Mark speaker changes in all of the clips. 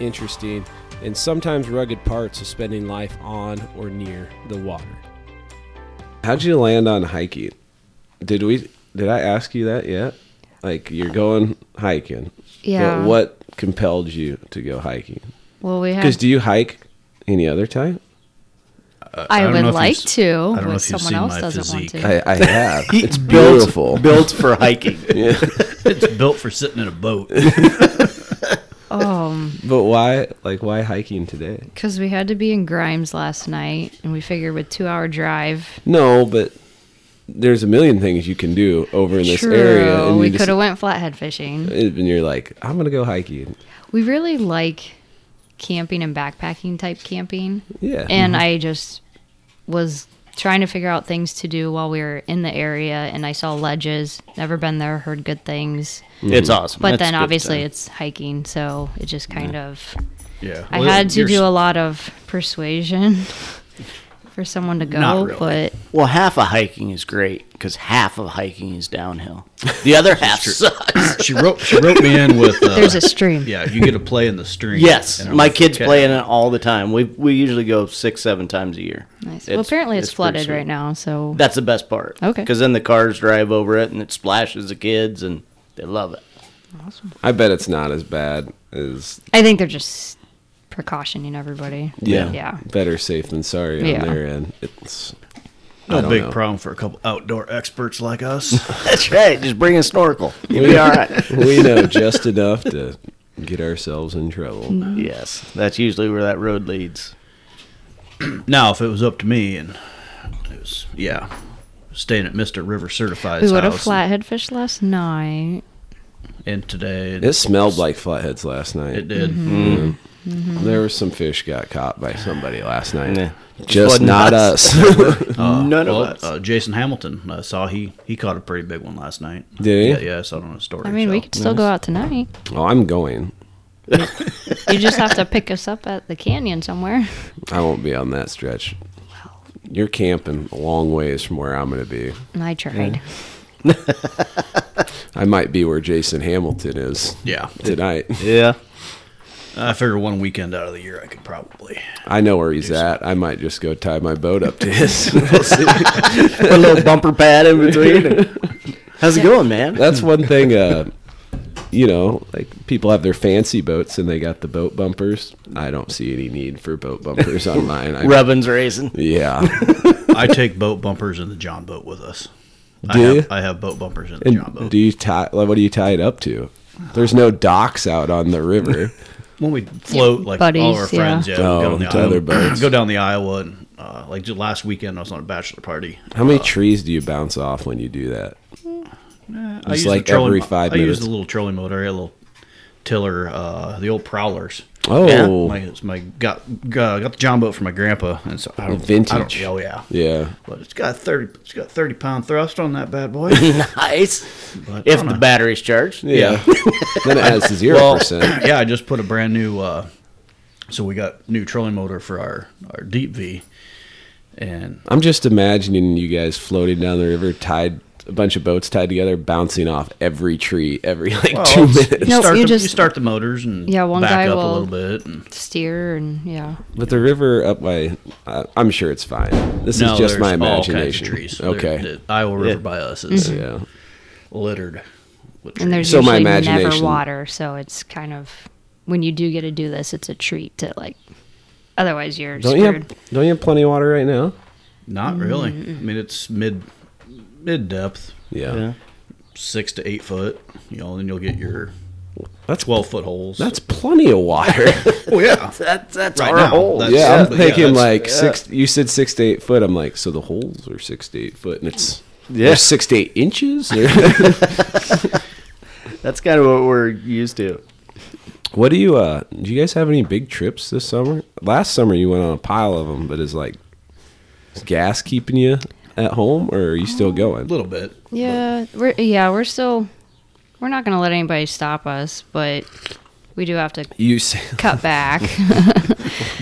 Speaker 1: interesting, and sometimes rugged parts of spending life on or near the water. How'd you land on hiking? Did we did I ask you that yet? Like you're going hiking.
Speaker 2: Yeah.
Speaker 1: But what compelled you to go hiking?
Speaker 2: Well, we have.
Speaker 1: Because do you hike any other time?
Speaker 2: I,
Speaker 3: don't know
Speaker 2: would
Speaker 3: if
Speaker 2: like
Speaker 3: you've- I
Speaker 2: to,
Speaker 3: don't know
Speaker 2: but
Speaker 3: if you've
Speaker 2: someone
Speaker 3: seen
Speaker 2: else
Speaker 3: my
Speaker 2: doesn't
Speaker 3: physique.
Speaker 2: want to.
Speaker 1: I have. it's
Speaker 3: Built-
Speaker 1: beautiful.
Speaker 3: Built for hiking.
Speaker 1: Yeah.
Speaker 3: it's built for sitting in a boat.
Speaker 2: Oh,
Speaker 1: But why like why hiking today?
Speaker 2: because we had to be in Grimes last night, and we figured with two hour drive,
Speaker 1: No, but there's a million things you can do over in this area,
Speaker 2: True,
Speaker 1: and
Speaker 2: we
Speaker 1: you
Speaker 2: could
Speaker 1: just,
Speaker 2: have went flathead fishing.
Speaker 1: and you're like, I'm gonna go hiking.
Speaker 2: We really like camping and backpacking type camping,
Speaker 1: Yeah, Mm-hmm.
Speaker 2: and I just was trying to figure out things to do while we were in the area, and I saw ledges. Never been there, heard good things,
Speaker 4: It's awesome.
Speaker 2: but
Speaker 4: Mm-hmm. That's
Speaker 2: then
Speaker 4: a good
Speaker 2: obviously
Speaker 4: time.
Speaker 2: it's hiking, so it just kind of
Speaker 3: yeah.
Speaker 2: I had to do a lot of persuasion for someone to go,
Speaker 3: Not really.
Speaker 2: but
Speaker 4: well, half of hiking is great because half of hiking is downhill. The other half sucks.
Speaker 3: She wrote. She wrote me in with. Uh,
Speaker 2: there's a stream.
Speaker 3: yeah, you get to play in the stream.
Speaker 4: yes,
Speaker 3: And I
Speaker 4: my
Speaker 3: was-
Speaker 4: kids
Speaker 3: okay.
Speaker 4: play in it all the time. We we usually go six, seven times a year.
Speaker 2: Nice. well, apparently it's,
Speaker 4: pretty
Speaker 2: flooded
Speaker 4: sweet.
Speaker 2: right now, so
Speaker 4: That's the best part.
Speaker 2: Okay.
Speaker 4: because then the cars drive over it and it splashes the kids and they love it.
Speaker 1: I bet it's not as bad as
Speaker 2: I think they're just precautioning everybody.
Speaker 1: yeah,
Speaker 2: Yeah.
Speaker 1: better safe than sorry
Speaker 2: Yeah.
Speaker 1: on their end. It's I
Speaker 3: No
Speaker 1: don't
Speaker 3: big
Speaker 1: know.
Speaker 3: problem for a couple outdoor experts like us.
Speaker 4: That's right. Just bring a snorkel. You'll be all right.
Speaker 1: we know just enough to get ourselves in
Speaker 2: Mm-hmm.
Speaker 1: trouble.
Speaker 4: Yes, that's usually where that road leads.
Speaker 3: now, if it was up to me, and it was yeah, staying at Mister River Certified's
Speaker 2: We would have
Speaker 3: house
Speaker 2: flathead fished last night.
Speaker 3: and today
Speaker 1: It smelled like flatheads last night.
Speaker 3: it did.
Speaker 2: Mm-hmm.
Speaker 1: There was some fish got caught by somebody last night.
Speaker 4: Yeah.
Speaker 1: Just
Speaker 4: Wasn't
Speaker 1: not
Speaker 4: us.
Speaker 1: us.
Speaker 4: None
Speaker 3: Well,
Speaker 4: of us.
Speaker 3: uh, Jason Hamilton, I saw he he caught a pretty big one last night.
Speaker 1: Did he?
Speaker 3: Yeah, yeah, I saw it on a story.
Speaker 2: I mean, we
Speaker 3: so.
Speaker 2: could still go out tonight.
Speaker 1: oh, I'm going.
Speaker 2: You just have to pick us up at the canyon somewhere.
Speaker 1: I won't be on that stretch. You're camping a long ways from where I'm going to be.
Speaker 2: And I tried.
Speaker 1: I might be where Jason Hamilton is
Speaker 3: Yeah,
Speaker 1: tonight.
Speaker 4: yeah.
Speaker 3: I figure one weekend out of the year I could probably.
Speaker 1: I know where he's at. I might just go tie my boat up to his.
Speaker 4: Put a little bumper pad in between. How's it going, man?
Speaker 1: That's one thing. Uh, you know, like people have their fancy boats and they got the boat bumpers. I don't see any need for boat bumpers on mine. I,
Speaker 4: Rubbin's racing.
Speaker 1: Yeah.
Speaker 3: I take boat bumpers in the John boat with us. I
Speaker 1: Do
Speaker 3: have,
Speaker 1: you?
Speaker 3: I have boat bumpers in the John
Speaker 1: And
Speaker 3: boat.
Speaker 1: do you tie? Like, what do you tie it up to? There's no docks out on the river.
Speaker 3: when we float, like all
Speaker 2: buddies,
Speaker 3: of our friends, yeah,
Speaker 1: Oh,
Speaker 3: we go down the
Speaker 1: to other
Speaker 3: Iowa,
Speaker 1: boats.
Speaker 3: go down the Iowa, and uh, like just last weekend I was on a bachelor party.
Speaker 1: How many trees do you bounce off when you do that?
Speaker 3: I
Speaker 1: It's
Speaker 3: used the
Speaker 1: like
Speaker 3: trolling
Speaker 1: every
Speaker 3: mo-
Speaker 1: five
Speaker 3: I used
Speaker 1: minutes.
Speaker 3: a little trolling motor, a little tiller, uh, the old prowlers.
Speaker 1: Oh,
Speaker 3: My, it's my got got got the John boat from my grandpa, and so I don't, I don't,
Speaker 1: Vintage.
Speaker 3: oh yeah,
Speaker 1: yeah.
Speaker 3: but it's got a thirty. It's got a thirty pound thrust on that bad boy.
Speaker 4: nice.
Speaker 3: But I
Speaker 4: If
Speaker 3: don't
Speaker 4: the
Speaker 3: know.
Speaker 4: battery's charged.
Speaker 1: Yeah. then it adds to zero percent.
Speaker 3: yeah, I just put a brand new. Uh, so we got new trolling motor for our our deep V, and
Speaker 1: I'm just imagining you guys floating down the river, tied a bunch of boats tied together, bouncing off every tree every like
Speaker 3: well,
Speaker 1: two
Speaker 3: it's-
Speaker 1: minutes.
Speaker 3: You,
Speaker 2: No,
Speaker 3: start
Speaker 2: you
Speaker 3: the,
Speaker 2: just-
Speaker 3: you start the motors and
Speaker 2: Yeah, one
Speaker 3: back
Speaker 2: guy
Speaker 3: up
Speaker 2: will-
Speaker 3: a little bit. And,
Speaker 2: Steer and yeah.
Speaker 1: But the river up by, uh, I'm sure it's fine. This
Speaker 3: no,
Speaker 1: is just my
Speaker 3: there's all kinds of
Speaker 1: imagination.
Speaker 3: trees. There-
Speaker 1: Okay.
Speaker 3: the Iowa River by us is
Speaker 2: Mm-hmm.
Speaker 1: Yeah.
Speaker 3: littered. With trees.
Speaker 2: And there's
Speaker 1: So my
Speaker 2: usually
Speaker 1: imagination-
Speaker 2: never water, so it's kind of when you do get to do this, it's a treat to like. Otherwise, you're
Speaker 1: Don't you
Speaker 2: screwed.
Speaker 1: have don't you have plenty of water right now?
Speaker 3: Not really.
Speaker 2: Mm-hmm.
Speaker 3: I mean, it's mid mid depth,
Speaker 1: Yeah.
Speaker 3: six to eight foot. You know, then you'll get your
Speaker 1: That's
Speaker 3: twelve foot holes.
Speaker 1: That's plenty of water.
Speaker 3: oh yeah.
Speaker 4: That, that's
Speaker 3: Right
Speaker 4: our
Speaker 3: now,
Speaker 4: hole.
Speaker 3: that's-
Speaker 1: yeah, I'm
Speaker 3: but
Speaker 1: thinking
Speaker 3: that's-
Speaker 1: like six. You said six to eight foot. I'm like, so the holes are six to eight foot, and it's
Speaker 5: Yeah.
Speaker 1: they're six to eight inches.
Speaker 5: That's kind of what we're used to.
Speaker 1: What do you uh do you guys have any big trips this summer? Last summer you went on a pile of them, but is like is gas keeping you at home or are you still
Speaker 3: a
Speaker 1: going?
Speaker 3: little bit.
Speaker 2: Yeah, we're yeah we're still we're not gonna let anybody stop us, but we do have to
Speaker 1: You say,
Speaker 2: cut back.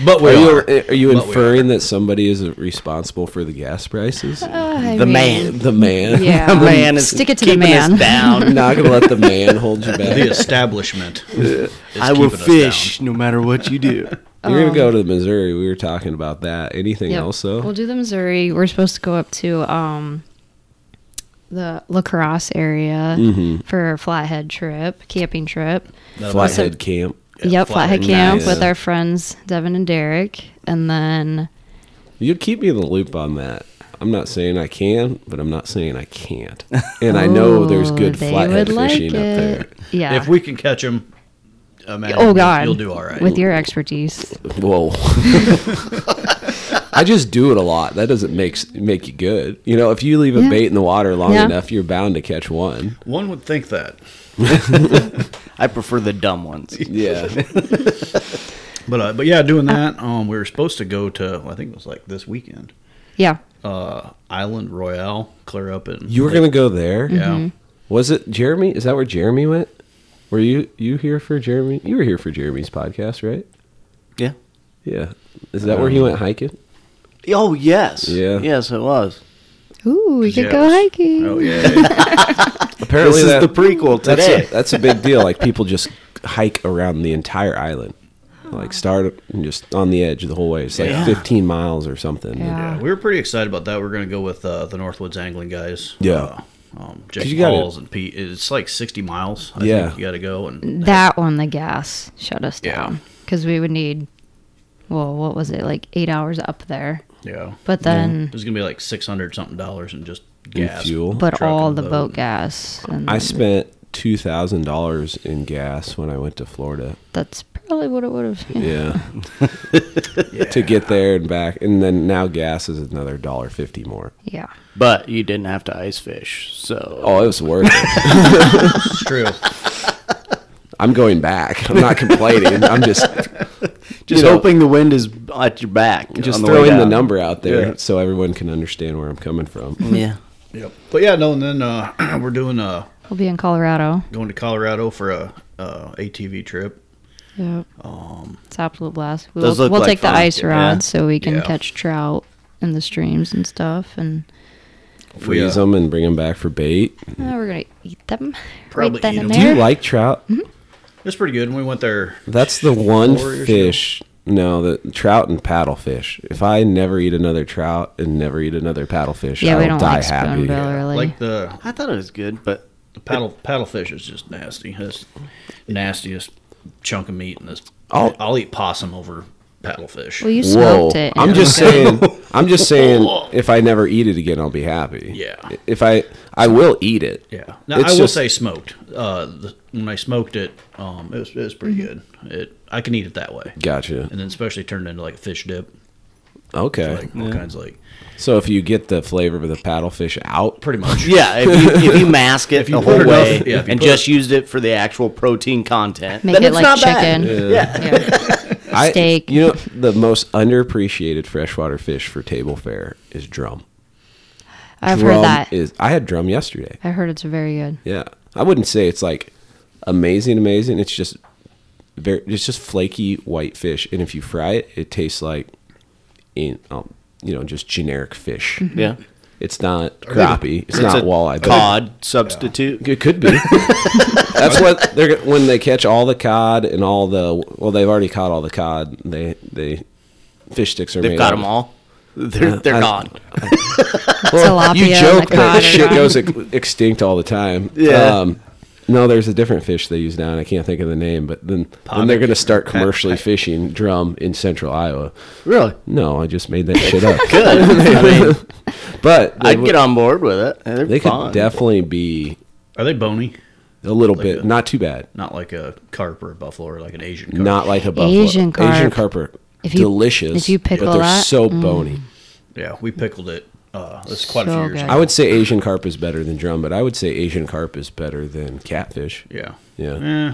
Speaker 3: But we
Speaker 1: are you
Speaker 3: are.
Speaker 1: are you
Speaker 3: But we
Speaker 1: inferring that somebody is responsible for the gas prices?
Speaker 4: The man.
Speaker 1: the man.
Speaker 2: Uh, Yeah,
Speaker 4: The man is
Speaker 2: stick it to the
Speaker 4: keeping us
Speaker 2: man.
Speaker 4: down.
Speaker 1: I'm not gonna let the man hold you
Speaker 3: the
Speaker 1: back.
Speaker 3: establishment. is
Speaker 5: I will
Speaker 3: keeping us down.
Speaker 5: fish no matter what you do.
Speaker 1: You're gonna go to Missouri. We were talking about that. Anything
Speaker 2: Yep.
Speaker 1: else though?
Speaker 2: We'll do the Missouri. We're supposed to go up to um, the Lacrosse area
Speaker 1: Mm-hmm.
Speaker 2: for a flathead trip, camping trip.
Speaker 3: That'll be-
Speaker 1: Flathead camp.
Speaker 2: yep, Flathead
Speaker 3: Flathead.
Speaker 2: Camp
Speaker 1: Nice.
Speaker 2: with our friends Devin and Derek, and then
Speaker 1: You keep me in the loop on that. I'm not saying I can, but I'm not saying I can't. And I know there's
Speaker 2: Oh,
Speaker 1: good
Speaker 2: they
Speaker 1: flathead
Speaker 2: would like
Speaker 1: fishing up
Speaker 2: it.
Speaker 1: there.
Speaker 2: Yeah.
Speaker 3: If we can catch him, imagine
Speaker 2: oh
Speaker 3: you'll-
Speaker 2: God,
Speaker 3: you'll do all right.
Speaker 2: with your expertise.
Speaker 1: Whoa. I just do it a lot. That doesn't make make you good. You know, if you leave a
Speaker 2: Yeah.
Speaker 1: bait in the water long
Speaker 2: Yeah.
Speaker 1: enough, you're bound to catch one.
Speaker 3: One would think that,
Speaker 4: I prefer the dumb ones.
Speaker 1: Yeah.
Speaker 3: but uh, but yeah, doing that. Um, we were supposed to go to I think it was like this weekend,
Speaker 2: Yeah,
Speaker 3: uh, Island Royale, clear up in.
Speaker 1: You were gonna go there?
Speaker 3: yeah.
Speaker 1: Was it Jeremy? Is that where Jeremy went? Were you you here for Jeremy? You were here for Jeremy's podcast, right?
Speaker 4: Yeah.
Speaker 1: Yeah. Is that where he went hiking?
Speaker 4: Oh yes.
Speaker 1: Yeah.
Speaker 4: Yes, it was.
Speaker 2: ooh, we could go
Speaker 3: Yes.
Speaker 2: hiking.
Speaker 3: Oh yeah.
Speaker 1: Apparently
Speaker 5: this is
Speaker 1: that-
Speaker 5: the prequel
Speaker 1: That's
Speaker 5: today.
Speaker 1: a, that's a big deal. Like people just hike around the entire island, like start and just on the edge the whole way. It's like
Speaker 4: Yeah.
Speaker 1: 15 miles or something.
Speaker 2: Yeah.
Speaker 3: we were pretty excited about that. We are gonna go with uh, the Northwoods Angling guys.
Speaker 1: Yeah.
Speaker 3: Uh, um, Jake
Speaker 1: 'Cause you gotta-
Speaker 3: Pauls and Pete. It's like sixty miles. I
Speaker 1: Yeah.
Speaker 3: think you got to go and
Speaker 2: That one, the gas shut us
Speaker 3: Yeah.
Speaker 2: down because we would need, well, what was it like eight hours up there?
Speaker 3: yeah.
Speaker 2: But then,
Speaker 3: It was gonna be like six hundred something dollars and just
Speaker 1: And
Speaker 3: gas.
Speaker 1: fuel.
Speaker 2: but
Speaker 3: Truck
Speaker 2: all
Speaker 3: and
Speaker 2: the
Speaker 3: boat.
Speaker 2: boat gas. And
Speaker 1: I
Speaker 2: then
Speaker 1: spent two thousand dollars in gas when I went to Florida.
Speaker 2: that's probably what it would have.
Speaker 1: Yeah. to get there and back, and then now gas is another dollar fifty more.
Speaker 2: Yeah.
Speaker 4: But you didn't have to ice fish, so
Speaker 1: Oh, it was worth it.
Speaker 3: It's true.
Speaker 1: I'm going back. I'm not complaining. I'm just
Speaker 4: just
Speaker 1: you know-
Speaker 4: hoping the wind is at your back.
Speaker 1: just
Speaker 4: on
Speaker 1: throwing
Speaker 4: way
Speaker 1: the
Speaker 4: down.
Speaker 1: number out there
Speaker 4: Yeah.
Speaker 1: so everyone can understand where I'm coming from.
Speaker 4: Yeah.
Speaker 3: Yep. But yeah, no, and then uh, we're doing uh,
Speaker 2: We'll be in Colorado.
Speaker 3: going to Colorado for a uh, ATV trip.
Speaker 2: Yep. Um, it's absolute blast. We'll,
Speaker 4: Those look
Speaker 2: we'll
Speaker 4: like
Speaker 2: take the
Speaker 4: fun.
Speaker 2: ice
Speaker 4: Yeah.
Speaker 2: rod so we can
Speaker 3: Yeah.
Speaker 2: catch trout in the streams and stuff. And
Speaker 1: Freeze
Speaker 3: Yeah.
Speaker 1: them and bring them back for bait.
Speaker 2: uh, we're going to eat them
Speaker 3: Probably
Speaker 2: right then
Speaker 3: eat
Speaker 2: and
Speaker 3: them.
Speaker 1: Do you
Speaker 2: there. Mm-hmm.
Speaker 1: like trout?
Speaker 3: It's pretty good. And we went there.
Speaker 1: That's the one
Speaker 3: Four years
Speaker 1: fish. No, the trout and paddlefish. If I never eat another trout and never eat another paddlefish,
Speaker 2: yeah,
Speaker 1: I'll
Speaker 2: we don't
Speaker 1: die
Speaker 2: like
Speaker 1: happy.
Speaker 2: spoonbill really.
Speaker 3: Like the,
Speaker 4: I thought it was good, but
Speaker 3: the paddle paddlefish is just nasty. That's the nastiest chunk of meat in this.
Speaker 1: I'll-
Speaker 3: I'll, eat possum over paddlefish.
Speaker 2: well, you
Speaker 1: Whoa!
Speaker 2: smoked it.
Speaker 1: I'm
Speaker 2: and
Speaker 1: just
Speaker 2: it was
Speaker 1: saying. I'm just saying. If I never eat it again, I'll be happy.
Speaker 3: Yeah.
Speaker 1: If I, I will eat it.
Speaker 3: yeah. Now,
Speaker 1: It's
Speaker 3: I will
Speaker 1: just-
Speaker 3: say smoked. Uh, the, when I smoked it, um, it was it
Speaker 2: Mm-hmm.
Speaker 3: was pretty good. It I can eat it that way,
Speaker 1: Gotcha.
Speaker 3: and then especially turned into like a fish dip.
Speaker 1: Okay.
Speaker 3: like all kinds like
Speaker 1: so if you get the flavor of the paddlefish out,
Speaker 3: pretty much.
Speaker 4: Yeah, if you, if you mask it
Speaker 3: you
Speaker 4: the
Speaker 3: put
Speaker 4: whole
Speaker 3: enough-
Speaker 4: way
Speaker 3: yeah, if you
Speaker 4: and
Speaker 3: put
Speaker 4: just used it for the actual protein content,
Speaker 2: Make
Speaker 4: then
Speaker 2: it
Speaker 4: it's
Speaker 2: like
Speaker 4: not
Speaker 2: chicken.
Speaker 4: Bad.
Speaker 2: Yeah.
Speaker 1: I-
Speaker 2: Steak.
Speaker 1: you know, the most underappreciated freshwater fish for table fare is drum.
Speaker 2: I've
Speaker 1: drum
Speaker 2: heard that.
Speaker 1: is- I had drum yesterday.
Speaker 2: I heard it's very good.
Speaker 1: Yeah, I wouldn't say it's like amazing, amazing. It's just very, it's just flaky white fish, and if you fry it, it tastes like, in um, you know, just generic fish.
Speaker 4: Yeah,
Speaker 1: It's not crappie. It's, not
Speaker 4: a
Speaker 1: walleye.
Speaker 4: cod substitute.
Speaker 1: It could be. That's what they're go- when they catch all the cod and all the well, they've already caught all the cod. They they fish sticks are
Speaker 4: They've
Speaker 1: made
Speaker 4: got
Speaker 1: out
Speaker 4: them
Speaker 1: of-
Speaker 4: all. They're they're gone.
Speaker 2: Tilapia.
Speaker 1: You
Speaker 2: and
Speaker 1: joke, but
Speaker 2: the cod
Speaker 1: this
Speaker 2: are
Speaker 1: shit
Speaker 2: gone.
Speaker 1: goes ex- extinct all the time. Um,
Speaker 4: Yeah.
Speaker 1: no, there's a different fish they use now, and I can't think of the name. But then, then they're going to start commercially fishing drum in central Iowa.
Speaker 4: Really?
Speaker 1: No, I just made that shit up.
Speaker 4: Good. I mean,
Speaker 1: But they,
Speaker 4: I'd
Speaker 1: would-
Speaker 4: get on board with it. They're
Speaker 1: they could
Speaker 4: fun.
Speaker 1: definitely be
Speaker 3: Are they bony?
Speaker 1: a little bit,
Speaker 3: a-
Speaker 1: not too bad,
Speaker 3: Not like a carp or a buffalo or like an Asian carp.
Speaker 1: not like a buffalo.
Speaker 2: Asian carp.
Speaker 1: carper,
Speaker 2: If you-
Speaker 1: delicious.
Speaker 2: if you pickle
Speaker 1: but they're
Speaker 2: that, mm.
Speaker 1: so bony.
Speaker 3: Yeah, we pickled it. Uh, that's quite
Speaker 2: So
Speaker 3: a few years.
Speaker 2: good.
Speaker 3: ago.
Speaker 1: I would say Asian carp is better than drum, but I would say Asian carp is better than catfish.
Speaker 3: Yeah.
Speaker 1: Yeah.
Speaker 3: Eh,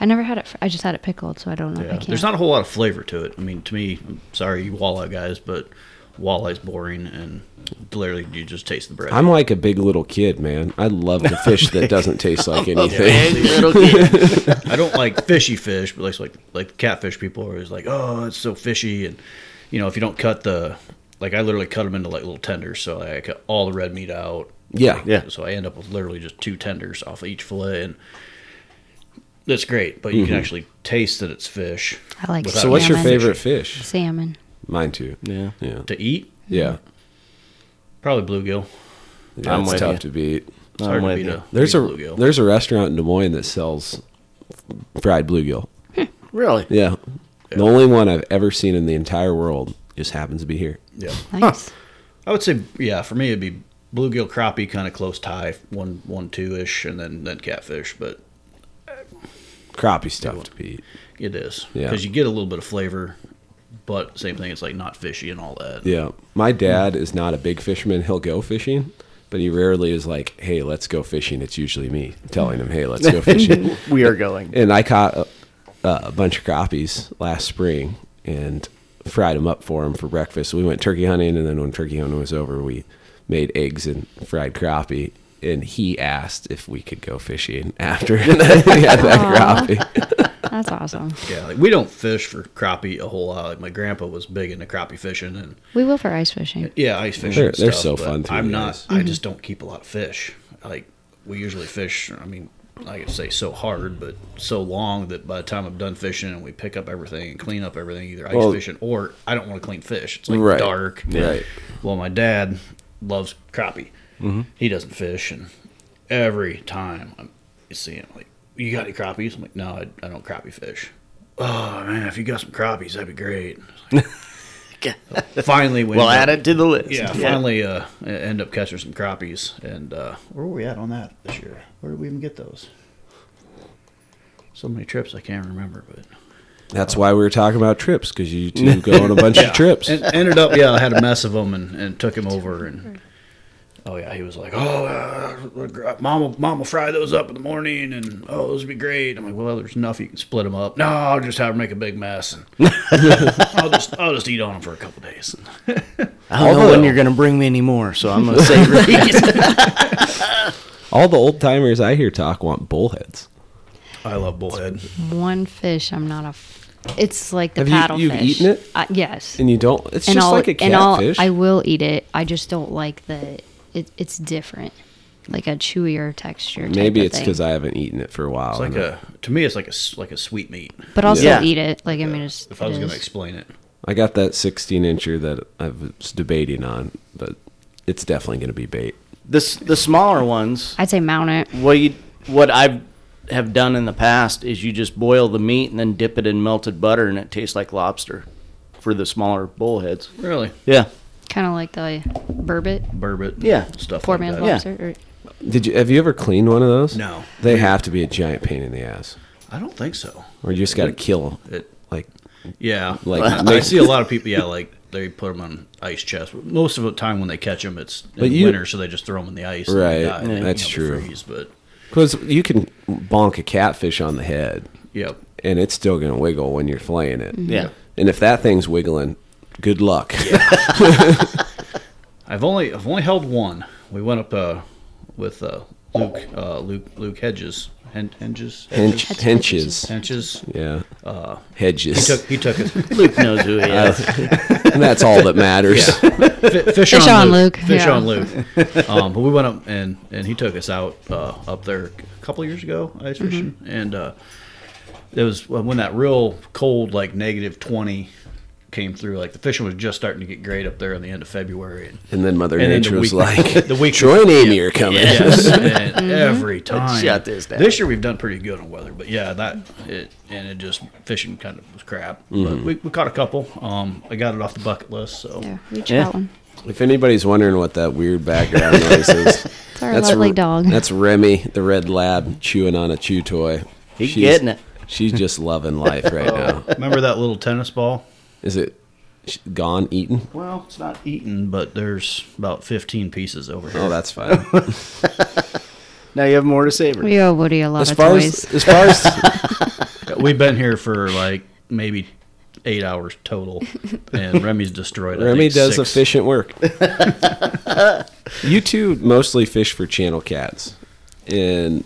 Speaker 2: I never had it. fr- I just had it pickled, so I don't know. I
Speaker 3: yeah.
Speaker 2: can't.
Speaker 3: There's not a whole lot of flavor to it. I mean, to me, I'm sorry, you walleye guys, but walleye's boring and literally you just taste the bread.
Speaker 1: I'm like a big little kid, man. I love the fish that doesn't taste like anything.
Speaker 4: Big little kid.
Speaker 3: I don't like fishy fish, but like like like catfish people are always like, oh, it's so fishy, and you know if you don't cut the like I literally cut them into like little tenders, so I cut all the red meat out.
Speaker 1: Yeah.
Speaker 4: Yeah.
Speaker 3: So I end up with literally just two tenders off of each fillet, and that's great. But you
Speaker 4: Mm-hmm.
Speaker 3: can actually taste that it's fish.
Speaker 2: I like.
Speaker 3: Without-
Speaker 2: Salmon.
Speaker 1: So what's your
Speaker 3: Salmon.
Speaker 1: favorite fish?
Speaker 2: Salmon.
Speaker 1: Mine too.
Speaker 4: Yeah.
Speaker 1: Yeah.
Speaker 3: To eat,
Speaker 1: Yeah.
Speaker 2: Mm-hmm.
Speaker 3: probably bluegill.
Speaker 1: yeah
Speaker 4: I'm
Speaker 1: it's
Speaker 4: with
Speaker 1: tough
Speaker 4: you.
Speaker 1: to beat.
Speaker 3: It's
Speaker 4: I'm
Speaker 3: hard to
Speaker 4: with
Speaker 3: beat
Speaker 4: you.
Speaker 3: a
Speaker 1: There's
Speaker 3: beat
Speaker 1: a
Speaker 3: a bluegill.
Speaker 1: there's a restaurant in Des Moines that sells fried bluegill.
Speaker 4: Really?
Speaker 1: Yeah. The only one I've ever seen in the entire world just happens to be here.
Speaker 3: yeah.
Speaker 2: Nice.
Speaker 3: I would say, yeah, for me, it'd be bluegill, crappie, kind of close tie, one, one, two ish, and then then catfish. But
Speaker 1: Crappie's tough to beat.
Speaker 3: it is
Speaker 1: Yeah.
Speaker 3: because you get a little bit of flavor, but same thing, it's like not fishy and all that.
Speaker 1: Yeah. My dad is not a big fisherman. He'll go fishing, but he rarely is like, hey, let's go fishing. It's usually me telling him, hey, let's go fishing.
Speaker 4: We are going.
Speaker 1: and I caught a, a bunch of crappies last spring and fried them up for him for breakfast. We went turkey hunting, and then when turkey hunting was over, we made eggs and fried crappie. And he asked if we could go fishing after he had that
Speaker 2: Aw.
Speaker 1: crappie.
Speaker 2: That's awesome.
Speaker 3: Yeah, like we don't fish for crappie a whole lot. Like my grandpa was big into crappie fishing, and
Speaker 2: We will for ice fishing.
Speaker 3: yeah, ice fishing.
Speaker 1: They're-
Speaker 3: and
Speaker 1: they're
Speaker 3: stuff,
Speaker 1: so
Speaker 3: but
Speaker 1: fun through
Speaker 3: I'm
Speaker 1: the
Speaker 3: not.
Speaker 1: ice.
Speaker 3: I just don't keep a lot of fish. Like we usually fish. I mean, I could say so hard, but so long that by the time I'm done fishing and we pick up everything and clean up everything, either ice
Speaker 1: Well-
Speaker 3: fishing or I don't want to clean fish. It's like
Speaker 1: Right.
Speaker 3: dark.
Speaker 1: Right. Mm-hmm.
Speaker 3: Well, my dad loves crappie. He doesn't fish, and every time I'm seeing him, like, "You got any crappies?" I'm like, "No, I, I don't crappie fish." Oh man, if you got some crappies, that'd be great. finally, we
Speaker 4: We'll
Speaker 3: end
Speaker 4: add
Speaker 3: up-
Speaker 4: it to the list.
Speaker 3: Yeah, finally, uh, end up catching some crappies. And uh, where were we at on that this year? Where did we even get those? So many trips I can't remember, but
Speaker 1: That's why we were talking about trips because you two go on a bunch of trips.
Speaker 3: En- ended up, yeah, I had a mess of them and, and took him over and. Oh yeah, he was like, "Oh, uh, mom, will, mom will fry those up in the morning, and oh, those would be great." I'm like, "Well, there's enough you can split them up." No, I'll just have her make a big mess, and I'll just I'll just eat on them for a couple days.
Speaker 4: I don't know when you're going to bring me any more, so I'm going to savor these.
Speaker 1: All the old timers I hear talk want bullheads.
Speaker 3: I love bullhead.
Speaker 2: One fish. I'm not a. F- it's like
Speaker 1: Have
Speaker 2: the
Speaker 1: you-
Speaker 2: paddlefish.
Speaker 1: you've eaten it?
Speaker 2: I, yes.
Speaker 1: And you don't, it's
Speaker 2: and
Speaker 1: just
Speaker 2: I'll,
Speaker 1: like a
Speaker 2: and I'll-
Speaker 1: catfish.
Speaker 2: I will eat it. I just don't like the. It, it's different, like a chewier texture. type
Speaker 1: Maybe
Speaker 2: of
Speaker 1: it's
Speaker 2: thing.
Speaker 1: because I haven't eaten it for a while.
Speaker 3: It's like
Speaker 1: and I-
Speaker 3: a to me, it's like a s- like a sweet meat.
Speaker 2: But also
Speaker 4: Yeah.
Speaker 2: eat it. Like I mean, it's.
Speaker 3: If I
Speaker 2: it
Speaker 3: was going
Speaker 2: is.
Speaker 3: to explain it,
Speaker 1: I got that 16 incher that I was debating on, but it's definitely going to be bait.
Speaker 4: the, s- the smaller ones,
Speaker 2: I'd say mount it.
Speaker 4: what, you, what I have done in the past is you just boil the meat and then dip it in melted butter, and it tastes like lobster for the smaller bullheads.
Speaker 3: really,
Speaker 4: Yeah.
Speaker 2: Kind of like the burbot,
Speaker 3: burbot,
Speaker 4: Yeah.
Speaker 3: stuff.
Speaker 2: poor
Speaker 3: like
Speaker 2: man's
Speaker 3: that.
Speaker 4: Yeah.
Speaker 2: lobster. Or,
Speaker 1: Did you have you ever cleaned one of those?
Speaker 3: No.
Speaker 1: They have to be a giant pain in the ass,
Speaker 3: I don't think so.
Speaker 1: or you just got to kill them.
Speaker 3: It,
Speaker 1: Like
Speaker 3: yeah,
Speaker 1: Like,
Speaker 3: like I
Speaker 1: make-
Speaker 3: see a lot of people. Yeah, like they put them on ice chests. Most of the time when they catch them, it's in
Speaker 1: But you-
Speaker 3: winter, so they just throw them in the ice. and they
Speaker 1: Right,
Speaker 3: die. They,
Speaker 1: that's
Speaker 3: they
Speaker 1: true.
Speaker 3: freeze, but
Speaker 1: Because you can bonk a catfish on the head,
Speaker 3: yeah,
Speaker 1: and it's still going to wiggle when you're flaying it.
Speaker 2: Mm-hmm.
Speaker 4: Yeah.
Speaker 1: And if that thing's wiggling, good luck.
Speaker 3: I've only I've only held one. We went up uh, with uh, Luke uh, Luke Luke Hedges Hen- Hedges
Speaker 1: Hench,
Speaker 2: Hedges.
Speaker 1: henches.
Speaker 3: Hedges.
Speaker 1: Yeah.
Speaker 3: Uh, he
Speaker 1: Hedges.
Speaker 3: took he took his
Speaker 4: Luke knows who he is.
Speaker 1: and that's all that matters.
Speaker 3: Fi- fish,
Speaker 2: Fish
Speaker 3: on,
Speaker 2: on
Speaker 3: Luke.
Speaker 2: Luke,
Speaker 3: Fish
Speaker 2: yeah.
Speaker 3: on Luke. Um, but we went up and and he took us out uh, up there a couple years ago ice
Speaker 2: Mm-hmm.
Speaker 3: fishing, and uh, it was uh, when when that real cold like negative twenty came through. Like the fishing was just starting to get great up there in the end of February. And,
Speaker 1: And then Mother
Speaker 3: And then the
Speaker 1: Nature was
Speaker 3: week-
Speaker 1: like,
Speaker 3: the week-
Speaker 1: Troy and Amy are coming.
Speaker 3: Yes, and
Speaker 2: Mm-hmm.
Speaker 3: every time.
Speaker 4: Shut this down.
Speaker 3: year we've done pretty good on weather, but yeah, that it and it just fishing kind of was crap. But we, we caught a couple. Um, I got it off the bucket list, so
Speaker 2: There, reach
Speaker 4: Yeah.
Speaker 2: that one.
Speaker 1: If anybody's wondering what that weird background noise is,
Speaker 2: It's our lovely dog.
Speaker 1: That's Remy, the red lab, chewing on a chew toy.
Speaker 4: He getting it.
Speaker 1: She's just loving life right now.
Speaker 3: remember that little tennis ball.
Speaker 1: Is it sh- gone, eaten?
Speaker 3: Well, it's not eaten, but there's about 15 pieces over here.
Speaker 1: Oh, that's fine.
Speaker 6: Now you have more to savor.
Speaker 2: We owe Woody a lot
Speaker 1: as
Speaker 2: of
Speaker 1: far
Speaker 2: toys.
Speaker 1: as as far as
Speaker 3: We've been here for like maybe eight hours total, and Remy's destroyed. I
Speaker 1: Remy
Speaker 3: think,
Speaker 1: does
Speaker 3: six.
Speaker 1: efficient work. you two mostly fish for channel cats, and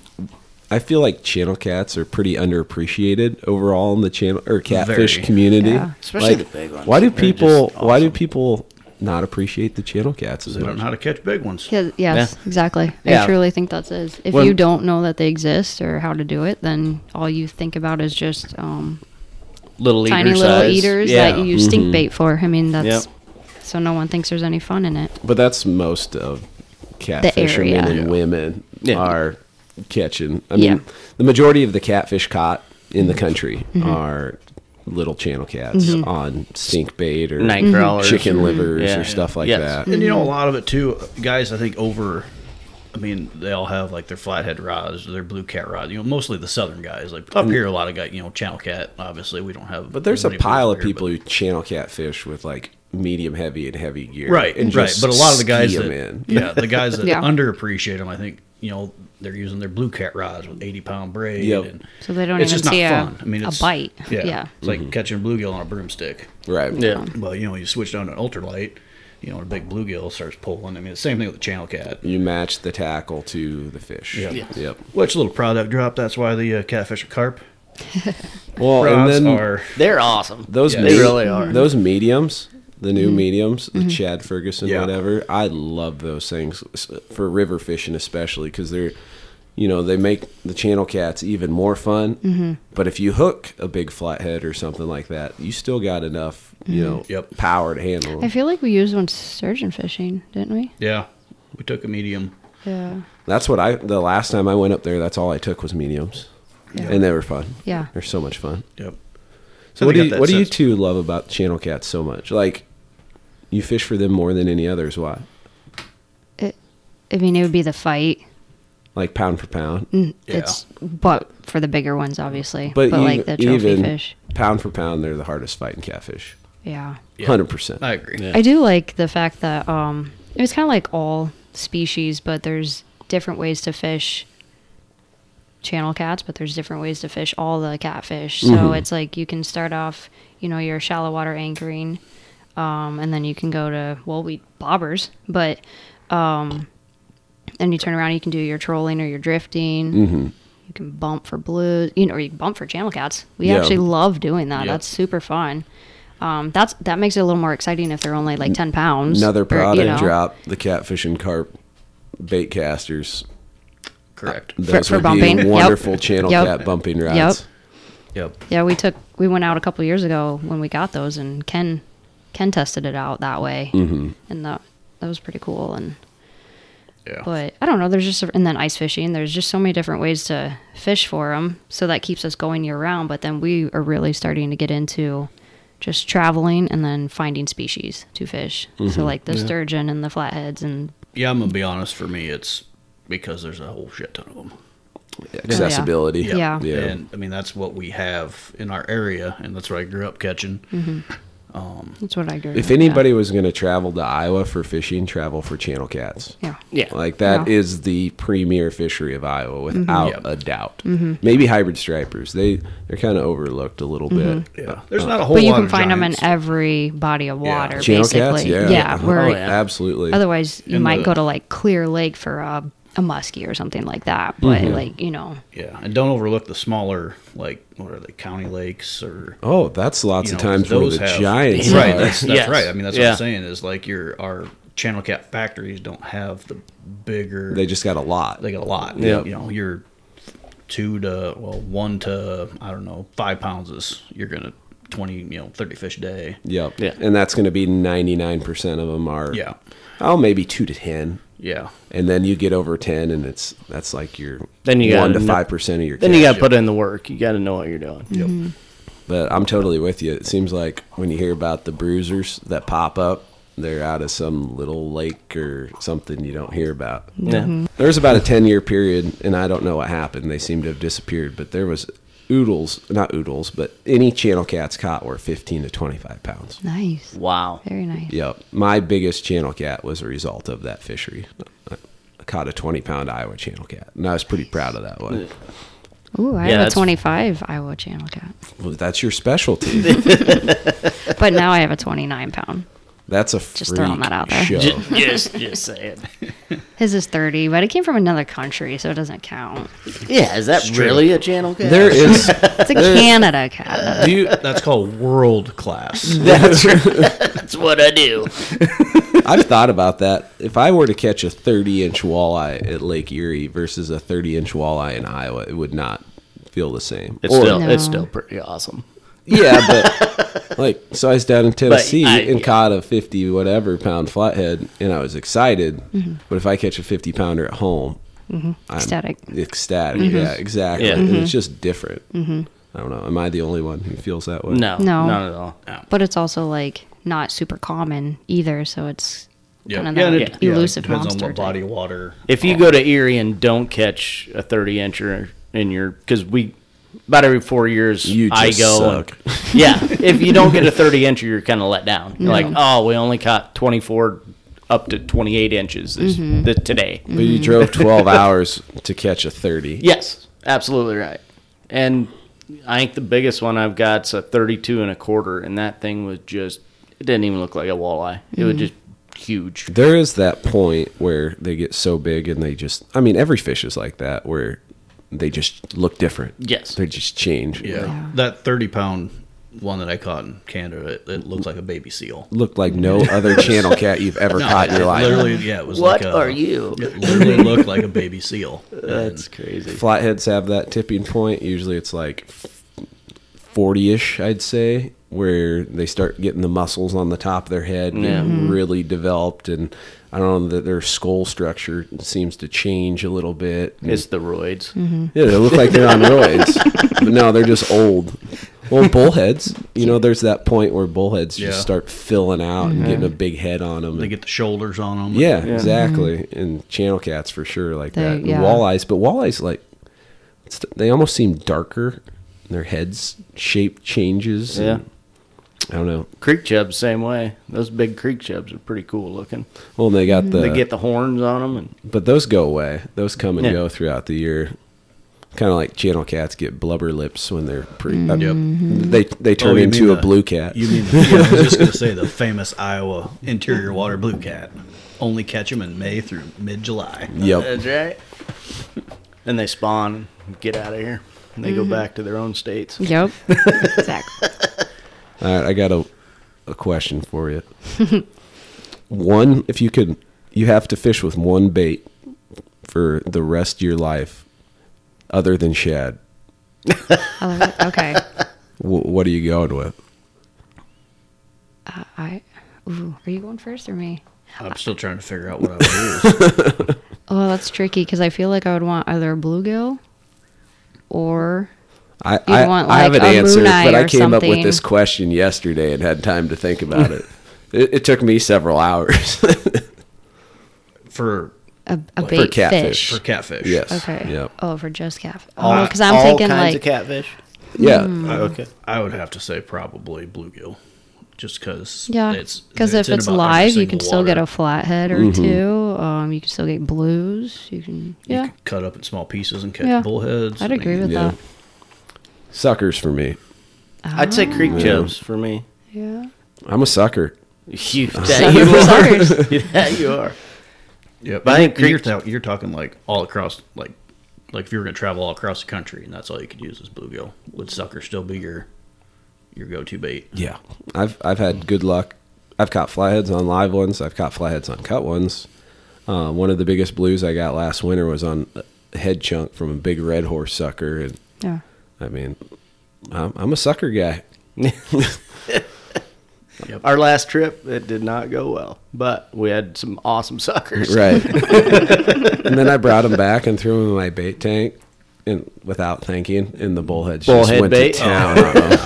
Speaker 1: I feel like channel cats are pretty underappreciated overall in the channel or catfish
Speaker 3: Very.
Speaker 1: community,
Speaker 2: Yeah.
Speaker 4: Especially the big ones.
Speaker 1: Why do
Speaker 4: They're just
Speaker 1: people? Why do
Speaker 4: awesome.
Speaker 1: people not appreciate the channel cats as
Speaker 3: They don't know
Speaker 1: much?
Speaker 3: how to catch big ones.
Speaker 2: Yeah, yes, exactly.
Speaker 4: Yeah.
Speaker 2: I truly think that's it. If
Speaker 4: When-
Speaker 2: you don't know that they exist or how to do it, then all you think about is just um,
Speaker 4: Little eater
Speaker 2: tiny little
Speaker 4: size.
Speaker 2: eaters
Speaker 4: yeah.
Speaker 2: that you use
Speaker 1: Mm-hmm.
Speaker 2: stink bait for. I mean, that's
Speaker 4: Yep.
Speaker 2: so no one thinks there's any fun in it.
Speaker 1: But that's most of catfishermen
Speaker 2: area.
Speaker 1: and
Speaker 2: Yeah.
Speaker 1: women
Speaker 4: Yeah.
Speaker 1: are catching. I mean,
Speaker 2: Yeah. Mm-hmm.
Speaker 1: the majority of the catfish caught in the country are little channel cats on stink bait or
Speaker 2: Mhm.
Speaker 4: Night crawlers.
Speaker 1: chicken livers
Speaker 4: Yeah.
Speaker 1: or stuff like
Speaker 4: Yes.
Speaker 1: that.
Speaker 3: And you know, a lot of it too, guys, I think over. I mean, they all have like their flathead rods, their blue cat rods. You know, mostly the southern guys. Like up here, a lot of guys, you know, channel cat. Obviously, we don't have.
Speaker 1: Mm. But there's a
Speaker 3: many
Speaker 1: pile of
Speaker 3: over here,
Speaker 1: people who channel catfish with like medium heavy and heavy gear.
Speaker 3: but- right?
Speaker 1: and
Speaker 3: right.
Speaker 1: just
Speaker 3: But a lot of the guys
Speaker 1: ski
Speaker 3: that,
Speaker 1: 'em in.
Speaker 3: yeah, the guys that
Speaker 2: Yeah.
Speaker 3: underappreciate them, I think, you know, they're using their blue cat rods with eighty pound braid.
Speaker 1: Yep.
Speaker 3: and
Speaker 2: So they don't
Speaker 3: it's
Speaker 2: even
Speaker 3: just not
Speaker 2: see a,
Speaker 3: fun. I mean,
Speaker 2: a
Speaker 3: it's,
Speaker 2: bite.
Speaker 3: Yeah,
Speaker 2: Yeah.
Speaker 1: Mm-hmm.
Speaker 3: it's like catching bluegill on a broomstick.
Speaker 1: Right.
Speaker 4: Yeah.
Speaker 3: Well, you know, you switch down to an ultralight, you know, a big bluegill starts pulling. I mean, the same thing with the channel cat.
Speaker 1: You match the tackle to the fish.
Speaker 3: Yeah. Yeah.
Speaker 1: Yep.
Speaker 3: Which little product drop? That's why the uh, catfish are carp.
Speaker 1: Well,
Speaker 3: Rods
Speaker 1: Oh, and then
Speaker 3: are
Speaker 4: They're awesome.
Speaker 1: Those
Speaker 3: Yeah.
Speaker 1: me-
Speaker 3: They
Speaker 4: really are.
Speaker 1: Those mediums, the
Speaker 2: Mm-hmm.
Speaker 1: new mediums, the Chad Ferguson,
Speaker 3: Yeah.
Speaker 1: whatever. I love those things s- for river fishing, especially because they're, you know, they make the channel cats even more fun.
Speaker 2: Mm-hmm.
Speaker 1: But if you hook a big flathead or something like that, you still got enough, you
Speaker 2: Mm-hmm.
Speaker 1: know,
Speaker 3: Yep.
Speaker 1: power to handle.
Speaker 2: I
Speaker 1: Them.
Speaker 2: feel like we used one sturgeon fishing, didn't we?
Speaker 3: yeah. We took a medium.
Speaker 2: Yeah.
Speaker 1: That's what I. The last time I went up there, that's all I took was mediums, and they were fun.
Speaker 2: Yeah.
Speaker 1: they're so much fun.
Speaker 3: Yep.
Speaker 1: So what do
Speaker 3: they got
Speaker 1: you,
Speaker 3: that
Speaker 1: what do you
Speaker 3: sense-
Speaker 1: two love about channel cats so much? Like, you fish for them more than any others. Why?
Speaker 2: I mean, it would be the fight.
Speaker 1: Like pound for pound.
Speaker 2: It's but for the bigger ones, obviously.
Speaker 1: But,
Speaker 2: Mm, But,
Speaker 1: even,
Speaker 2: like the trophy
Speaker 1: even
Speaker 2: fish.
Speaker 1: pound for pound, they're the hardest fighting catfish.
Speaker 2: Yeah.
Speaker 1: Hundred percent.
Speaker 3: I agree.
Speaker 2: I do like the fact that um, it was kind of like all species, but there's different ways to fish channel cats, but there's different ways to fish all the catfish. So it's like you can start off, you know, your shallow water anchoring, um, and then you can go to well, we bobbers, but um, and you turn around, you can do your trolling or your drifting. You can bump for blues, you know, or you can bump for channel cats. We
Speaker 1: Yeah.
Speaker 2: actually love doing that.
Speaker 3: Yeah.
Speaker 2: That's super fun. Um, that's that makes it a little more exciting if they're only like ten pounds.
Speaker 1: Another
Speaker 2: or, you
Speaker 1: product
Speaker 2: know,
Speaker 1: drop: the catfish and carp bait casters.
Speaker 3: Correct.
Speaker 1: Those
Speaker 2: for
Speaker 1: would
Speaker 2: bumping.
Speaker 1: be
Speaker 2: Yep.
Speaker 1: wonderful channel
Speaker 2: Yep.
Speaker 1: cat bumping rods.
Speaker 3: Yep.
Speaker 2: Yeah, we took we went out a couple years ago when we got those, and Ken Ken tested it out that way, mm-hmm. and that that was pretty cool. And
Speaker 1: Oh.
Speaker 3: Yeah.
Speaker 2: but I don't know, there's just and then ice fishing. There's just so many different ways to fish for them, so that keeps us going year round. But then we are really starting to get into just traveling and then finding species to fish.
Speaker 1: Mm-hmm.
Speaker 2: So like the sturgeon and the flatheads and
Speaker 3: yeah, I'm gonna be honest. For me, it's because there's a whole shit ton of them.
Speaker 1: Accessibility.
Speaker 2: Yeah.
Speaker 1: Yeah.
Speaker 3: And I mean, that's what we have in our area, and that's what I grew up catching.
Speaker 2: That's what I agree.
Speaker 1: If
Speaker 2: with, yeah.
Speaker 1: anybody was going to travel to Iowa for fishing, travel for channel cats.
Speaker 2: yeah,
Speaker 4: Yeah.
Speaker 1: Like that is
Speaker 2: Yeah. Mm-hmm.
Speaker 1: the premier fishery of Iowa without
Speaker 3: Yep.
Speaker 1: a doubt. Maybe hybrid stripers. They they're kind of overlooked a little
Speaker 2: Mm-hmm.
Speaker 1: bit.
Speaker 3: Yeah, there's not a whole.
Speaker 2: but you
Speaker 3: lot
Speaker 2: can
Speaker 3: of
Speaker 2: find them in
Speaker 3: giants.
Speaker 2: every body of water,
Speaker 1: Channel
Speaker 2: basically.
Speaker 1: cats, yeah.
Speaker 2: where
Speaker 1: Oh, absolutely.
Speaker 2: otherwise you
Speaker 3: And
Speaker 2: might
Speaker 3: the-
Speaker 2: go to like Clear Lake for a, a muskie or something like that. But
Speaker 1: Mm-hmm.
Speaker 2: like you know,
Speaker 3: Yeah, and don't overlook the smaller, like what are they, county lakes or
Speaker 1: oh, that's lots
Speaker 3: you
Speaker 1: of
Speaker 3: know,
Speaker 1: times where
Speaker 3: those
Speaker 1: the
Speaker 3: have-
Speaker 1: giants
Speaker 3: Right,
Speaker 1: are.
Speaker 3: that's, that's
Speaker 4: Yes.
Speaker 3: right. I mean, that's what
Speaker 4: Yeah.
Speaker 3: I'm saying is like your our channel cat factories don't have the bigger.
Speaker 1: They just got a lot.
Speaker 3: they got a lot.
Speaker 1: Yeah.
Speaker 3: you know your two to well one to I don't know five pounds is you're gonna twenty you know thirty fish a day.
Speaker 1: Yep.
Speaker 4: Yeah.
Speaker 1: And that's going to be 99% of them are
Speaker 3: Yeah,
Speaker 1: Oh, maybe 2 to 10.
Speaker 3: yeah.
Speaker 1: And then you get over 10 and it's that's like your
Speaker 4: Then you
Speaker 1: 1
Speaker 4: gotta
Speaker 1: to
Speaker 4: kn-
Speaker 1: 5% of your
Speaker 4: Then you
Speaker 1: catch.
Speaker 4: got to put in the work. You got to know what you're doing.
Speaker 1: But I'm totally with you. It seems like when you hear about the bruisers that pop up, they're out of some little lake or something you don't hear about.
Speaker 4: Yeah.
Speaker 2: Mm-hmm.
Speaker 1: There was about a 10 year period, and I don't know what happened. They seem to have disappeared, but there was oodles, not oodles, but any channel cats caught were 15 to 25 pounds.
Speaker 2: nice,
Speaker 4: Wow.
Speaker 2: very nice.
Speaker 1: Yep. My biggest channel cat was a result of that fishery. I caught a 20 pound Iowa channel cat, and I was pretty proud of that one.
Speaker 2: Ooh, I
Speaker 4: Yeah,
Speaker 2: have a
Speaker 4: that's-
Speaker 2: 25 Iowa channel cat,
Speaker 1: Well, that's your specialty.
Speaker 2: but now I have a 29 pound.
Speaker 1: That's a
Speaker 2: Just throwing
Speaker 1: freak
Speaker 2: that out there.
Speaker 1: show.
Speaker 4: Ju- Just, just say it.
Speaker 2: His is 30, but it came from another country, so it doesn't count.
Speaker 4: Yeah, is that really a channel cat?
Speaker 1: There is.
Speaker 2: It's a Canada cat.
Speaker 1: Do you,
Speaker 3: That's called world class.
Speaker 4: That's what I do.
Speaker 1: I've thought about that. If I were to catch a 30 inch walleye at Lake Erie versus a 30 inch walleye in Iowa, it would not feel the same.
Speaker 4: It's
Speaker 1: Or-
Speaker 4: still,
Speaker 2: No.
Speaker 4: it's still pretty awesome.
Speaker 1: yeah, but like, so I was down in Tennessee
Speaker 4: I-
Speaker 1: and
Speaker 4: yeah.
Speaker 1: caught a 50 whatever pound flathead, and I was excited. But if I catch a 50 pounder at home, I'm
Speaker 2: Ecstatic.
Speaker 1: ecstatic. Yeah, exactly.
Speaker 4: Yeah.
Speaker 1: And It's just different. I don't know. Am I the only one who feels that way?
Speaker 4: No,
Speaker 2: No.
Speaker 4: not at all.
Speaker 2: But it's also like not super common either, so it's
Speaker 3: Yeah,
Speaker 2: kind of
Speaker 3: yeah,
Speaker 2: that
Speaker 3: it- yeah, it
Speaker 2: elusive
Speaker 3: depends
Speaker 2: monster.
Speaker 3: on what
Speaker 2: type.
Speaker 3: body of water.
Speaker 4: If you go to Erie and don't catch a 30 incher in your, because we, about every four years,
Speaker 1: You
Speaker 4: I
Speaker 1: just
Speaker 4: go. and-
Speaker 1: suck.
Speaker 4: yeah, if you don't get a 30 incher, you're kind of let down. You're like, oh, we only caught 24 up to 28 inches this, this, today.
Speaker 1: But you drove 12 hours to catch a 30.
Speaker 4: Yes, absolutely right. And I think the biggest one I've got's a 32 and a quarter, and that thing was just, it didn't even look like a walleye. It was just huge.
Speaker 1: There is that point where they get so big and they just, I mean, every fish is like that where they just look different.
Speaker 4: Yes.
Speaker 1: They just change.
Speaker 3: Yeah.
Speaker 2: Yeah.
Speaker 3: That 30 pound one that I caught in Canada, it, it looked like a baby seal.
Speaker 1: Look like no other channel cat you've ever caught in
Speaker 3: it
Speaker 1: your life.
Speaker 3: Literally, yeah, it was
Speaker 4: What
Speaker 3: like a,
Speaker 4: are you?
Speaker 3: It literally looked like a baby seal.
Speaker 4: That's crazy.
Speaker 1: Flatheads have that tipping point. Usually it's like 40 ish, I'd say, where they start getting the muscles on the top of their head
Speaker 4: Yeah.
Speaker 1: getting really developed. And I don't know that their skull structure seems to change a little bit. And
Speaker 4: It's the roids.
Speaker 1: Yeah, they look like they're on roids. but no, they're just old. Well, bullheads, you know, there's that point where bullheads
Speaker 3: Yeah. Mm-hmm.
Speaker 1: just start filling out and getting a big head on them.
Speaker 3: They get the shoulders on them.
Speaker 1: yeah, exactly.
Speaker 4: Mm-hmm.
Speaker 1: And channel cats for sure like
Speaker 2: They-
Speaker 1: that. And
Speaker 2: yeah.
Speaker 1: Walleyes, but walleyes like it's, they almost seem darker. Their heads shape changes.
Speaker 4: Yeah.
Speaker 1: and- I don't know.
Speaker 4: Creek chubs, same way. Those big creek chubs are pretty cool looking.
Speaker 1: Well, they got the
Speaker 4: Mm-hmm.
Speaker 3: Uh,
Speaker 4: they get the horns on them, and
Speaker 1: but those go away. Those come and
Speaker 4: Yeah.
Speaker 1: go throughout the year. Kind of like channel cats get blubber lips when they're pre. uh,
Speaker 4: Mm-hmm.
Speaker 1: They they turn
Speaker 3: Oh, you
Speaker 1: into
Speaker 3: mean
Speaker 1: a
Speaker 3: the-
Speaker 1: blue cat.
Speaker 3: You mean, yeah, I was just going to say the famous Iowa interior water blue cat. Only catch them in May through mid July.
Speaker 1: yep.
Speaker 4: right. Then they spawn, and get out of here, and they
Speaker 2: Mm-hmm.
Speaker 4: go back to their own states.
Speaker 2: Yep, exactly.
Speaker 1: All right, I got a a question for you. one, if you could, you have to fish with one bait for the rest of your life, other than shad.
Speaker 2: I love it. Okay,
Speaker 1: W- what are you going with?
Speaker 2: I. Ooh, are you going first or me?
Speaker 3: I'm still trying to figure out what I would do.
Speaker 2: Oh, that's tricky because I feel like I would want either a bluegill or
Speaker 1: I
Speaker 2: You'd
Speaker 1: I,
Speaker 2: want,
Speaker 1: I have an
Speaker 2: like, a
Speaker 1: answer,
Speaker 2: Moon Eye
Speaker 1: but I
Speaker 2: or
Speaker 1: came up with this
Speaker 2: something.
Speaker 1: question yesterday and had time to think about it. It, it took me several hours.
Speaker 3: For,
Speaker 2: a, a
Speaker 1: For
Speaker 2: bait
Speaker 1: catfish.
Speaker 2: fish.
Speaker 3: for catfish.
Speaker 1: yes.
Speaker 2: Okay.
Speaker 1: Yep.
Speaker 2: Oh, for just catfish.
Speaker 4: All-
Speaker 2: Oh, because I'm
Speaker 4: Uh, all
Speaker 2: thinking like
Speaker 4: kinds
Speaker 2: Oh.
Speaker 4: of catfish.
Speaker 2: Hmm.
Speaker 1: Yeah.
Speaker 3: okay. I would have to say probably bluegill. just because.
Speaker 2: Yeah, because if it's live, you can still get a flathead or two. Um, you can still get blues. You can yeah.
Speaker 3: You can cut up in small pieces and catch
Speaker 2: Yeah.
Speaker 3: bullheads.
Speaker 2: I'd agree with
Speaker 1: Yeah.
Speaker 2: that.
Speaker 1: Suckers for me.
Speaker 4: I'd say Creek Joe's for me.
Speaker 2: Yeah.
Speaker 1: I'm a sucker.
Speaker 4: You,
Speaker 2: Suckers
Speaker 4: that you
Speaker 2: for
Speaker 4: are.
Speaker 2: suckers.
Speaker 4: That you are.
Speaker 3: Yeah, but
Speaker 4: But I
Speaker 3: I
Speaker 4: think
Speaker 3: think you're,
Speaker 4: creeks-
Speaker 3: ta- you're talking like all across, like like if you were going to travel all across the country, and that's all you could use is bluegill. Would sucker still be your your go-to bait?
Speaker 1: Yeah, I've I've had good luck. I've caught flatheads on live ones. I've caught flatheads on cut ones. Uh, one of the biggest blues I got last winter was on a head chunk from a big red horse sucker, and
Speaker 2: Yeah.
Speaker 1: I mean, I'm, I'm a sucker guy.
Speaker 4: Our last trip, it did not go well, but we had some awesome suckers.
Speaker 1: Right. and then I brought them back and threw them in my bait tank, and without thinking, and the bullheads just
Speaker 4: Bullhead
Speaker 1: went
Speaker 4: bait?
Speaker 1: to town. on 'em.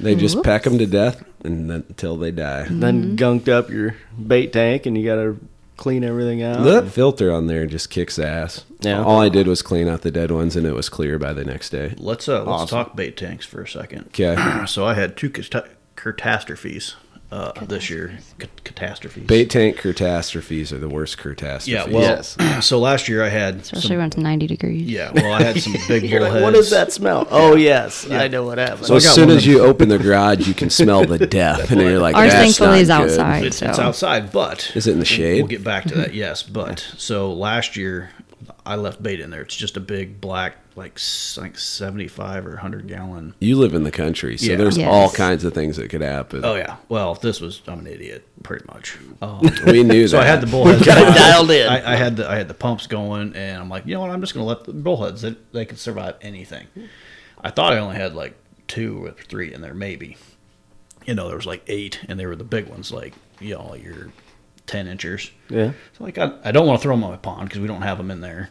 Speaker 1: they just peck 'em peck them to death, and then until they die.
Speaker 2: Mm-hmm.
Speaker 4: Then gunked up your bait tank, and you got to clean everything out.
Speaker 1: That
Speaker 3: Um,
Speaker 1: filter on there just kicks ass.
Speaker 4: Yeah.
Speaker 1: All I did was clean out the dead ones, and it was clear by the next day.
Speaker 3: Let's uh, let's
Speaker 4: Awesome.
Speaker 3: talk bait tanks for a second.
Speaker 1: Okay.
Speaker 3: so I had two cata- catastrophes uh, this year. Cat- catastrophes.
Speaker 1: Bait tank catastrophes are the worst catastrophes.
Speaker 3: Yeah. Well, so last year I had
Speaker 2: Especially
Speaker 3: some,
Speaker 2: when it's ninety degrees.
Speaker 3: yeah. Well, I had some big
Speaker 4: You're like,
Speaker 3: bullheads.
Speaker 4: what is that smell? Oh yes, I know what happened.
Speaker 1: so
Speaker 3: I
Speaker 1: as
Speaker 3: got
Speaker 1: soon
Speaker 3: one
Speaker 1: as
Speaker 3: of-
Speaker 1: you open the garage, you can smell the death, and you're like,
Speaker 2: Ours
Speaker 1: That's
Speaker 2: thankfully
Speaker 1: not
Speaker 2: is
Speaker 1: good."
Speaker 2: outside.
Speaker 3: It's,
Speaker 2: so
Speaker 3: it's outside, but
Speaker 1: Is it in the shade?
Speaker 3: We'll get back to that. Yes, but so last year I left bait in there. It's just a big black, like s- like seventy five or hundred gallon.
Speaker 1: You live in the country, so
Speaker 3: Yeah.
Speaker 1: there's
Speaker 2: Yes.
Speaker 1: all kinds of things that could happen.
Speaker 3: Oh yeah. Well, this was I'm an idiot, pretty much. Um,
Speaker 1: We knew
Speaker 3: So
Speaker 1: that.
Speaker 3: I had the bullheads
Speaker 4: got it dialed in.
Speaker 3: I, I had the I had the pumps going, and I'm like, you know what? I'm just gonna let the bullheads they, they can survive anything. I thought I only had like two or three in there, maybe. You know, there was like eight, and they were the big ones, like you know, your ten inchers.
Speaker 4: Yeah.
Speaker 3: So like, I, I don't want to throw them on my pond because we don't have them in there.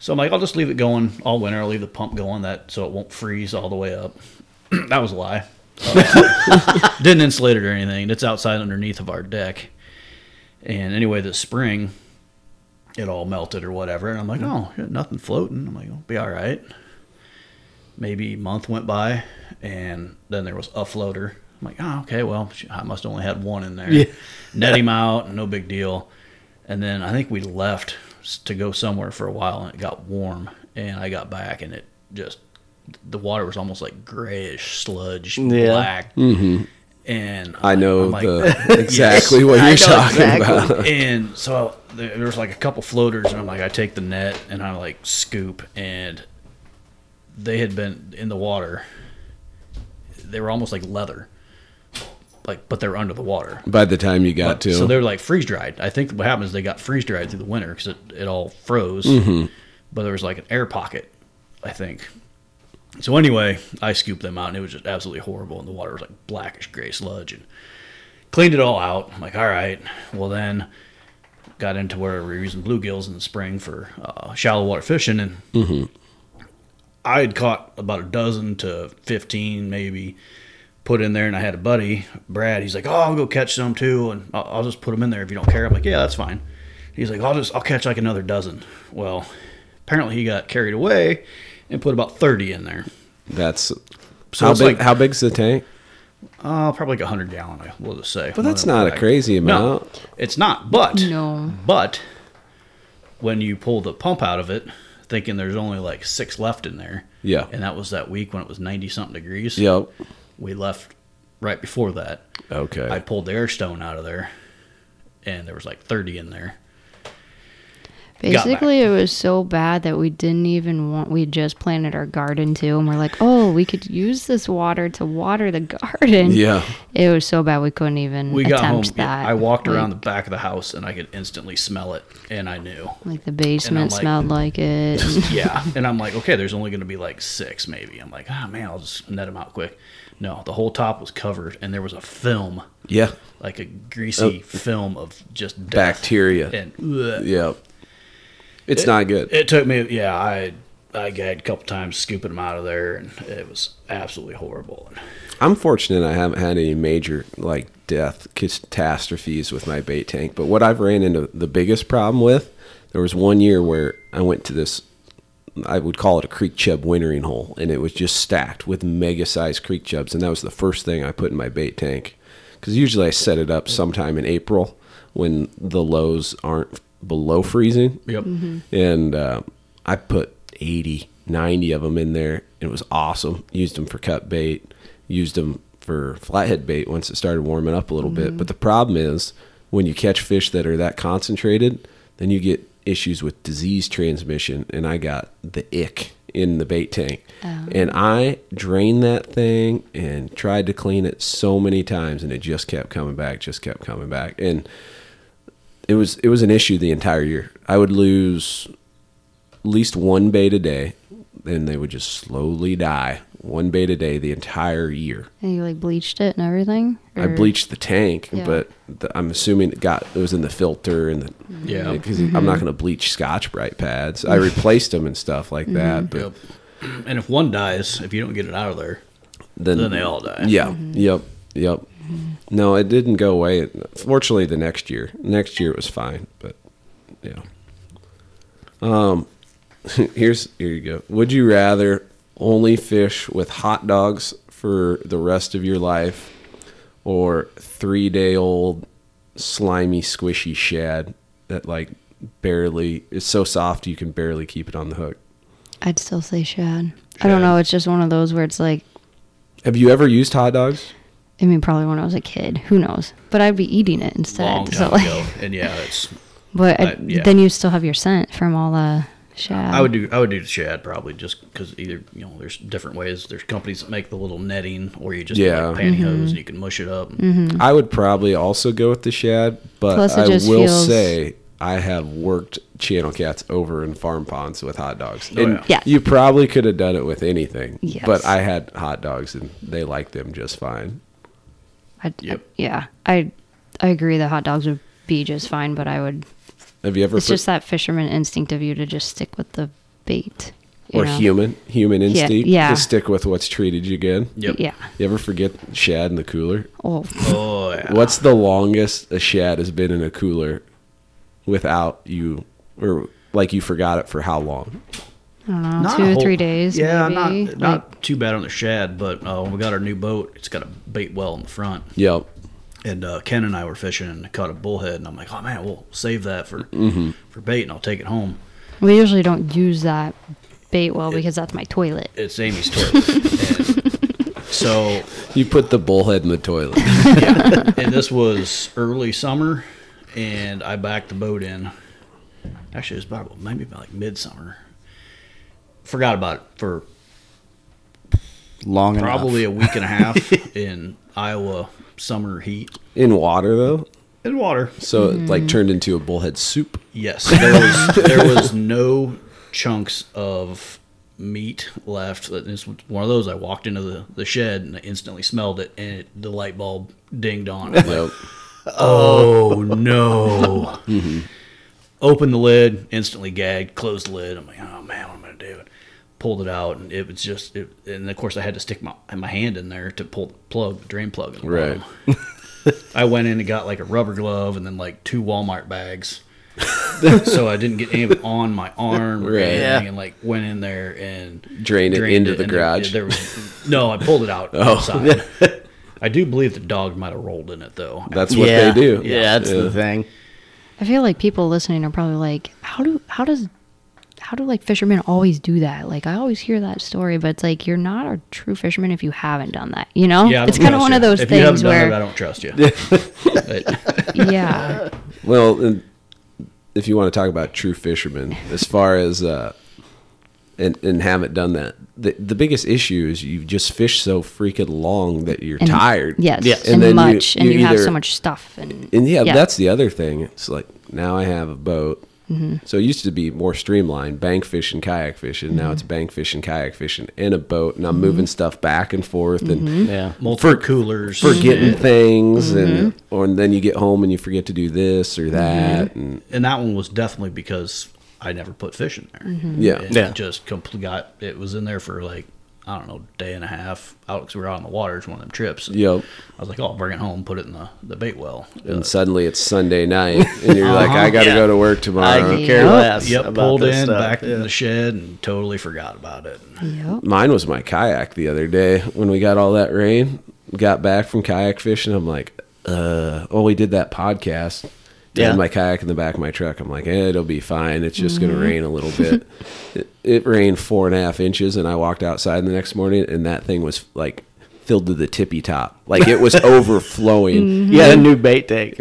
Speaker 3: So I'm like, I'll just leave it going all winter. I'll leave the pump going that so it won't freeze all the way up. that was a lie. Uh, didn't insulate it or anything. It's outside underneath of our deck. And anyway, this spring, it all melted or whatever. And I'm like, oh, shit, nothing floating. I'm like, it'll be all right. Maybe a month went by, and then there was a floater. I'm like, oh, okay, well, sh- I must only had one in there. Net him out, no big deal. And then I think we left s- to go somewhere for a while, and it got warm. And I got back, and it just, the water was almost like grayish sludge,
Speaker 4: Yeah.
Speaker 3: black. Mm-hmm. And
Speaker 1: I know
Speaker 3: I'm like,
Speaker 1: the, exactly what
Speaker 4: I
Speaker 1: you're
Speaker 4: know
Speaker 1: talking
Speaker 4: exactly.
Speaker 1: about.
Speaker 3: and so there there was like a couple floaters, and I'm like, I take the net and I like scoop, and they had been in the water. They were almost like leather, like but they were under the water.
Speaker 1: By the time you got to,
Speaker 3: So they were like freeze dried. I think what happened is they got freeze dried through the winter because it, it all froze. But there was like an air pocket, I think. So anyway, I scooped them out and it was just absolutely horrible. And the water was like blackish gray sludge and cleaned it all out. I'm like, all right. Well, then got into where we were using bluegills in the spring for uh, shallow water fishing. And I had caught about a dozen to 15 maybe put in there and I had a buddy, Brad, he's like, "Oh, I'll go catch some too and I'll, I'll just put them in there if you don't care." I'm like, "Yeah, that's fine." He's like, "I'll just I'll catch like another dozen." Well, apparently he got carried away and put about 30 in there.
Speaker 1: that's
Speaker 3: So
Speaker 1: how
Speaker 3: it's
Speaker 1: big.
Speaker 3: like-
Speaker 1: how big's the tank?
Speaker 3: Uh, probably like a 100 gallon, I will just say.
Speaker 1: But that's not a crazy amount.
Speaker 3: No, it's not, but
Speaker 2: No.
Speaker 3: But when you pull the pump out of it, thinking there's only like 6 left in there.
Speaker 1: Yeah.
Speaker 3: And that was that week when it was 90 something degrees.
Speaker 1: Yep.
Speaker 3: We left right before that.
Speaker 1: Okay.
Speaker 3: I pulled the air stone out of there, and there was like 30 in there. back.
Speaker 2: basically, it was so bad that we didn't even want. We had just planted our garden too, and we're like, oh, we could use this water to water the garden.
Speaker 1: yeah.
Speaker 2: It was so bad we couldn't even
Speaker 3: We
Speaker 2: attempt
Speaker 3: got home.
Speaker 2: that.
Speaker 3: I walked
Speaker 2: Like-
Speaker 3: around the back of the house, and I could instantly smell it, and I knew.
Speaker 2: Like the basement
Speaker 3: like-
Speaker 2: smelled like it.
Speaker 3: yeah, and I'm like, okay, there's only going to be like six, maybe. I'm like, ah, man, I'll just net them out quick. No, the whole top was covered, and there was a film,
Speaker 1: Yeah.
Speaker 3: like a greasy film of just death.
Speaker 1: Bacteria.
Speaker 3: And ugh.
Speaker 1: Yep. It's not good.
Speaker 3: it took me, yeah, I I got a couple times scooping them out of there, and it was absolutely horrible.
Speaker 1: I'm fortunate I haven't had any major like death catastrophes with my bait tank. But what I've ran into the biggest problem with, there was one year where I went to this I would call it a creek chub wintering hole, and it was just stacked with mega sized creek chubs, and that was the first thing I put in my bait tank. Because usually I set it up sometime in April when the lows aren't below freezing,
Speaker 3: Yep.
Speaker 1: and uh, I put 80, 90 of them in there. It was awesome. Used them for cut bait, used them for flathead bait once it started warming up a little bit. But the problem is when you catch fish that are that concentrated, then you get issues with disease transmission. And I got the ick in the bait tank. And I drained that thing and tried to clean it so many times, and it just kept coming back, just kept coming back. And it was it was an issue the entire year. I would lose at least one bait a day, and they would just slowly die. One bait a day the entire year.
Speaker 2: And you like bleached it and everything?
Speaker 1: I
Speaker 2: Or-
Speaker 1: bleached the tank,
Speaker 2: Mm. Yeah.
Speaker 1: but the, I'm assuming it got it was in the filter and the
Speaker 3: Yeah.
Speaker 1: because I'm not going to bleach Scotch Brite pads. I replaced them and stuff like that. But
Speaker 3: Yep. And if one dies, if you don't get it out of there,
Speaker 1: then,
Speaker 3: then they all die.
Speaker 1: Yeah. Yep. Yep. No, it didn't go away. Fortunately, the next year, next year it was fine. But yeah. Um, here's here you go. Would you rather only fish with hot dogs for the rest of your life, or three day old slimy squishy shad that like barely is so soft you can barely keep it on the hook?
Speaker 2: I'd still say shad. I don't know. It's just one of those where it's like,
Speaker 1: Have you ever used hot dogs?
Speaker 2: I mean, probably when I was a kid. Who knows? But I'd be eating it instead.
Speaker 3: Long
Speaker 2: so
Speaker 3: time
Speaker 2: like,
Speaker 3: ago. And yeah, it's
Speaker 2: but I,
Speaker 3: Uh, yeah.
Speaker 2: then you still have your scent from all the shad.
Speaker 3: I would do I would do the shad probably just because either you know there's different ways there's companies that make the little netting or you just do, like,
Speaker 1: Yeah.
Speaker 3: pantyhose
Speaker 2: Mm-hmm.
Speaker 3: and you can mush it up.
Speaker 1: I would probably also go with the shad, but
Speaker 2: Plus, it
Speaker 1: I
Speaker 2: just
Speaker 1: will
Speaker 2: feels-
Speaker 1: say I have worked channel cats over in farm ponds with hot dogs.
Speaker 3: Oh,
Speaker 1: and
Speaker 3: yeah.
Speaker 2: Yeah.
Speaker 1: you probably could have done it with anything.
Speaker 2: Yes.
Speaker 1: But I had hot dogs and they liked them just fine.
Speaker 2: I'd,
Speaker 3: Yep.
Speaker 2: yeah. I I agree that hot dogs would be just fine, but I would.
Speaker 1: Have you ever
Speaker 2: It's
Speaker 1: put-
Speaker 2: just that fisherman instinct of you to just stick with the bait. you
Speaker 1: or
Speaker 2: know?
Speaker 1: human human instinct
Speaker 2: yeah.
Speaker 1: to stick with what's treated you good?
Speaker 3: Yep.
Speaker 2: Yeah.
Speaker 1: You ever forget shad in the cooler?
Speaker 2: Oh,
Speaker 3: Oh yeah.
Speaker 1: What's the longest a shad has been in a cooler without you or like you forgot it for how long?
Speaker 2: I don't know.
Speaker 3: Not a
Speaker 2: two or
Speaker 3: whole-
Speaker 2: three days.
Speaker 3: Yeah,
Speaker 2: maybe.
Speaker 3: not not too bad on the shad, but uh, when we got our new boat, it's got a bait well in the front.
Speaker 1: Yep.
Speaker 3: and uh, Ken and I were fishing and caught a bullhead, and I'm like, oh man, we'll save that for for bait, and I'll take it home.
Speaker 2: We usually don't use that bait well because that's my toilet.
Speaker 3: It's Amy's toilet. And so,
Speaker 1: You put the bullhead in the toilet.
Speaker 3: and this was early summer, and I backed the boat in. Actually, it was about maybe about like midsummer. Forgot about it for
Speaker 4: Long
Speaker 3: probably
Speaker 4: enough.
Speaker 3: a week and a half in Iowa summer heat
Speaker 1: In water though,
Speaker 3: and water.
Speaker 1: so it like turned into a bullhead soup.
Speaker 3: Yes, there was there was no chunks of meat left. It's one of those. I walked into the, the shed and I instantly smelled it, and it, the light bulb dinged on. I'm like,
Speaker 1: Yep.
Speaker 3: oh no! Mm-hmm. Opened the lid, instantly gagged. Closed the lid. I'm like, oh man, what am I gonna do? Pulled it out, and it was just. It, and of course, I had to stick my my hand in there to pull the plug, the drain plug. in the
Speaker 1: Right.
Speaker 3: bottom. I went in and got like a rubber glove, and then like two Walmart bags so I didn't get any of it on my arm or
Speaker 1: Right.
Speaker 3: anything,
Speaker 4: Yeah.
Speaker 3: and like went in there and
Speaker 1: Drain it
Speaker 3: drained
Speaker 1: into the
Speaker 3: and there-
Speaker 1: garage. Oh.
Speaker 3: There, was, no, I pulled it out. outside. I do believe the dog might have rolled in it though.
Speaker 1: That's what
Speaker 4: yeah.
Speaker 1: they do.
Speaker 4: Yeah, that's
Speaker 1: Yeah.
Speaker 4: the thing.
Speaker 2: I feel like people listening are probably like, how do how does how do like fishermen always do that? Like I always hear that story, but it's like you're not a true fisherman if you haven't done that. You know,
Speaker 3: yeah, I don't
Speaker 2: it's kind of
Speaker 3: trust
Speaker 2: one
Speaker 3: you.
Speaker 2: of those
Speaker 3: if you
Speaker 2: things
Speaker 3: haven't done it, I
Speaker 2: where
Speaker 3: don't trust you.
Speaker 2: yeah,
Speaker 1: Well, and if you want to talk about true fishermen, as far as uh, and and haven't done that, the the biggest issue is you just fish so freaking long that you're
Speaker 2: and,
Speaker 1: tired.
Speaker 2: yes,
Speaker 4: Yes.
Speaker 2: and,
Speaker 1: And then you-
Speaker 2: much, and
Speaker 1: you
Speaker 2: you have
Speaker 1: either-
Speaker 2: so much stuff, and,
Speaker 1: And yeah, that's the other thing. It's like now I have a boat. So it used to be more streamlined, bank fishing, kayak fishing. Now it's bank fishing, kayak fishing, and a boat, and I'm moving stuff back and forth, and
Speaker 4: Yeah.
Speaker 3: Multiple coolers,
Speaker 1: forgetting things, and or and then you get home and you forget to do this or that, and
Speaker 3: and that one was definitely because I never put fish in there.
Speaker 2: Mm-hmm.
Speaker 1: yeah,
Speaker 3: It
Speaker 4: Yeah.
Speaker 3: just compl- got it was in there for like I don't know, day and a half out because we were out on the water. It's one of them trips.
Speaker 1: Yep.
Speaker 3: I was like, oh, I'll bring it home, put it in the, the bait well.
Speaker 1: And suddenly it's Sunday night, and you're like, I got to go to work
Speaker 7: I
Speaker 1: tomorrow.
Speaker 7: could care
Speaker 2: Yep.
Speaker 7: less.
Speaker 3: Yep,
Speaker 7: about
Speaker 3: pulled
Speaker 7: this
Speaker 3: in,
Speaker 7: stuff.
Speaker 3: back in the shed, and totally forgot about it.
Speaker 2: Yep.
Speaker 1: Mine was my kayak the other day when we got all that rain. Got back from kayak fishing. I'm like, uh, oh, we did that podcast. Yeah.
Speaker 7: Yeah.
Speaker 1: my kayak in the back of my truck. I'm like, eh, it'll be fine. It's just going to rain a little bit. it, it rained four and a half inches, and I walked outside the next morning, and that thing was like filled to the tippy top. Like it was overflowing.
Speaker 7: You had a new bait tank.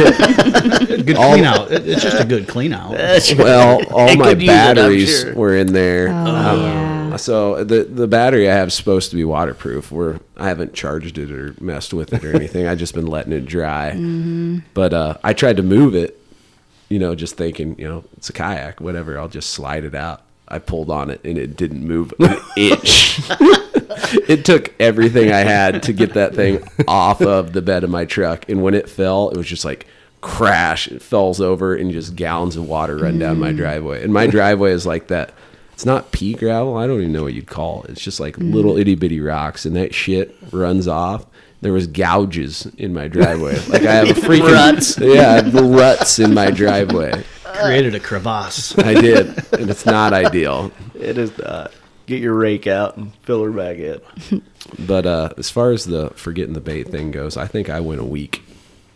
Speaker 3: Good clean out. It- it's just a good clean out.
Speaker 1: Well, all
Speaker 7: They
Speaker 1: my
Speaker 7: could use it, I'm
Speaker 1: batteries
Speaker 7: sure.
Speaker 1: were in there. Um,
Speaker 2: Oh, yeah.
Speaker 1: So the the battery I have is supposed to be waterproof. Where I haven't charged it or messed with it or anything. I've just been letting it dry.
Speaker 2: Mm-hmm.
Speaker 1: But uh, I tried to move it, you know, just thinking, you know, it's a kayak, whatever. I'll just slide it out. I pulled on it and it didn't move an inch. it took everything I had to get that thing off of the bed of my truck. And when it fell, it was just like crash. It falls over and just gallons of water run down my driveway. And my driveway is like that. It's not pea gravel. I don't even know what you'd call it. It's just like little itty bitty rocks, and that shit runs off. There was gouges in my driveway. Like I have a freaking
Speaker 7: Ruts.
Speaker 1: Yeah, I have ruts in my driveway.
Speaker 3: Created a crevasse.
Speaker 1: I did, and it's not ideal.
Speaker 7: It is. Uh, get your rake out and fill her back in.
Speaker 1: But uh, as far as the forgetting the bait thing goes, I think I went a week.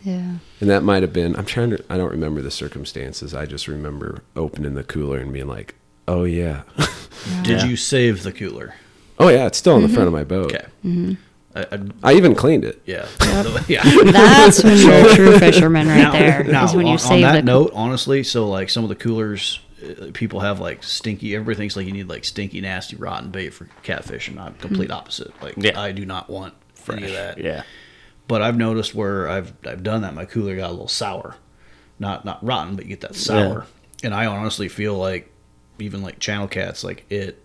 Speaker 2: Yeah.
Speaker 1: And that might have been, I'm trying to, I don't remember the circumstances. I just remember opening the cooler and being like, oh yeah.
Speaker 3: Did you save the cooler?
Speaker 1: oh yeah, it's still in the front of my boat.
Speaker 3: Okay. I, I,
Speaker 1: I even cleaned it.
Speaker 3: yeah. yeah.
Speaker 2: That's when you're a true fisherman right there.
Speaker 3: now,
Speaker 2: is when you
Speaker 3: on,
Speaker 2: save
Speaker 3: on that
Speaker 2: the
Speaker 3: note, honestly, so like some of the coolers, uh, people have like stinky. Everything's like you need like stinky, nasty, rotten bait for catfish, and
Speaker 2: Hmm.
Speaker 3: I'm complete opposite. Like
Speaker 4: Yeah.
Speaker 3: I do not want any of that.
Speaker 4: Yeah.
Speaker 3: But I've noticed where I've I've done that, my cooler got a little sour, not not rotten, but you get that sour. And I honestly feel like even like channel cats, like it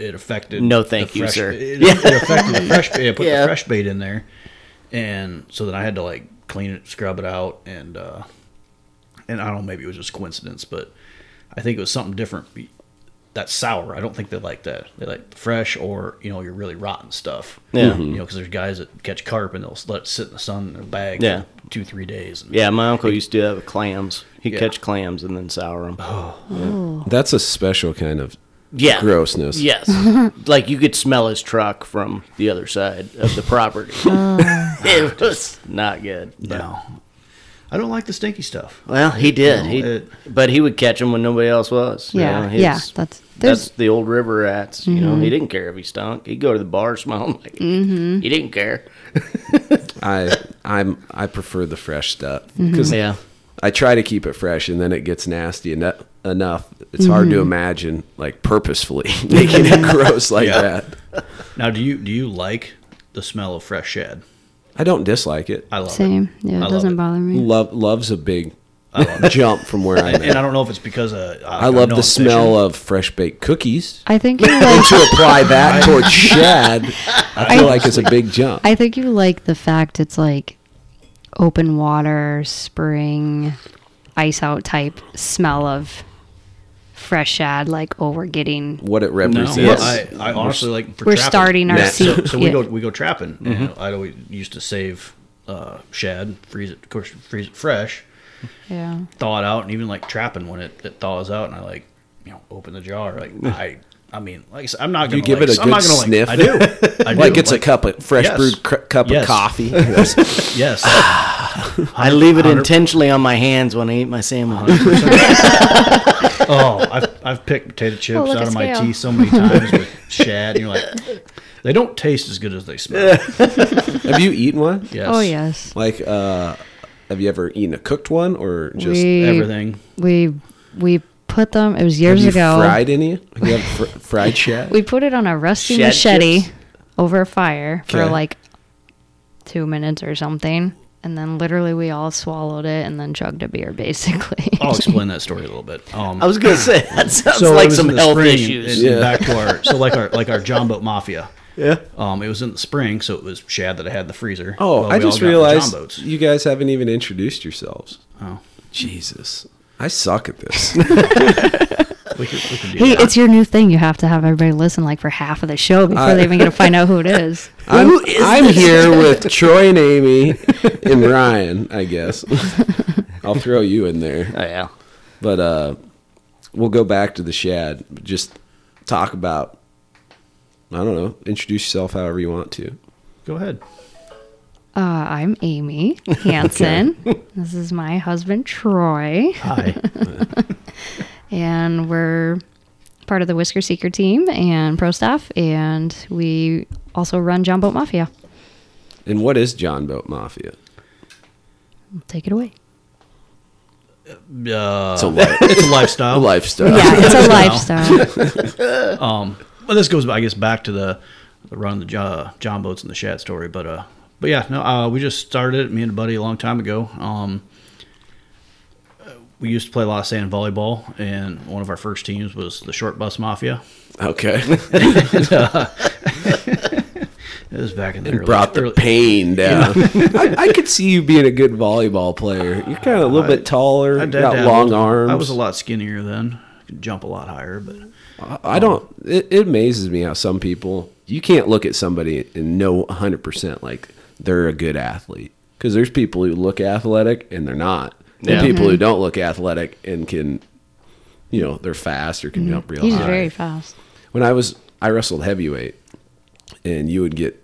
Speaker 3: it affected.
Speaker 4: No,
Speaker 3: the
Speaker 4: thank you,
Speaker 3: fresh-
Speaker 4: sir.
Speaker 3: It, it affected the fresh bait. I put the fresh bait in there, and so then I had to like clean it, scrub it out, and uh and I don't know, maybe it was just coincidence, but I think it was something different. Be- That's sour. I don't think they like that. They like fresh or you know your really rotten stuff.
Speaker 4: Yeah.
Speaker 1: Mm-hmm.
Speaker 3: you know because there's guys that catch carp and they'll let it sit in the sun in their bag
Speaker 4: Yeah.
Speaker 3: for two three days. And
Speaker 4: Yeah, my uncle used to do that with clams. He'd
Speaker 3: Yeah.
Speaker 4: catch clams and then sour them.
Speaker 1: Oh, That's a special kind of
Speaker 4: Yeah.
Speaker 1: grossness.
Speaker 4: Yes. like you could smell his truck from the other side of the property.
Speaker 3: Oh.
Speaker 4: it was not good. but-
Speaker 3: no, I don't like the stinky stuff.
Speaker 4: Well, he did.
Speaker 3: No,
Speaker 4: he,
Speaker 3: it-
Speaker 4: but he would catch them when nobody else was. you
Speaker 2: Yeah,
Speaker 4: know,
Speaker 2: yeah,
Speaker 4: his-
Speaker 2: that's-
Speaker 4: that's
Speaker 2: there's- Mm-hmm.
Speaker 4: the old river rats. You know, he didn't care if he stunk. He'd go to the bar, smell 'em like he didn't care.
Speaker 1: I, I'm, I prefer the fresh stuff
Speaker 3: Mm-hmm.
Speaker 1: because
Speaker 4: Yeah,
Speaker 1: I try to keep it fresh and then it gets nasty eno- enough. It's hard
Speaker 3: Mm-hmm.
Speaker 1: to imagine like purposefully making it gross like that.
Speaker 3: Now, do you do you like the smell of fresh shad?
Speaker 1: I don't dislike it.
Speaker 3: I love
Speaker 2: same. Yeah, it
Speaker 3: love
Speaker 2: doesn't
Speaker 3: it.
Speaker 2: bother me.
Speaker 1: Love love's a big jump from where
Speaker 3: it,
Speaker 1: I'm
Speaker 3: and I
Speaker 1: at.
Speaker 3: don't know if it's because uh,
Speaker 1: I love the smell of fresh baked cookies.
Speaker 2: I think you like.
Speaker 1: to apply that towards shad, I feel like it's a big jump.
Speaker 2: I think you like the fact it's like open water, spring, ice out type smell of fresh shad. Like, oh, we're getting,
Speaker 1: what it
Speaker 3: No,
Speaker 1: represents.
Speaker 3: I, I honestly like. For
Speaker 2: we're
Speaker 3: trapping.
Speaker 2: starting our
Speaker 1: Yeah.
Speaker 2: sea.
Speaker 3: So, so we
Speaker 2: yeah.
Speaker 3: go we go trapping.
Speaker 1: Mm-hmm.
Speaker 3: And I always used to save uh, shad, freeze it, of course, freeze it fresh,
Speaker 2: yeah.
Speaker 3: thaw it out, and even like trapping when it, it thaws out, and I like you know open the jar. Like I, I mean, like I said, I'm not gonna
Speaker 1: you give
Speaker 3: like-
Speaker 1: it a
Speaker 3: I'm
Speaker 1: good
Speaker 3: not gonna,
Speaker 1: sniff?
Speaker 3: Like, I do. I do.
Speaker 1: like it's a cup of fresh
Speaker 3: Yes.
Speaker 1: brewed cr- cup
Speaker 3: Yes.
Speaker 1: of coffee.
Speaker 3: Yes.
Speaker 4: I leave it intentionally on my hands when I eat my sandwich.
Speaker 3: oh, I've, I've picked potato chips
Speaker 2: Oh, look,
Speaker 3: out
Speaker 2: a
Speaker 3: of my
Speaker 2: scale.
Speaker 3: tea so many times with shad, and you're like, they don't taste as good as they smell.
Speaker 1: have you eaten one?
Speaker 3: Yes.
Speaker 2: Oh yes.
Speaker 1: Like, uh, have you ever eaten a cooked one or just
Speaker 2: we
Speaker 3: Everything.
Speaker 2: we we put them. It was years
Speaker 1: have you
Speaker 2: ago.
Speaker 1: fried any? Have you have fr- fried shad?
Speaker 2: We put it on a rusty
Speaker 4: Shad
Speaker 2: machete
Speaker 4: chips?
Speaker 2: over a fire for
Speaker 1: Okay.
Speaker 2: like two minutes or something. And then literally we all swallowed it and then chugged a beer basically.
Speaker 3: I'll explain that story a little bit. Um,
Speaker 4: I was gonna say that sounds
Speaker 3: so it
Speaker 4: like
Speaker 3: was
Speaker 4: some
Speaker 3: in the
Speaker 4: health
Speaker 3: spring,
Speaker 4: issues.
Speaker 3: and Back to our so like our like our John Boat Mafia. Yeah. Um, it was in the spring, so it was shad that I had in the freezer.
Speaker 1: oh,
Speaker 3: Well,
Speaker 1: I
Speaker 3: we all
Speaker 1: just
Speaker 3: got the
Speaker 1: realized
Speaker 3: John boats.
Speaker 1: you guys haven't even introduced yourselves.
Speaker 3: Oh.
Speaker 1: Jesus, I suck at this.
Speaker 3: We could, we could do
Speaker 2: Hey,
Speaker 3: that.
Speaker 2: it's your new thing. You have to have everybody listen like for half of the show before they even get to find out who it is.
Speaker 1: I'm, I'm here with Troy and Amy and Ryan, I guess. I'll throw you in there.
Speaker 4: Oh, yeah.
Speaker 1: But uh, we'll go back to the Shad. Just talk about, I don't know, introduce yourself however you want to.
Speaker 3: Go ahead.
Speaker 2: Uh, I'm Amy Hansen. This is my husband Troy,
Speaker 3: Hi.
Speaker 2: and we're part of the Whisker Seeker team and pro staff, and we also run John Boat Mafia.
Speaker 1: And what is John Boat Mafia?
Speaker 2: Take it away.
Speaker 3: Uh,
Speaker 1: It's a, li-
Speaker 3: it's a lifestyle.
Speaker 1: a lifestyle.
Speaker 2: Yeah, it's a lifestyle.
Speaker 3: Well, this goes, I guess, back to the the run the jo- uh, John boats and the Shad story, but uh, but yeah, no, uh, we just started it, me and a buddy a long time ago. Um, uh, we used to play a lot of sand volleyball, and one of our first teams was the Short Bus Mafia.
Speaker 1: Okay.
Speaker 3: It was back in the
Speaker 1: and
Speaker 3: early,
Speaker 1: brought the
Speaker 3: early-
Speaker 1: pain down. I, I could see you being a good volleyball player. You're kind of a little bit taller,
Speaker 3: I
Speaker 1: you
Speaker 3: did
Speaker 1: got
Speaker 3: dabble.
Speaker 1: long arms.
Speaker 3: I was a lot skinnier then. Could jump a lot higher, but
Speaker 1: I- I don't. It, it amazes me how some people you can't look at somebody and know 100 percent like they're a good athlete because there's people who look athletic and they're not,
Speaker 4: Yeah.
Speaker 1: and people who don't look athletic and can, you know, they're fast or can jump real
Speaker 2: He's
Speaker 1: high
Speaker 2: very fast.
Speaker 1: when I was I wrestled heavyweight, and you would get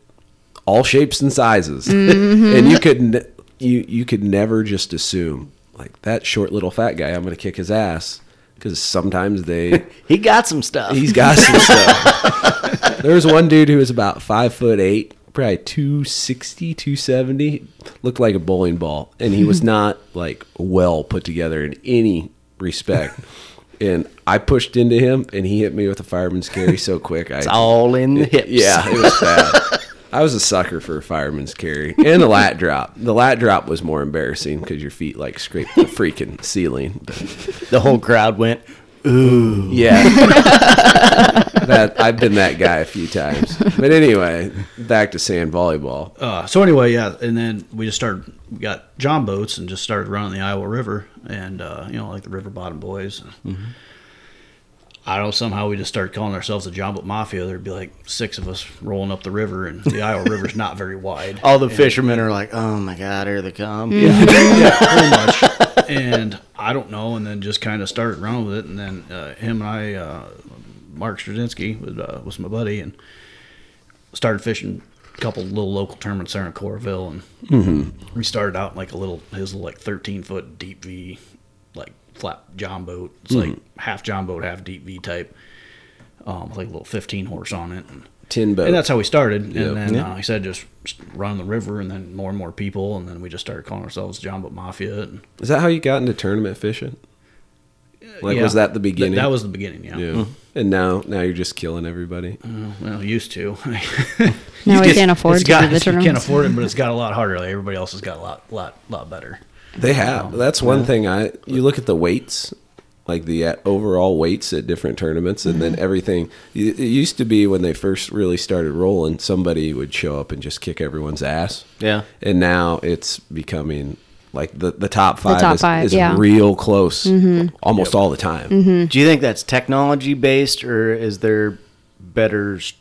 Speaker 1: all shapes and sizes, and you could ne- you you could never just assume like that short little fat guy. I'm going to kick his ass because sometimes they
Speaker 4: He got some stuff.
Speaker 1: he's got some stuff. there was one dude who was about five foot eight, probably 260, 270, looked like a bowling ball, and he was not like well put together in any respect. and I pushed into him, and he hit me with a fireman's carry so quick. I
Speaker 4: all in the hips.
Speaker 1: yeah, it was bad. I was a sucker for a fireman's carry and the lat drop. The lat drop was more embarrassing because your feet like scraped the freaking ceiling. But
Speaker 4: The whole crowd went,
Speaker 1: Yeah. that I've been that guy a few times. But anyway, back to sand volleyball.
Speaker 3: Uh, so anyway, yeah, and then we just started. We got John boats and just started running the Iowa River, and uh, you know, like the River Bottom Boys.
Speaker 1: Mm-hmm.
Speaker 3: I don't know. Somehow we just started calling ourselves the John Boat Mafia. There'd be like six of us rolling up the river, and the Iowa River's not very
Speaker 1: Oh,
Speaker 3: wide.
Speaker 4: all the fishermen are like, oh my God, here they come.
Speaker 2: Mm-hmm.
Speaker 3: yeah, pretty much. And I don't know, and then just kind of started running with it. And then uh, him and I, uh, Mark Straczynski was, uh, was my buddy, and started fishing a couple little local tournaments there in Corville. And we started out in like a little, his little like 13 foot deep V, like flat John boat. It's like half John boat, half deep V type, um, with like a little 15 horse on it. And
Speaker 1: Tin boat.
Speaker 3: and that's how we started. And
Speaker 1: Yeah.
Speaker 3: then, uh, like I said, just run the river, and then more and more people, and then we just started calling ourselves John Boat Mafia. And,
Speaker 1: Is that how you got into tournament fishing? Like
Speaker 3: yeah.
Speaker 1: was that the beginning?
Speaker 3: that was Hmm. the beginning. Yeah.
Speaker 1: yeah. And now now you're just killing everybody.
Speaker 3: Well, used to.
Speaker 2: Now we
Speaker 3: It's-
Speaker 2: can't afford
Speaker 3: it's
Speaker 2: to
Speaker 3: got-
Speaker 2: do the
Speaker 3: You can't
Speaker 2: tournaments.
Speaker 3: afford it, but it's got a lot harder. Like, everybody else has got a lot, lot, lot better.
Speaker 1: They have. That's one thing I you look at the weights, like the uh, overall weights at different tournaments and
Speaker 3: Mm-hmm.
Speaker 1: then everything. It it used to be when they first really started rolling, somebody would show up and just kick everyone's ass.
Speaker 4: Yeah.
Speaker 1: and now it's becoming like the, the top five
Speaker 2: top
Speaker 1: is,
Speaker 2: five,
Speaker 1: is
Speaker 2: yeah. Mm-hmm.
Speaker 1: real close almost all the time.
Speaker 4: Do you think that's technology based or is there better s-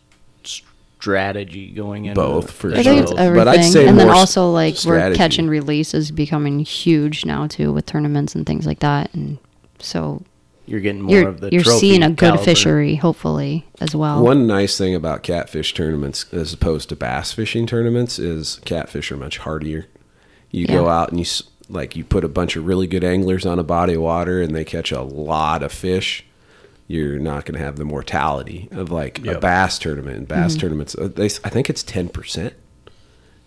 Speaker 4: strategy going into
Speaker 1: Both for
Speaker 2: I
Speaker 1: sure.
Speaker 2: think it's everything,
Speaker 1: But I'd say
Speaker 2: and then
Speaker 1: more s-
Speaker 2: also like
Speaker 1: strategy.
Speaker 2: where catch and release is becoming huge now too with tournaments and things like that, and so
Speaker 4: You're getting more
Speaker 2: you're
Speaker 4: of the
Speaker 2: you're
Speaker 4: trophy
Speaker 2: seeing a good
Speaker 4: caliber.
Speaker 2: fishery hopefully as well.
Speaker 1: One nice thing about catfish tournaments as opposed to bass fishing tournaments is catfish are much hardier. You go
Speaker 2: Yeah.
Speaker 1: out and you s- like you put a bunch of really good anglers on a body of water and they catch a lot of fish. You're not going to have the mortality of like a
Speaker 3: Yep.
Speaker 1: bass tournament. And
Speaker 2: Mm-hmm.
Speaker 1: bass tournaments, uh, they, s- I think it's ten percent.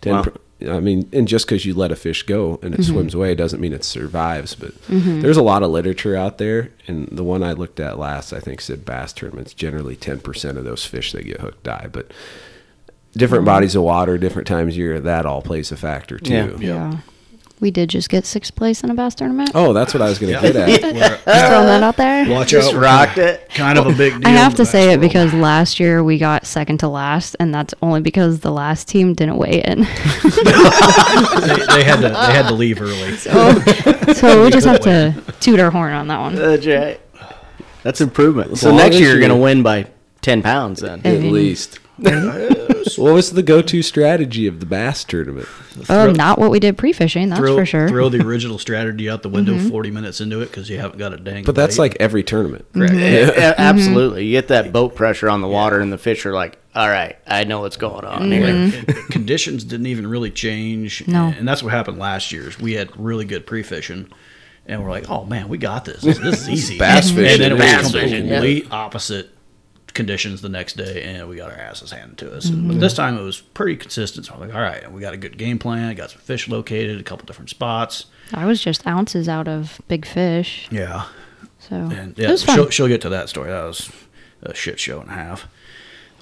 Speaker 1: Ten. per- I mean, and just because you let a fish go and it swims away doesn't mean it survives. But there's a lot of literature out there, and the one I looked at last, I think, said bass tournaments generally ten percent of those fish that get hooked die. But different bodies of water, different times of year, that all plays a factor too.
Speaker 4: Yeah.
Speaker 2: yeah, we did just get sixth place in a bass tournament.
Speaker 1: Oh, that's what I was going to get at.
Speaker 2: Just throwing that out there.
Speaker 3: Watch
Speaker 4: Just
Speaker 3: out,
Speaker 4: rocked it.
Speaker 3: Kind of a big deal.
Speaker 2: I have
Speaker 3: in the
Speaker 2: to say it
Speaker 3: basketball.
Speaker 2: because last year we got second to last, and that's only because the last team didn't weigh in.
Speaker 3: they, they had to they had to
Speaker 2: Oh,
Speaker 3: leave early.
Speaker 2: so we just have to toot our horn on that one.
Speaker 4: That's right. uh, That's improvement. So
Speaker 1: long
Speaker 4: next
Speaker 1: as
Speaker 4: year you're
Speaker 1: you-
Speaker 4: going to win by 10 pounds then.
Speaker 1: at
Speaker 2: Mhm.
Speaker 1: least. what was the go-to strategy of the bass tournament?
Speaker 2: Um, not what we did pre-fishing, that's
Speaker 3: throw,
Speaker 2: for sure. Mm-hmm.
Speaker 3: throw the original strategy out the window 40 minutes into it because you haven't got a dang.
Speaker 1: But that's
Speaker 3: bite.
Speaker 1: like every tournament.
Speaker 4: Yeah, yeah, absolutely. You get that boat pressure on the water, and the fish are like, all right, I know what's going on here.
Speaker 3: And conditions didn't even really change.
Speaker 2: Mm-hmm. No.
Speaker 3: And that's what happened last year's. We had really good pre fishing. And we're like, oh man, we got this. This is easy.
Speaker 1: Bass
Speaker 3: And then
Speaker 1: fishing.
Speaker 3: it
Speaker 1: Bass
Speaker 3: was
Speaker 1: fishing. yeah.
Speaker 3: complete opposite conditions the next day, and we got our asses handed to us.
Speaker 2: Mm-hmm.
Speaker 3: But this time it was pretty consistent. So I'm like, all right, we got a good game plan. Got some fish located, a couple different spots.
Speaker 2: I was just ounces out of big fish,
Speaker 3: Yeah.
Speaker 2: so
Speaker 3: And yeah,
Speaker 2: it was fun.
Speaker 3: she'll, she'll get to that story. That was a shit show and a half.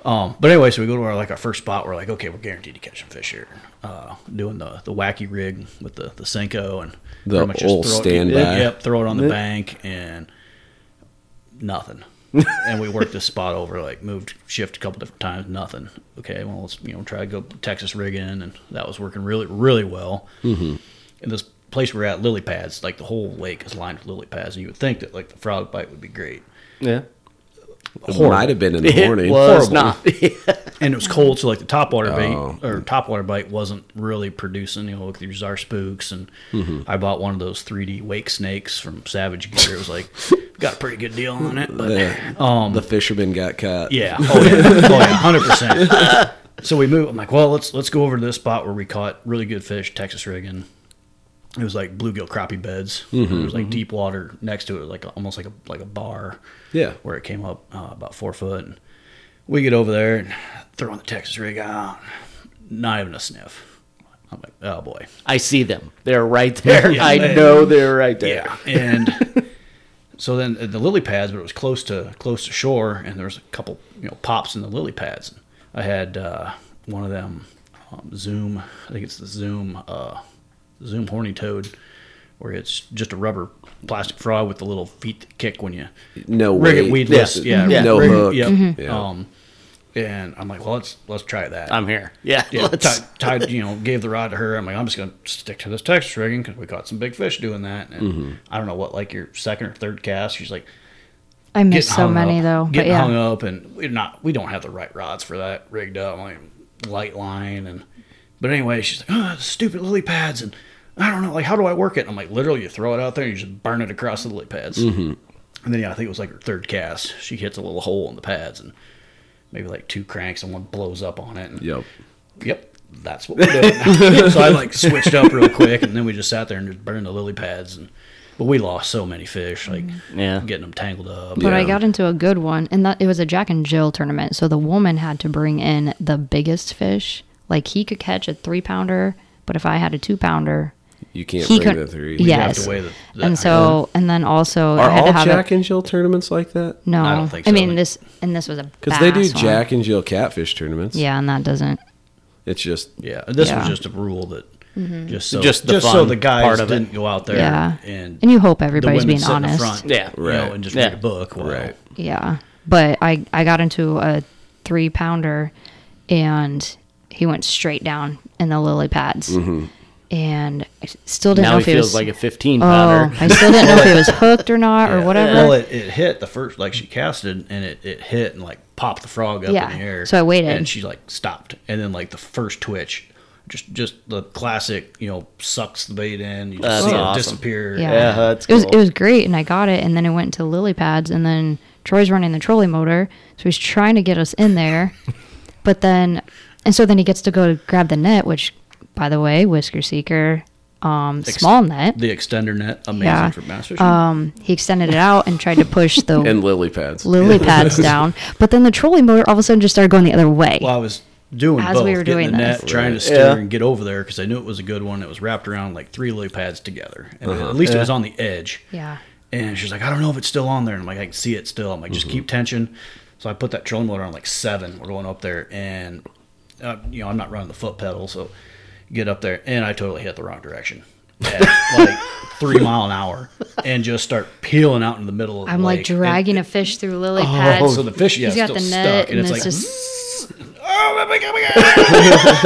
Speaker 3: Um, but anyway, so we go to our like our first spot. We're like, okay, we're guaranteed to catch some fish here. Uh, doing the the wacky rig with the the senko and
Speaker 1: The
Speaker 3: pretty much just
Speaker 1: old
Speaker 3: throw it-
Speaker 1: standby.
Speaker 3: Yep, throw it on the bank and nothing. and we worked this spot over, like moved shift a couple different times, nothing. Okay, well let's you know try to go Texas rig in, and that was working really really well.
Speaker 1: Mm-hmm.
Speaker 3: And this place we're at, lily pads, like the whole lake is lined with lily pads, and you would think that like the frog bite would be great.
Speaker 2: Mm-hmm.
Speaker 4: Yeah.
Speaker 1: It might have been in the morning.
Speaker 4: It was
Speaker 3: Horrible.
Speaker 4: not.
Speaker 3: and it was cold, so like the topwater
Speaker 1: Oh.
Speaker 3: bait or topwater bite wasn't really producing. You know, like there's our spooks, and I bought one of those 3D wake snakes from Savage Gear. It was like got a pretty good deal on it, but
Speaker 1: The, the fisherman got caught.
Speaker 3: yeah, oh yeah, oh yeah, hundred percent. So we move. I'm like, well, let's let's go over to this spot where we caught really good fish, Texas rigging. It was like bluegill crappie beds. It was like deep water next to it, like almost like a like a bar
Speaker 1: Yeah.
Speaker 3: where it came up uh, about four foot. And we get over there and throwing the Texas rig out, not even a sniff. I'm like, oh boy,
Speaker 4: I see them. They're right there.
Speaker 3: Yeah,
Speaker 4: I
Speaker 3: man.
Speaker 4: know they're right there.
Speaker 3: And so then the lily pads, but it was close to close to shore, and there was a couple you know pops in the lily pads. I had uh, one of them um, Zoom. I think it's the Zoom uh, Zoom horny toad. Where it's just a rubber plastic frog with the little feet that kick when you
Speaker 1: No
Speaker 3: rig it
Speaker 1: weight.
Speaker 3: weedless, yeah,
Speaker 1: Yeah. No
Speaker 3: rig it-
Speaker 1: hook.
Speaker 3: yep.
Speaker 1: Yeah.
Speaker 3: Um, and I'm like, well, let's let's try that.
Speaker 4: I'm here. Yeah.
Speaker 3: Yeah,
Speaker 4: let's-
Speaker 3: tied, tied, you know, gave the rod to her. I'm like, I'm just gonna stick to this Texas rigging because we caught some big fish doing that. And
Speaker 4: Mm-hmm.
Speaker 3: I don't know what, like your second or third cast, she's like
Speaker 2: I
Speaker 3: getting
Speaker 2: missed so
Speaker 3: hung
Speaker 2: many
Speaker 3: up,
Speaker 2: though. But
Speaker 3: getting
Speaker 2: yeah,
Speaker 3: hung up, and we're not, we don't have the right rods for that rigged up, like light line, and but anyway, she's like, oh, stupid lily pads, and I don't know, like how do I work it? And I'm like, literally, you throw it out there, and you just burn it across the lily pads.
Speaker 4: Mm-hmm.
Speaker 3: And then yeah, I think it was like her third cast. She hits a little hole in the pads, and maybe like two cranks, and one blows up on it. And
Speaker 1: Yep.
Speaker 3: Yep, that's what we're doing. so I like switched up real quick, and then we just sat there and just burned the lily pads. And but we lost so many fish, like
Speaker 4: Mm-hmm. Yeah.
Speaker 3: getting them tangled up.
Speaker 2: but I got into a good one, and that it was a Jack and Jill tournament. So the woman had to bring in the biggest fish. Like he could catch a three pounder, but if I had a two pounder,
Speaker 1: You can't
Speaker 2: he
Speaker 1: bring
Speaker 2: could.
Speaker 1: the three.
Speaker 3: have
Speaker 2: Yes,
Speaker 3: to weigh the- the-
Speaker 2: and so and then also
Speaker 1: Are
Speaker 2: I had
Speaker 1: all
Speaker 2: to have
Speaker 1: Jack
Speaker 2: a,
Speaker 1: and Jill tournaments like that?
Speaker 2: no.
Speaker 3: I don't think
Speaker 2: I
Speaker 3: so.
Speaker 2: mean this and this was a
Speaker 1: Because they do
Speaker 2: bass one.
Speaker 1: Jack and Jill catfish tournaments.
Speaker 2: Yeah, and that doesn't.
Speaker 1: It's just
Speaker 3: yeah, this
Speaker 2: Yeah. Mm-hmm.
Speaker 3: was just a rule that just so just,
Speaker 4: Just the
Speaker 3: so
Speaker 4: fun
Speaker 3: the guys
Speaker 4: part of it.
Speaker 3: didn't go out there.
Speaker 2: Yeah.
Speaker 3: and
Speaker 2: And you hope
Speaker 3: the
Speaker 2: everybody's
Speaker 3: women
Speaker 2: being
Speaker 3: sit in the
Speaker 2: honest.
Speaker 3: front,
Speaker 4: Yeah.
Speaker 3: you know,
Speaker 1: Right.
Speaker 3: and just
Speaker 4: Yeah.
Speaker 3: read a book. While,
Speaker 1: right.
Speaker 2: Yeah, but I I got into a three pounder, and he went straight down in the lily pads,
Speaker 4: Mm-hmm.
Speaker 2: and I s- still didn't
Speaker 4: now
Speaker 2: know
Speaker 4: he
Speaker 2: if he
Speaker 4: feels
Speaker 2: was.
Speaker 4: like a 15
Speaker 2: oh,
Speaker 4: pounder.
Speaker 2: I still didn't know if he was hooked or not or whatever.
Speaker 3: Well, it, it hit the first like she casted and it, it hit and like popped the frog up
Speaker 2: Yeah,
Speaker 3: in the air.
Speaker 2: so I waited.
Speaker 3: and she like stopped and then like the first twitch, just just the classic you know sucks the bait in, you just
Speaker 4: That's
Speaker 3: see
Speaker 4: awesome.
Speaker 3: it disappear.
Speaker 2: yeah,
Speaker 4: Yeah, that's
Speaker 2: it was
Speaker 4: cool.
Speaker 2: it was great, and I got it, and then it went into lily pads, and then Troy's running the trolley motor, so he's trying to get us in there, but then, and so then he gets to go to grab the net, which, by the way, Whisker Seeker, um, small net.
Speaker 3: The extender net, amazing
Speaker 2: Yeah.
Speaker 3: for bass fishing.
Speaker 2: um, he extended it out and tried to push the
Speaker 1: and lily pads.
Speaker 2: lily pads down. But then the trolley motor all of a sudden just started going the other way.
Speaker 3: well, I was doing
Speaker 2: As
Speaker 3: both,
Speaker 2: we were
Speaker 3: getting
Speaker 2: doing
Speaker 3: the
Speaker 2: this.
Speaker 3: net, trying to steer and get over there because I knew it was a good one. It was wrapped around like three lily pads together, and
Speaker 4: Uh-huh.
Speaker 3: at least it was on the edge.
Speaker 2: Yeah.
Speaker 3: And she's like, I don't know if it's still on there. And I'm like, I can see it still. I'm like, just keep tension. So I put that trolling motor on like seven. We're going up there, and uh, you know I'm not running the foot pedal, so get up there, and I totally hit the wrong direction, at like three mile an hour, and just start peeling out in the middle of. the
Speaker 2: I'm like
Speaker 3: lake. And- Oh,
Speaker 2: dragging a fish through lily pads.
Speaker 3: so the fish, yeah,
Speaker 2: He's got
Speaker 3: still
Speaker 2: the net
Speaker 3: stuck,
Speaker 2: and,
Speaker 3: and it's
Speaker 2: it's
Speaker 3: like,
Speaker 2: just
Speaker 3: Oh my god!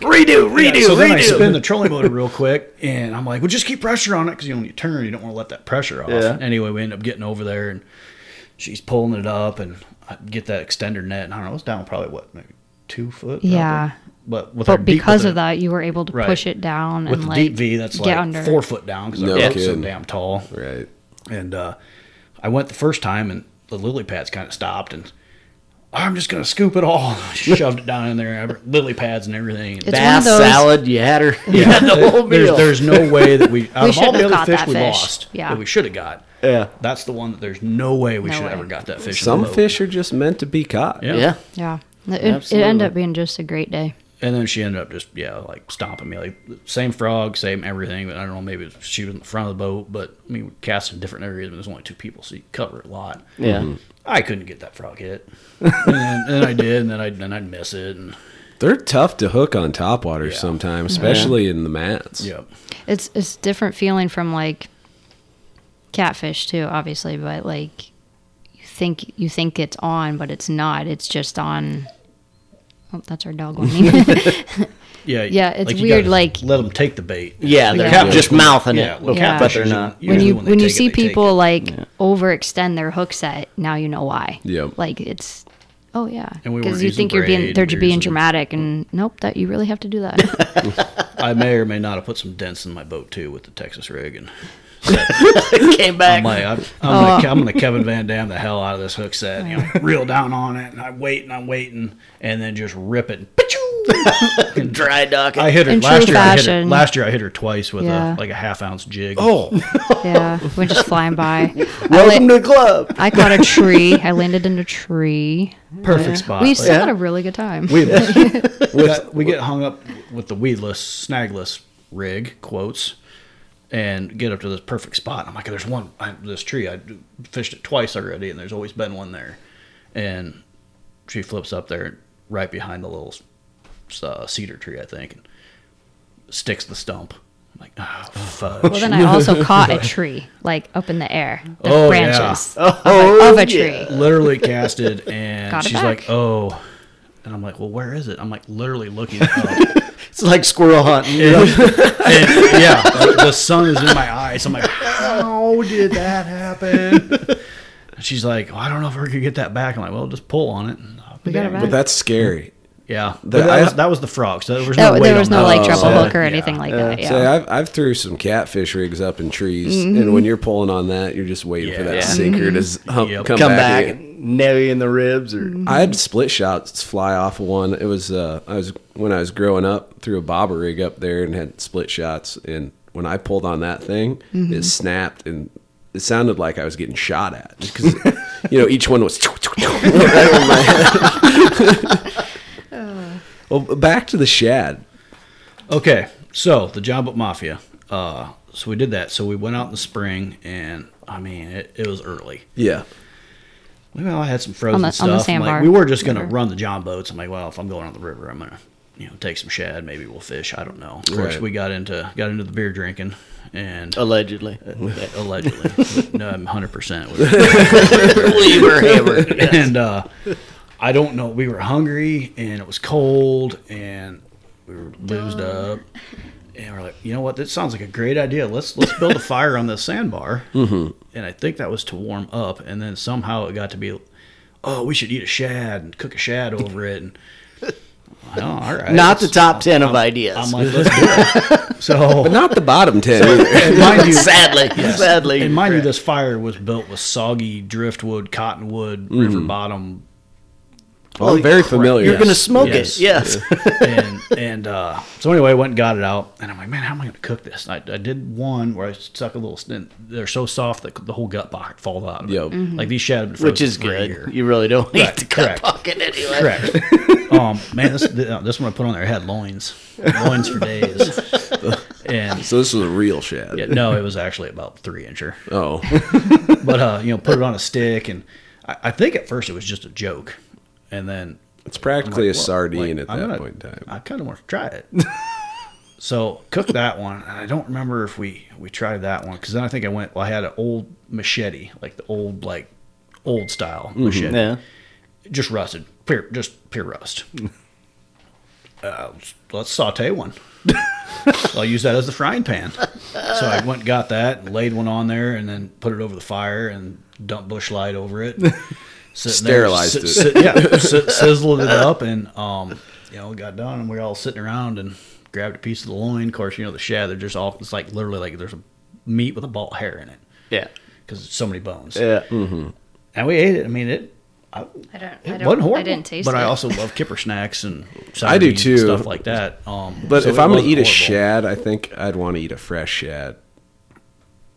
Speaker 3: redo, redo, so then I spin the trolling motor real quick, and I'm like, "Well, just keep pressure on it because you know, when you turn, you don't want to let that pressure off." Anyway, we end up getting over there, and she's pulling it up, and I get that extender net, and I don't know, it's down probably what maybe two foot. probably.
Speaker 2: Yeah.
Speaker 3: But with our
Speaker 2: But
Speaker 3: mm, deep-
Speaker 2: because
Speaker 3: with
Speaker 2: of
Speaker 3: the-
Speaker 2: that, you were able to
Speaker 3: Right.
Speaker 2: push it down
Speaker 3: with
Speaker 2: and
Speaker 3: the
Speaker 2: like
Speaker 3: deep V, that's
Speaker 2: get
Speaker 3: like
Speaker 2: under.
Speaker 3: four foot down because
Speaker 1: No
Speaker 3: our rope's so
Speaker 1: kidding.
Speaker 3: damn tall.
Speaker 1: Right.
Speaker 3: And uh, I went the first time, and the lily pads kind of stopped, and I'm just gonna scoop it all. Shoved it down in there, I- lily pads and everything. And
Speaker 2: It's one
Speaker 4: Bath
Speaker 2: of those-
Speaker 4: salad, you had her. You had the
Speaker 2: Oh,
Speaker 4: whole meal.
Speaker 3: there's, there's no way that we out of all
Speaker 2: shouldn't
Speaker 3: the
Speaker 2: have
Speaker 3: other
Speaker 2: caught
Speaker 3: fish
Speaker 2: that
Speaker 3: we
Speaker 2: fish.
Speaker 3: lost
Speaker 2: Yeah.
Speaker 3: that we should have got.
Speaker 4: Yeah.
Speaker 3: That's the one that there's no way we
Speaker 2: No
Speaker 3: should
Speaker 2: way.
Speaker 3: have ever got that fish. in
Speaker 1: Some
Speaker 3: the boat.
Speaker 1: fish are just meant to be caught.
Speaker 3: Yeah.
Speaker 4: yeah.
Speaker 2: Yeah. It, it ended
Speaker 4: Absolutely.
Speaker 2: up being just a great day.
Speaker 3: And then she ended up just yeah, like stomping me. Like same frog, same everything. But I don't know, maybe she was in the front of the boat. But I mean, we cast in different areas, and there's only two people, so you cover a lot.
Speaker 4: Yeah.
Speaker 3: I couldn't get that frog hit, and then, and I did, and then I then I'd miss it, and
Speaker 1: They're tough to hook on topwater sometimes,
Speaker 2: Mm-hmm.
Speaker 1: especially in the mats.
Speaker 3: yeah,
Speaker 2: It's it's different feeling from like catfish too, obviously, but like you think you think it's on, but it's not. It's just on. Oh, that's our dog whining.
Speaker 3: yeah,
Speaker 2: Yeah, it's
Speaker 3: you
Speaker 2: weird,
Speaker 3: gotta
Speaker 2: like-
Speaker 3: let them take the bait.
Speaker 4: Yeah, they're
Speaker 2: Yeah.
Speaker 4: just mouthing
Speaker 3: Yeah,
Speaker 4: it,
Speaker 3: well,
Speaker 2: Yeah.
Speaker 4: but
Speaker 3: catfish
Speaker 4: they're
Speaker 3: is
Speaker 4: not.
Speaker 3: usually
Speaker 2: when you
Speaker 3: they
Speaker 2: when you
Speaker 3: take it,
Speaker 2: see
Speaker 3: they take it.
Speaker 2: people like overextend their hook set, now you know why.
Speaker 1: Yep.
Speaker 2: Like it's oh yeah,
Speaker 3: And we
Speaker 2: because
Speaker 3: weren't
Speaker 2: you
Speaker 3: using
Speaker 2: think you're being
Speaker 3: braid,
Speaker 2: they're
Speaker 3: we were
Speaker 2: being
Speaker 3: using-
Speaker 2: dramatic, and nope, that you really have to do that.
Speaker 3: I may or may not have put some dents in my boat too with the Texas rig, and
Speaker 4: Came back.
Speaker 3: I'm like, I'm, I'm,
Speaker 2: Oh.
Speaker 3: gonna, I'm gonna Kevin Van Dam the hell out of this hook set, you know, reel down on it, and I wait and I'm waiting, and then just rip it. and pitchoo! And
Speaker 4: dry dock.
Speaker 3: I hit her
Speaker 2: In
Speaker 3: last
Speaker 2: true
Speaker 3: year. I hit her,
Speaker 2: fashion.
Speaker 3: last year I hit her twice with
Speaker 2: Yeah.
Speaker 3: a like a half ounce jig. Oh,
Speaker 2: yeah, we're just flying by. I,
Speaker 4: Welcome
Speaker 2: la-
Speaker 4: to the club.
Speaker 2: I caught a tree. I landed in a tree.
Speaker 3: perfect spot.
Speaker 2: We
Speaker 3: Like,
Speaker 2: still had a really good time.
Speaker 3: we, got- we get hung up with the weedless, snagless rig quotes, and get up to this perfect spot. I'm like, there's one I, this tree. I fished it twice already, and there's always been one there. And she flips up there, right behind the little uh, cedar tree, I think, and sticks the stump. I'm like, oh fudge.
Speaker 2: Well, then I also caught a tree, like up in the air, the
Speaker 3: Oh, yeah.
Speaker 2: branches of, a, of a tree.
Speaker 3: literally casted and
Speaker 2: Got it
Speaker 3: she's
Speaker 2: back.
Speaker 3: like oh and i'm like well where is it i'm like literally looking up.
Speaker 4: It's like squirrel hunting.
Speaker 3: and yeah the, the sun is in my eyes i'm like how did that happen And she's like well, i don't know if we're gonna get that back i'm like well just pull on it and I'll be
Speaker 2: We got it
Speaker 3: back.
Speaker 2: back.
Speaker 1: But that's scary.
Speaker 3: yeah but
Speaker 1: That-
Speaker 3: that,
Speaker 1: I-
Speaker 3: was, that was the frog so there was no
Speaker 2: That-
Speaker 3: weight
Speaker 2: there was
Speaker 3: on
Speaker 2: no
Speaker 3: that.
Speaker 2: like treble
Speaker 3: Yeah.
Speaker 2: hook or
Speaker 3: Yeah.
Speaker 2: anything like that. Yeah.
Speaker 1: Say, I've, I've threw some catfish rigs up in trees,
Speaker 2: Mm-hmm.
Speaker 1: and when you're pulling on that, you're just waiting for that
Speaker 3: Yeah.
Speaker 1: sinker to z- hump,
Speaker 3: Yep.
Speaker 1: come,
Speaker 4: Come
Speaker 1: back.
Speaker 4: back,
Speaker 1: at you.
Speaker 4: and nail you in the ribs or
Speaker 1: I
Speaker 3: Mm-hmm.
Speaker 1: had split shots fly off of one. It was uh, I was when I was growing up, threw a bobber rig up there and had split shots. And when I pulled on that thing,
Speaker 3: Mm-hmm.
Speaker 1: it snapped and it sounded like I was getting shot at because you know each one was. right over my head. well, back to the shad.
Speaker 3: Okay, so the job at Mafia. Uh, so we did that. So we went out in the spring, and I mean, it, it was early.
Speaker 1: Yeah,
Speaker 3: Well, I had some frozen
Speaker 2: On the- on the
Speaker 3: stuff. I'm
Speaker 2: sandbar.
Speaker 3: like, we were just going to
Speaker 2: River.
Speaker 3: run the John boats. I'm like, well, if I'm going on the river, I'm going to, you know, take some shad. Maybe we'll fish. I don't know. Of course,
Speaker 1: Right.
Speaker 3: we got into got into the beer drinking and
Speaker 4: Oh. allegedly.
Speaker 3: allegedly. no, I'm 100 percent. And uh, I don't know. We were hungry and it was cold and we were boozed up. And we're like, you know what? This sounds like a great idea. Let's let's build a fire on this sandbar. Mm-hmm. And I think that was to warm up. And then somehow it got to be, oh, we should eat a shad and cook a shad over it. And oh, all right,
Speaker 4: Not the
Speaker 3: let's-
Speaker 4: top ten of
Speaker 3: I'm
Speaker 4: ideas.
Speaker 3: like, let's do it. So
Speaker 1: not the bottom ten. either.
Speaker 3: and mind you,
Speaker 4: sadly, sadly.
Speaker 3: and mind you, this fire was built with soggy driftwood, cottonwood, river bottom,
Speaker 1: Well, I'm very familiar.
Speaker 4: you're gonna smoke
Speaker 3: Yes.
Speaker 4: it. Yes.
Speaker 3: and and uh, so anyway, I went and got it out, and I'm like, man, how am I going to cook this? And I, I did one where I stuck a little. And they're so soft that the whole gut pocket falls out. Of it.
Speaker 1: Yep.
Speaker 3: Like these shad, have been
Speaker 4: Which
Speaker 3: frozen
Speaker 4: is
Speaker 3: for a
Speaker 4: good.
Speaker 3: year.
Speaker 4: You really don't need
Speaker 3: Right,
Speaker 4: to cut
Speaker 3: correct.
Speaker 4: pocket anyway.
Speaker 3: Correct. um, man, this uh, this one I put on there had loins, loins for days, and.
Speaker 1: so this was a real shad.
Speaker 3: yeah, no, it was actually about three incher.
Speaker 1: Oh,
Speaker 3: But uh, you know, put it on a stick, and I, I think at first it was just a joke, and then
Speaker 1: it's practically a
Speaker 3: well,
Speaker 1: sardine
Speaker 3: like,
Speaker 1: at
Speaker 3: I'm
Speaker 1: that
Speaker 3: gonna-
Speaker 1: point in time.
Speaker 3: I kind of want to try it. so cook that one. And I don't remember if we we tried that one because then I think I went. Well, I had an old machete, like the old like old style
Speaker 1: Mm-hmm.
Speaker 3: machete,
Speaker 4: Yeah.
Speaker 3: just rusted, pure, just pure rust. uh, let's saute one. So I used that as the frying pan. So I went and got that, and laid one on there, and then put it over the fire and dumped bush light over it. Sitting there,
Speaker 1: Sterilized
Speaker 3: si-
Speaker 1: it.
Speaker 3: si- yeah, si- sizzled it up, and um, you know, got done, and we were all sitting around and grabbed a piece of the loin. Of course, you know the shad. They're just all. It's like literally like there's a meat with a ball of hair in it
Speaker 4: Yeah.
Speaker 3: because it's so many bones.
Speaker 4: Yeah.
Speaker 3: And we ate it. I mean it. I,
Speaker 2: I don't. I
Speaker 3: it
Speaker 2: don't.
Speaker 3: wasn't horrible.
Speaker 2: I didn't taste
Speaker 3: but
Speaker 2: it.
Speaker 3: I also love kipper snacks and sour
Speaker 1: I do
Speaker 3: beans and
Speaker 1: too.
Speaker 3: stuff like that. Um,
Speaker 1: But
Speaker 3: so
Speaker 1: if
Speaker 3: it
Speaker 1: I'm gonna
Speaker 3: wasn't
Speaker 1: eat a
Speaker 3: horrible.
Speaker 1: shad, I think I'd want to eat a fresh shad.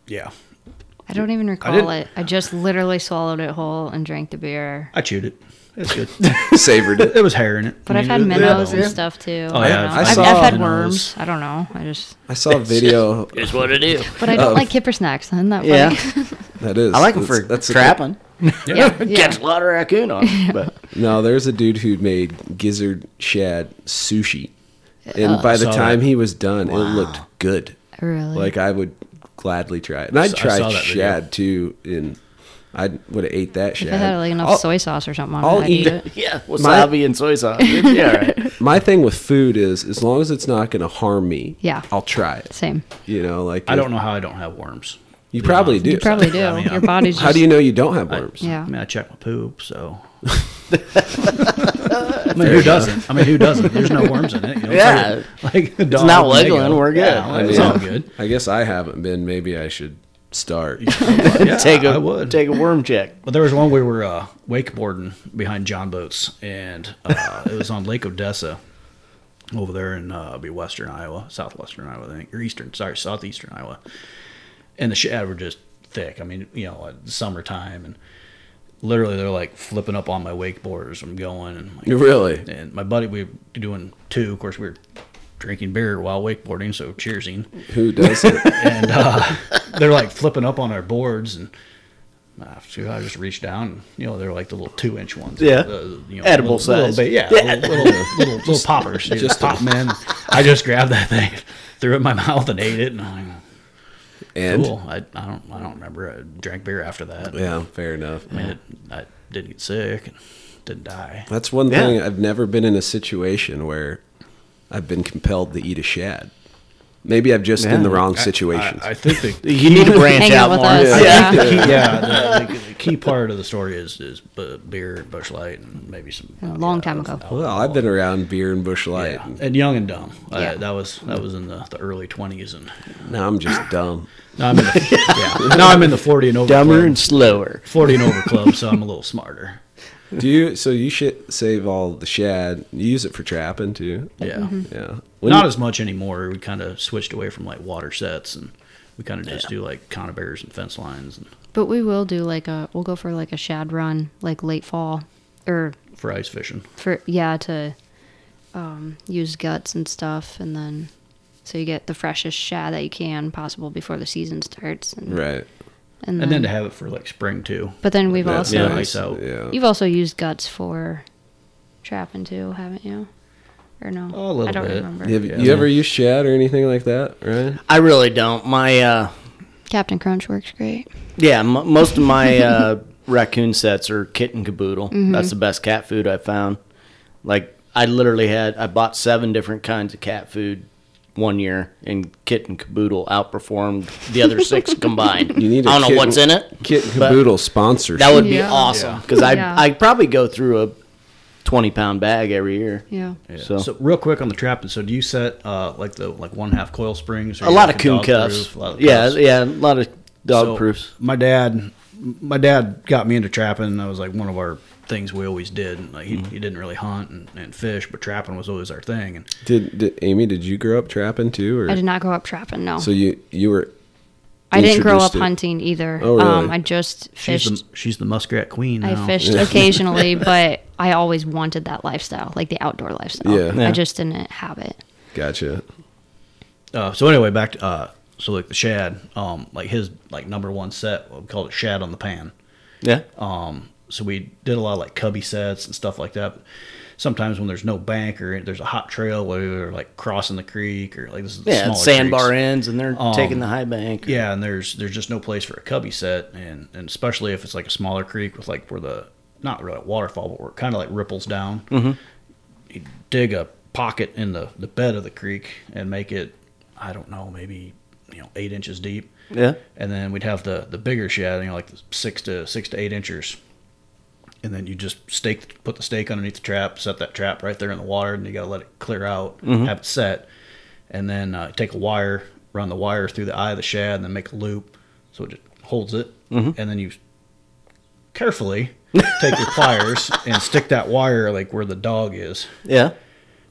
Speaker 3: yeah,
Speaker 2: I don't even
Speaker 3: didn't-
Speaker 2: recall it. I just literally swallowed it whole and drank the beer.
Speaker 3: I chewed it. It's good.
Speaker 1: Savored it.
Speaker 3: There was hair in it.
Speaker 2: But
Speaker 3: I
Speaker 2: I've
Speaker 3: mean,
Speaker 2: had
Speaker 3: it- it-
Speaker 2: minnows and
Speaker 3: Mm, yeah.
Speaker 2: stuff too.
Speaker 3: Oh,
Speaker 2: I
Speaker 3: yeah,
Speaker 2: don't know.
Speaker 3: I
Speaker 2: I've,
Speaker 1: saw
Speaker 2: I've had
Speaker 3: minnows.
Speaker 2: worms. I don't know. I just.
Speaker 1: I saw a video
Speaker 4: It's what it is.
Speaker 3: Oh.
Speaker 2: But I don't like kipper snacks. Isn't that funny?
Speaker 4: Yeah.
Speaker 1: that is.
Speaker 4: I like them for
Speaker 1: that's-
Speaker 4: that's
Speaker 1: a-
Speaker 4: trapping.
Speaker 2: yeah. yeah.
Speaker 4: Catch a lot of raccoon on 'em, But
Speaker 1: No, there's a dude who made gizzard shad sushi, and by the
Speaker 3: saw
Speaker 1: time
Speaker 3: that.
Speaker 1: he was done, it looked good.
Speaker 2: Oh. Really.
Speaker 1: Like
Speaker 3: uh,
Speaker 1: I would gladly try it, and I'd
Speaker 3: I
Speaker 1: try
Speaker 3: saw that video.
Speaker 1: shad too. And I would have ate that
Speaker 2: if
Speaker 1: shad.
Speaker 2: I had like enough
Speaker 1: I'll-
Speaker 2: soy sauce or something on
Speaker 1: I'll
Speaker 2: it, I'd eat
Speaker 1: eat-
Speaker 2: it.
Speaker 4: yeah, wasabi and soy sauce. Yeah, right.
Speaker 1: My thing with food is, as long as it's not going to harm me,
Speaker 2: Yeah.
Speaker 1: I'll try it.
Speaker 2: Same.
Speaker 1: You know, like
Speaker 3: I don't know how I don't have worms.
Speaker 1: You probably do.
Speaker 2: You probably do.
Speaker 3: I mean,
Speaker 2: Your
Speaker 3: I'm-
Speaker 2: body's just.
Speaker 1: How do you know you don't have worms?
Speaker 3: I
Speaker 2: Yeah.
Speaker 3: mean, I check my poop, so. I mean, who doesn't? I mean, who doesn't? There's no worms in it. You know?
Speaker 4: Yeah.
Speaker 3: like, like the dog
Speaker 4: not
Speaker 3: and Lego.
Speaker 4: wiggling, we're good.
Speaker 3: Yeah, like, it's
Speaker 1: Yeah.
Speaker 3: all good.
Speaker 1: I guess I haven't been. Maybe I should start.
Speaker 3: Yeah,
Speaker 4: Take a
Speaker 3: I would.
Speaker 4: take a worm check.
Speaker 3: But there was one we were uh, wakeboarding behind John Boats, and uh, it was on Lake Odessa over there in uh, it'd be western Iowa, southwestern Iowa, I think, or eastern, sorry, southeastern Iowa. And the shad were just thick. I mean, you know, uh, summertime, and literally they're like flipping up on my wakeboard as I'm going. And like,
Speaker 1: really?
Speaker 3: and my buddy, we were doing two. Of course, we were drinking beer while wakeboarding, so cheersing
Speaker 1: Who does it?
Speaker 3: and uh, they're like flipping up on our boards and uh, so I just reached down, and, you know, they're like the little two inch ones.
Speaker 4: Yeah.
Speaker 3: Uh, you know,
Speaker 4: Edible
Speaker 3: little, little
Speaker 4: size.
Speaker 3: ba- yeah. Little, little, little, little poppers. Just pop them in. I just grabbed that thing, threw it in my mouth and ate it. And I'm like,
Speaker 1: And
Speaker 3: cool. I, I don't, I don't remember. I drank beer after that.
Speaker 1: yeah, fair enough.
Speaker 3: I, mean, it, I didn't get sick and didn't die.
Speaker 1: That's one thing. I've never been in a situation where I've been compelled to eat a shad. Maybe I've just in the wrong situations.
Speaker 3: I, I think the
Speaker 4: You need to branch
Speaker 2: Hang out
Speaker 4: out
Speaker 2: with
Speaker 4: more.
Speaker 2: us. Yeah.
Speaker 3: yeah, the, the key part of the story is is bu- beer, and Bush Light, and maybe some.
Speaker 2: A long time ago.
Speaker 1: well, I've been around beer and bush light.
Speaker 3: Yeah, and young and dumb. Uh,
Speaker 2: Yeah.
Speaker 3: that was that was in the, the early twenties, and
Speaker 1: Now I'm just dumb.
Speaker 3: now I'm in the, yeah, now I'm in the forty and over
Speaker 4: Dumber
Speaker 3: club.
Speaker 4: and slower.
Speaker 3: forty and over club, so I'm a little smarter.
Speaker 1: Do you? So you should save all the shad. You use it for trapping too.
Speaker 3: Yeah,
Speaker 1: Yeah. When
Speaker 3: not
Speaker 1: you-
Speaker 3: as much anymore. We kind of switched away from like water sets, and we kind of just do like conibears and fence lines and
Speaker 2: But we will do like a. We'll go for like a shad run, like late fall, or
Speaker 3: for ice fishing.
Speaker 2: for yeah to um, use guts and stuff, and then so you get the freshest shad that you can possible before the season starts. And,
Speaker 1: right.
Speaker 2: And then,
Speaker 3: And then to have it for like spring too.
Speaker 2: but then we've also
Speaker 3: Yeah,
Speaker 1: nice.
Speaker 3: ice out.
Speaker 1: Yeah.
Speaker 2: you've also used guts for trapping too, haven't you? Or no?
Speaker 3: Oh, a little
Speaker 2: I don't
Speaker 3: bit.
Speaker 2: remember.
Speaker 1: Have you ever used shad or anything like that? Right.
Speaker 4: I really don't. My uh,
Speaker 2: Captain Crunch works great.
Speaker 4: Yeah, m- most of my uh, raccoon sets are kitten caboodle.
Speaker 2: Mm-hmm.
Speaker 4: That's the best cat food I found. Like I literally had, I bought seven different kinds of cat food one year, and kitten caboodle outperformed the other six combined.
Speaker 1: You need a
Speaker 4: I don't know
Speaker 1: kitten-
Speaker 4: what's in it.
Speaker 1: Kit
Speaker 4: but
Speaker 1: Caboodle sponsorship.
Speaker 4: That would be
Speaker 2: Yeah.
Speaker 4: awesome because
Speaker 2: Yeah.
Speaker 4: I I probably go through a twenty pound bag every year.
Speaker 2: Yeah.
Speaker 4: So,
Speaker 3: So real quick on the trapping. So do you set uh, like the like one half coil springs? Or
Speaker 4: a
Speaker 3: you
Speaker 4: lot
Speaker 3: have
Speaker 4: of
Speaker 3: the
Speaker 4: coon
Speaker 3: dog
Speaker 4: cuffs.
Speaker 3: proof, a lot of
Speaker 4: yeah,
Speaker 3: cuffs?
Speaker 4: yeah, a lot of dog proofs.
Speaker 3: My dad, my dad got me into trapping. That was like one of our things we always did. And, Like he,
Speaker 4: Mm-hmm.
Speaker 3: he didn't really hunt and, and fish, but trapping was always our thing. And
Speaker 1: Did, did Amy? Did you grow up trapping too? Or
Speaker 2: I did not grow up trapping. No,
Speaker 1: so you you were
Speaker 2: I didn't grow
Speaker 1: introduced
Speaker 2: up
Speaker 1: it.
Speaker 2: hunting either.
Speaker 1: Oh, really?
Speaker 2: um, I just
Speaker 3: she's
Speaker 2: fished.
Speaker 3: the, she's the muskrat queen. Now.
Speaker 2: I fished occasionally, but I always wanted that lifestyle, like the outdoor lifestyle.
Speaker 1: Yeah. Yeah.
Speaker 2: I just didn't have it.
Speaker 1: Gotcha.
Speaker 3: Uh, so anyway, back to uh, so like the shad, um, like his like number one set, we called it shad on the pan.
Speaker 4: Yeah.
Speaker 3: Oh, so we did a lot of like cubby sets and stuff like that. Sometimes when there's no bank or there's a hot trail where they're like crossing the creek or like this is the
Speaker 4: yeah,
Speaker 3: smaller
Speaker 4: sandbar
Speaker 3: creeks.
Speaker 4: ends, and they're taking the high bank. or-
Speaker 3: Yeah, and there's there's just no place for a cubby set, and and especially if it's like a smaller creek with like where the not really a waterfall, but where it kind of like ripples down. You dig a pocket in the, the bed of the creek and make it, I don't know, maybe you know eight inches deep.
Speaker 4: Yeah.
Speaker 3: And then we'd have the the bigger shad, you know, like the six to six to eight inchers. And then you just stake, put the stake underneath the trap, set that trap right there in the water, and you got to let it clear out, have it set, and then uh, take a wire, run the wire through the eye of the shad, and then make a loop so it just holds it, and then you carefully take your pliers and stick that wire like where the dog is,
Speaker 4: Yeah.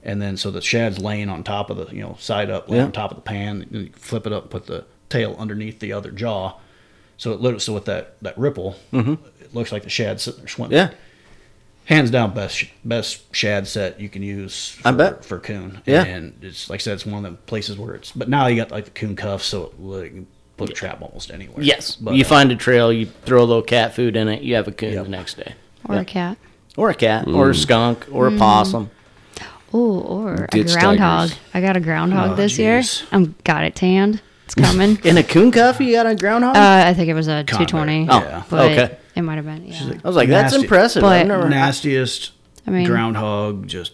Speaker 3: and then so the shad's laying on top of the you know side up, laying
Speaker 4: Yeah.
Speaker 3: on top of the pan. And you flip it up, put the tail underneath the other jaw. So it literally, so with that that ripple, it looks like the shad sitting there swimming.
Speaker 4: Mm-hmm. Yeah.
Speaker 3: hands down best best shad set you can use. For,
Speaker 4: I bet.
Speaker 3: for coon.
Speaker 4: Yeah.
Speaker 3: and it's like I said, it's one of the places where it's. But now you got like the coon cuff, so it, li- you can put a trap almost anywhere. but
Speaker 4: you
Speaker 3: uh,
Speaker 4: find a trail, you throw a little cat food in it, you have a coon
Speaker 3: Yep. Mm.
Speaker 4: the next day.
Speaker 2: or a cat.
Speaker 4: Or a cat, or a skunk, or
Speaker 2: Mm.
Speaker 4: a possum.
Speaker 2: Oh, or
Speaker 1: Ditch
Speaker 2: a groundhog.
Speaker 1: tigers.
Speaker 2: I got a groundhog
Speaker 3: Oh,
Speaker 2: this
Speaker 3: jeez.
Speaker 2: year. I'm got it tanned. It's coming.
Speaker 4: In a coon cuff, you got a groundhog?
Speaker 2: Uh, I think it was a 220.
Speaker 3: Oh, yeah.
Speaker 2: but
Speaker 4: okay.
Speaker 2: It might have been. Yeah.
Speaker 4: I was like, that's
Speaker 3: nasty.
Speaker 4: impressive.
Speaker 2: But-
Speaker 4: I've never,
Speaker 3: nastiest
Speaker 2: I mean-
Speaker 3: groundhog, just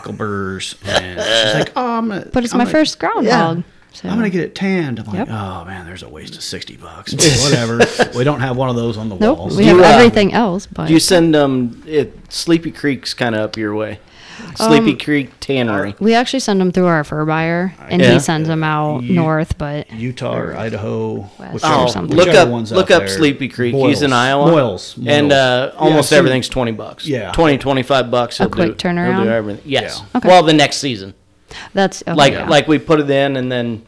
Speaker 3: cockleburrs, and she's like, oh, I'm gonna.
Speaker 2: but it's
Speaker 3: I'm
Speaker 2: my
Speaker 3: gonna-
Speaker 2: first groundhog.
Speaker 3: yeah.
Speaker 2: So.
Speaker 3: I'm gonna get it tanned. I'm like,
Speaker 2: Yep.
Speaker 3: oh man, there's a waste of sixty bucks. But whatever. we don't have one of those on the
Speaker 2: Nope,
Speaker 3: walls.
Speaker 2: we have
Speaker 4: You, uh,
Speaker 2: everything else, but
Speaker 4: do you send them, it, Sleepy Creek's kind of up your way. Sleepy
Speaker 2: Um,
Speaker 4: Creek Tannery.
Speaker 2: we actually send them through our fur buyer, and
Speaker 4: Yeah.
Speaker 2: he sends them out
Speaker 3: You-
Speaker 2: north. But
Speaker 3: Utah or Idaho. whichever-
Speaker 2: or
Speaker 4: Oh,
Speaker 2: something.
Speaker 4: look
Speaker 3: whichever
Speaker 4: up,
Speaker 3: one's
Speaker 4: look
Speaker 3: out
Speaker 4: up
Speaker 3: there.
Speaker 4: Sleepy Creek.
Speaker 3: Boils.
Speaker 4: He's in Iowa.
Speaker 3: Boils.
Speaker 4: And uh,
Speaker 3: Moils. Yeah,
Speaker 4: almost
Speaker 3: I've seen-
Speaker 4: everything's 20 bucks.
Speaker 3: Yeah.
Speaker 4: 20, 25 bucks. he'll
Speaker 2: quick
Speaker 4: do, he'll do
Speaker 2: turnaround?
Speaker 4: everything. Yes.
Speaker 3: Yeah.
Speaker 2: Okay.
Speaker 4: Well, the next season.
Speaker 2: that's okay,
Speaker 4: like
Speaker 2: yeah.
Speaker 4: like we put it in and then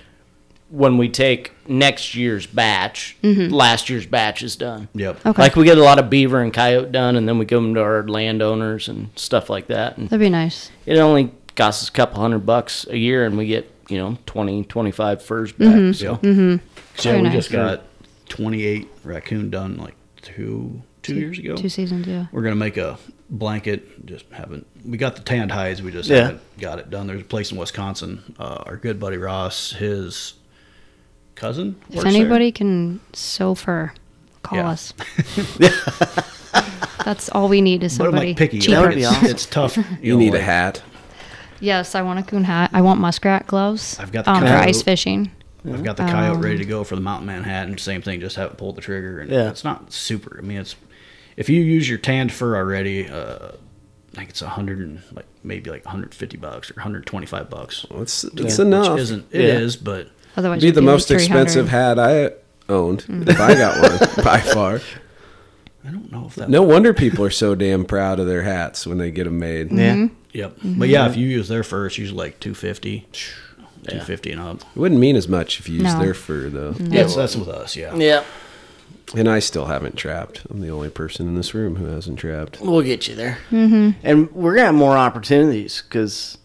Speaker 4: when we take next year's batch last year's batch is done
Speaker 3: Yep.
Speaker 2: Mm-hmm. Okay.
Speaker 4: like we get a lot of beaver and coyote done and then we give them to our landowners and stuff like that and
Speaker 2: that'd be nice.
Speaker 4: it only costs us a couple hundred bucks a year and we get you know 20 25 furs back
Speaker 3: Yeah.
Speaker 4: so
Speaker 3: So
Speaker 2: Mm-hmm. Very
Speaker 3: we
Speaker 2: nice.
Speaker 3: just got 28 raccoon done like two two years ago.
Speaker 2: Two seasons, yeah.
Speaker 3: We're gonna make a blanket. Just haven't. We got the tanned hides. We just
Speaker 4: Yeah.
Speaker 3: haven't got it done. There's a place in Wisconsin. Uh, our good buddy Ross, his cousin.
Speaker 2: If
Speaker 3: works there.
Speaker 2: anybody can sew fur, call
Speaker 3: Yeah.
Speaker 2: us. that's all we need is
Speaker 3: but I'm
Speaker 2: somebody
Speaker 3: like picky.
Speaker 2: cheaper.
Speaker 3: Like,
Speaker 4: That would be
Speaker 3: it's,
Speaker 4: awesome.
Speaker 3: it's tough.
Speaker 1: You
Speaker 3: know,
Speaker 1: need a
Speaker 3: like,
Speaker 1: hat.
Speaker 2: Yes, I want a coon hat. I want muskrat gloves.
Speaker 3: I've got the
Speaker 2: um, for
Speaker 3: coyote.
Speaker 2: ice fishing.
Speaker 3: I've got the coyote ready to
Speaker 2: Um,
Speaker 3: go for the Mountain Manhattan. Same thing. Just haven't pulled the trigger. And
Speaker 4: Yeah.
Speaker 3: It's not super. I mean, it's if you use your tanned fur already. Uh, I think it's a hundred and like maybe like 150 bucks or 125 bucks.
Speaker 1: It's, it's enough.
Speaker 3: Which isn't it is,
Speaker 4: Yeah.
Speaker 3: but
Speaker 2: Otherwise,
Speaker 1: be
Speaker 2: it'd
Speaker 1: the most
Speaker 2: like
Speaker 1: expensive
Speaker 2: 300.
Speaker 1: hat I owned
Speaker 2: Mm.
Speaker 1: if I got one by far.
Speaker 3: I don't know if that
Speaker 1: No wonder people are so damn proud of their hats when they get them made.
Speaker 4: yeah
Speaker 2: Mm-hmm.
Speaker 3: Yep. But yeah, if you use their fur, it's usually like 250, 250 and up.
Speaker 1: It wouldn't mean as much if you used
Speaker 2: No.
Speaker 1: their fur though.
Speaker 3: Yeah, so that's with us. Yeah.
Speaker 4: yeah
Speaker 1: And I still haven't trapped. I'm the only person in this room who hasn't trapped.
Speaker 4: We'll get you there. Mm-hmm. And we're gonna have more opportunities because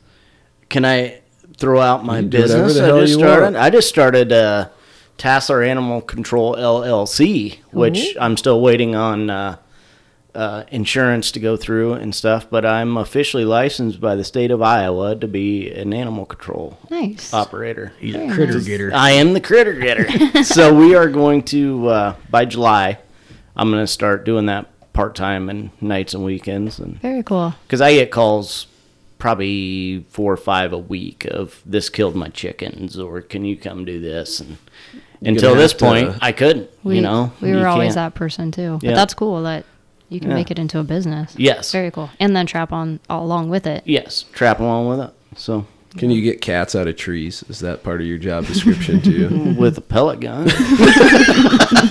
Speaker 4: can I throw out my
Speaker 1: You can do whatever
Speaker 4: business?
Speaker 1: the
Speaker 4: I
Speaker 1: hell
Speaker 4: just
Speaker 1: you
Speaker 4: started.
Speaker 1: want.
Speaker 4: I just started uh, Tassler Animal Control LLC, which I'm still waiting on uh, uh, insurance to go through and stuff. But I'm officially licensed by the state of Iowa to be an animal control
Speaker 2: Nice.
Speaker 4: operator.
Speaker 3: He's a critter
Speaker 2: nice.
Speaker 3: getter.
Speaker 4: I am the critter getter. so we are going to uh, by July. I'm going to start doing that part time and nights and weekends and
Speaker 2: Very cool.
Speaker 4: because I get calls probably four or five a week of this killed my chickens or can you come do this and until
Speaker 1: have
Speaker 4: this
Speaker 1: to-
Speaker 4: point I couldn't
Speaker 2: We,
Speaker 4: you know
Speaker 2: we
Speaker 4: you
Speaker 2: were always
Speaker 4: can't.
Speaker 2: that person too. But
Speaker 4: Yeah.
Speaker 2: that's cool that you can make it into a business.
Speaker 4: Yes.
Speaker 2: Very cool. And then trap on all along with it.
Speaker 4: yes trap along with it so
Speaker 1: Can you get cats out of trees? Is that part of your job description too?
Speaker 4: with a pellet gun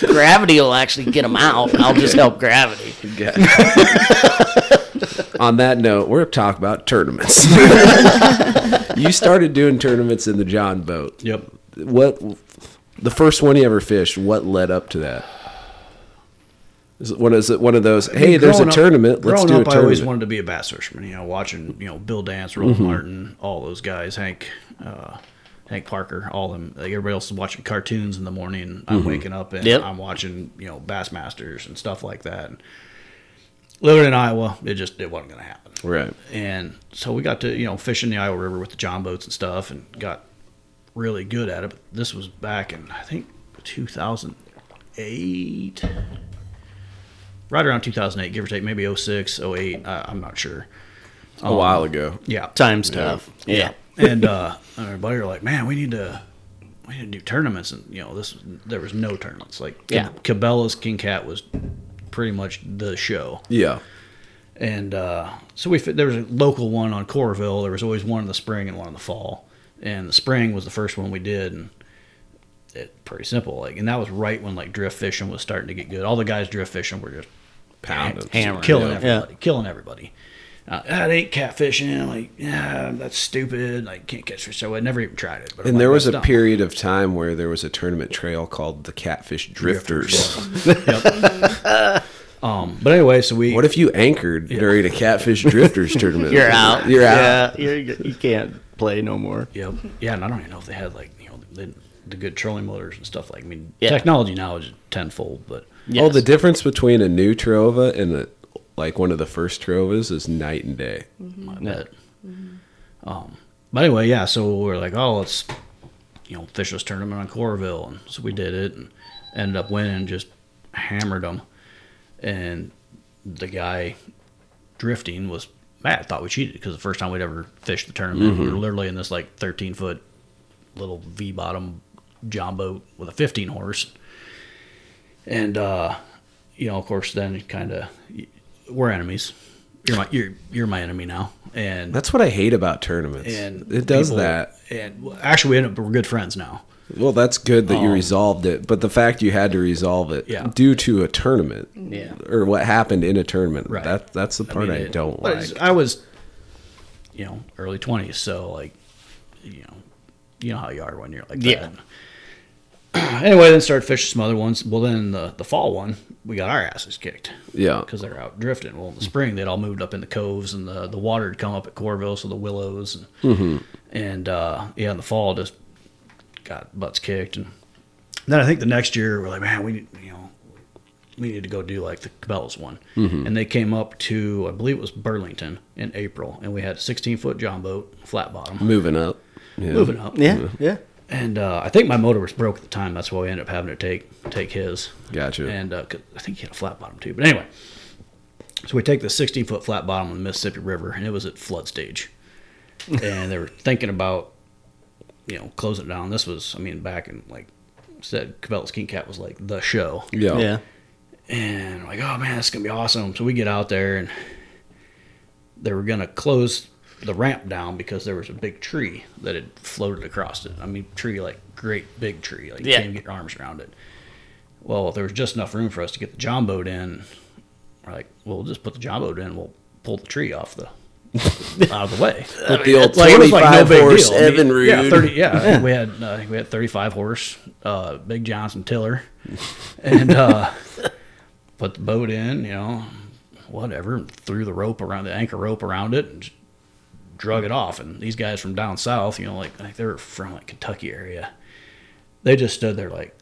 Speaker 4: gravity will actually get them out I'll just help gravity
Speaker 1: On that note, we're talking about tournaments. you started doing tournaments in the John boat.
Speaker 3: Yep.
Speaker 1: What the first one you ever fished? What led up to that? Is it one is it one of those? Hey, there's a
Speaker 3: Growing up-
Speaker 1: tournament. Let's
Speaker 3: growing
Speaker 1: do a
Speaker 3: up, I always
Speaker 1: tournament. Mm-hmm.
Speaker 3: wanted to be a bass fisherman. You know, watching you know Bill Dance, Roland Martin, all those guys, Hank, uh, Hank Parker, all them. Like everybody else is watching cartoons in the morning. I'm
Speaker 1: Mm-hmm.
Speaker 3: waking up and
Speaker 4: Yep.
Speaker 3: I'm watching you know Bassmasters and stuff like that. Living in Iowa, it just it wasn't going to happen.
Speaker 1: right.
Speaker 3: And so we got to, you know, fish in the Iowa River with the John boats and stuff and got really good at it. But this was back in, I think, 2008. Right around 2008, give or take, maybe 06, 08. Uh, I'm not sure.
Speaker 1: a while ago.
Speaker 3: Yeah.
Speaker 4: Time's tough. Yeah.
Speaker 3: and uh, our buddy were like, "Man, we need to, we need to do tournaments." And you know, this there was no tournaments. Like,
Speaker 4: Yeah.
Speaker 3: Cabela's King Cat was pretty much the show,
Speaker 1: Yeah.
Speaker 3: and uh, so we fi- there was a local one on Corville. There was always one in the spring and one in the fall, and the spring was the first one we did, and it pretty simple. Like, and that was right when like drift fishing was starting to get good. All the guys drift fishing were just
Speaker 1: Pounding.
Speaker 3: Hammer, killing
Speaker 1: Yeah.
Speaker 3: everybody, killing everybody. Uh, that ain't catfishing. Like, yeah, that's stupid. Like, can't catch fish. So I never even tried it. But I'm
Speaker 1: And there
Speaker 3: like,
Speaker 1: was
Speaker 3: that's
Speaker 1: a
Speaker 3: dumb.
Speaker 1: period of time where there was a tournament trail called the Catfish Drifters.
Speaker 3: Um, but anyway, so we
Speaker 1: What if you anchored during a Catfish Drifters tournament?
Speaker 4: You're out.
Speaker 1: You're out.
Speaker 4: Yeah, you're, you can't play no more.
Speaker 3: Yep. Yeah, and I don't even know if they had like you know the, the good trolling motors and stuff. Like, I mean,
Speaker 4: Yeah.
Speaker 3: technology now is tenfold, but
Speaker 1: Oh, the difference between a new Trova and a, like one of the first Trovas is night and day.
Speaker 3: But, um, but anyway, yeah. So we were like, oh, let's you know fish this tournament on Corville, and so we did it and ended up winning. Just hammered them, and the guy drifting was mad. Thought we cheated because the first time we'd ever fished the tournament, we were literally in this like 13 foot little V bottom John boat with a 15 horse, and uh, you know, of course, then kind of we're enemies. You're my you're you're my enemy now, and
Speaker 1: That's what I hate about tournaments.
Speaker 3: and
Speaker 1: it does
Speaker 3: people-
Speaker 1: that.
Speaker 3: And well, actually, we ended up we're good friends now.
Speaker 1: Well, that's good that you resolved it, but the fact you had to resolve it
Speaker 3: Um, Yeah.
Speaker 1: due to a tournament,
Speaker 4: Yeah.
Speaker 1: or what happened in a tournament,
Speaker 3: Right.
Speaker 1: that that's the part I,
Speaker 3: mean, it-
Speaker 1: don't
Speaker 3: but
Speaker 1: like.
Speaker 3: it's- I was, you know, early twenties, so like, you know, you know how you are when you're like
Speaker 4: Yeah.
Speaker 3: that. anyway, then started fishing some other ones. Well, then the the fall one, we got our asses kicked
Speaker 1: Yeah,
Speaker 3: because they're out drifting. Well, in the spring, they'd all moved up in the coves, and the the water had come up at Corville, so the willows, and and uh, yeah, in the fall, just got butts kicked. And then I think the next year, we're like, man, we need, you know, we need to go do like the Cabela's one. And they came up to, I believe it was Burlington in April, and we had a 16 foot John boat, flat bottom,
Speaker 1: moving up. Yeah.
Speaker 3: moving up.
Speaker 4: Yeah, yeah.
Speaker 3: And uh, I think my motor was broke at the time. That's why we ended up having to take take his.
Speaker 1: Gotcha.
Speaker 3: And uh, 'cause I think he had a flat bottom too. But anyway, so we take the 16 foot flat bottom on the Mississippi River, and it was at flood stage. and they were thinking about, you know, closing it down. This was, I mean, back in like said, Cabela's King Cat was like the show.
Speaker 1: Yeah.
Speaker 4: Yeah.
Speaker 3: And I'm like, oh man, this is gonna be awesome. So we get out there, and they were gonna close the ramp down because there was a big tree that had floated across it. I mean, tree like great big tree, like you
Speaker 4: Yeah.
Speaker 3: can't even get your arms around it. Well, there was just enough room for us to get the John boat in. We're like, well, we'll just put the John boat in. We'll pull the tree off the out of the way.
Speaker 1: With the old
Speaker 3: Like, it was like no
Speaker 1: 25
Speaker 3: big
Speaker 1: horse
Speaker 3: deal. I mean,
Speaker 1: Evinrude.
Speaker 3: Yeah, thirty. Yeah, I think we had uh, I think we had thirty-five horse, uh, big Johnson tiller, and uh, put the boat in. You know, whatever. and Threw the rope around the anchor rope around it and just drug it off. And these guys from down south, you know, like, like they were from like Kentucky area, they just stood there like,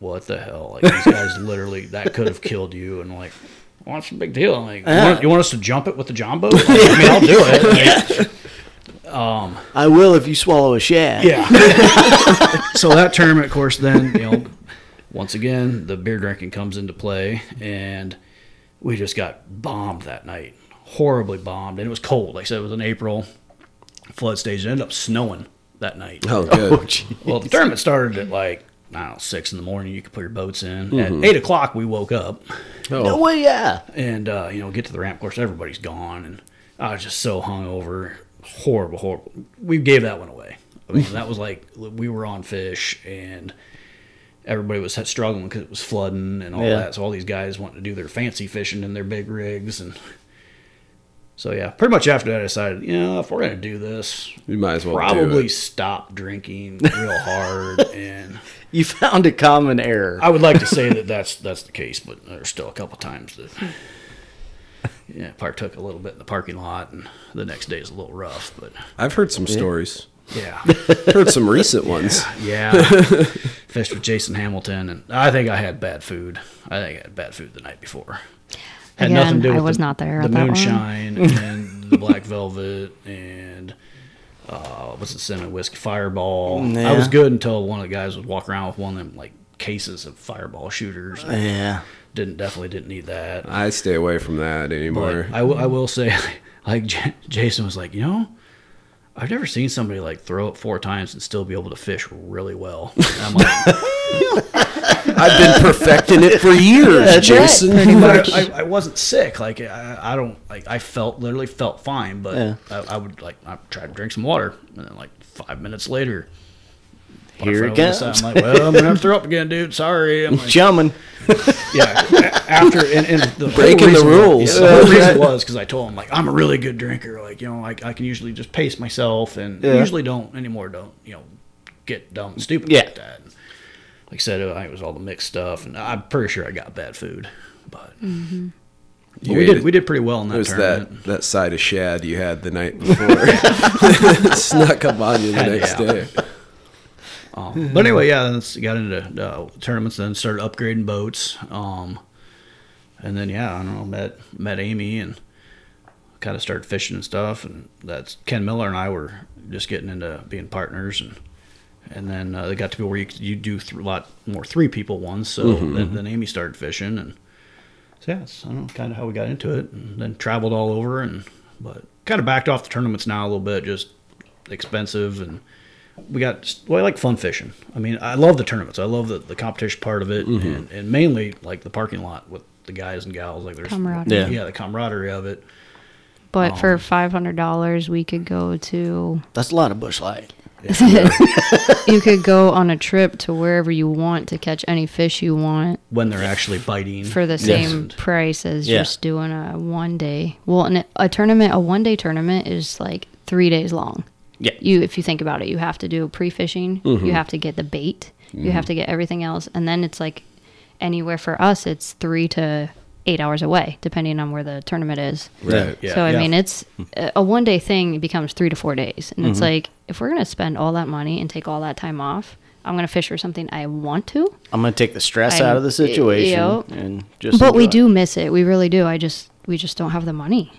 Speaker 3: what the hell? Like these guys literally that could have killed you. And like. What's the big deal? I'm like, you want, you want us to jump it with the jumbo? Like, I mean, I'll do it. Like,
Speaker 4: I will if you swallow a shad.
Speaker 3: Yeah. so that tournament, of course, then, you know, once again, the beer drinking comes into play, and we just got bombed that night. Horribly bombed. And it was cold. Like I said, it was in April. Flood stage. It ended up snowing that night.
Speaker 1: Oh, good.
Speaker 3: Well, the tournament started at like, I don't know, six in the morning. You could put your boats in. At eight o'clock, we woke up
Speaker 4: No way, yeah.
Speaker 3: and uh, you know get to the ramp. Of course, everybody's gone, and I was just so hungover, horrible, horrible. We gave that one away. I mean, that was like we were on fish, and everybody was struggling because it was flooding and all
Speaker 4: Yeah.
Speaker 3: that. So all these guys wanted to do their fancy fishing in their big rigs, and so yeah, pretty much after that, I decided, you know, if we're gonna do this,
Speaker 1: You might as well
Speaker 3: probably
Speaker 1: probably.
Speaker 3: stop drinking real hard and.
Speaker 4: You found a common error.
Speaker 3: I would like to say that that's that's the case, but there's still a couple times that yeah partook a little bit in the parking lot, and the next day is a little rough. But
Speaker 1: I've heard some stories.
Speaker 3: yeah,
Speaker 1: heard some recent ones.
Speaker 3: yeah, fished with Jason Hamilton, and I think I had bad food. I think I had bad food the night before. Had
Speaker 2: Again,
Speaker 3: nothing to do
Speaker 2: I
Speaker 3: with
Speaker 2: was
Speaker 3: the,
Speaker 2: not there
Speaker 3: The
Speaker 2: at that one.
Speaker 3: moonshine and the black velvet and. Uh, what's the cinnamon whiskey fireball? I was
Speaker 4: Yeah.
Speaker 3: good until one of the guys would walk around with one of them like cases of fireball shooters. and
Speaker 4: yeah.
Speaker 3: Didn't definitely didn't need that.
Speaker 1: I stay away from that
Speaker 3: But
Speaker 1: anymore.
Speaker 3: I, w- I will say, like J- Jason was like, you know, I've never seen somebody like throw it four times and still be able to fish really well. And I'm like,
Speaker 1: I've been perfecting it for years, Jason.
Speaker 3: but I, I wasn't sick. Like I, I don't like I felt literally felt fine, but
Speaker 4: Yeah.
Speaker 3: I, I would like I tried to drink some water, and then like five minutes later.
Speaker 4: Here it
Speaker 3: butterfly was
Speaker 4: comes.
Speaker 3: inside. I'm like, well, I'm gonna have to throw up again, dude. Sorry. I'm like,
Speaker 4: Chumming.
Speaker 3: yeah. After and, and the Uh, whole
Speaker 1: Breaking the
Speaker 3: reason-
Speaker 1: rules.
Speaker 3: yeah, the whole reason was because I told him like I'm a really good drinker. Like you know, like I can usually just pace myself, and
Speaker 4: Yeah.
Speaker 3: usually don't anymore. Don't you know, get dumb and stupid
Speaker 4: Yeah.
Speaker 3: like that. And like I said, uh, it was all the mixed stuff, and I'm pretty sure I got bad food, but, but
Speaker 1: You
Speaker 3: Mm-hmm. we
Speaker 1: ate
Speaker 3: did
Speaker 1: it.
Speaker 3: we did pretty well in
Speaker 1: It
Speaker 3: that
Speaker 1: was
Speaker 3: tournament.
Speaker 1: that, that side of shad you had the night before. It snuck up on you the next
Speaker 3: Yeah.
Speaker 1: day.
Speaker 3: Um, but anyway, yeah, that's got into uh, tournaments, then started upgrading boats. Um, and then yeah, I don't know, met met Amy and kind of started fishing and stuff. And that's Ken Miller and I were just getting into being partners, and and then uh, they got to be where you, you do th- a lot more three people ones. So then, then Amy started fishing, and so yeah, that's, I don't know, kind of how we got into it, and then traveled all over, and but kind of backed off the tournaments now a little bit, just expensive and we got well, I like fun fishing. I mean, I love the tournaments. I love the, the competition part of it, and, and mainly like the parking lot with the guys and gals. Like there's
Speaker 2: Camaraderie.
Speaker 3: yeah,
Speaker 4: Yeah.
Speaker 3: the camaraderie of it.
Speaker 2: But for five hundred dollars, we could go to.
Speaker 4: That's a lot of bush light.
Speaker 2: you could go on a trip to wherever you want to catch any fish you want
Speaker 3: When they're actually biting
Speaker 2: for the same
Speaker 3: And-
Speaker 2: price as
Speaker 4: Yeah.
Speaker 2: just doing a one day. Well, and a tournament, a one day tournament is like three days long.
Speaker 4: Yeah. Mm-hmm.
Speaker 2: You, if you think about it, you have to do pre fishing, you have to get the bait, you have to get everything else, and then it's like anywhere for us, it's three to eight hours away, depending on where the tournament is.
Speaker 1: Right.
Speaker 3: Yeah,
Speaker 2: so I
Speaker 3: yeah.
Speaker 2: mean, it's uh, a a one day thing becomes three to four days, and it's
Speaker 3: Mm-hmm.
Speaker 2: like if we're gonna spend all that money and take all that time off, I'm gonna fish for something I want to.
Speaker 4: I'm gonna take the stress
Speaker 2: I'm-
Speaker 4: out of the situation
Speaker 2: Yep.
Speaker 4: and just.
Speaker 2: but we
Speaker 4: enjoy
Speaker 2: do miss it. We really do. I just we just don't have the money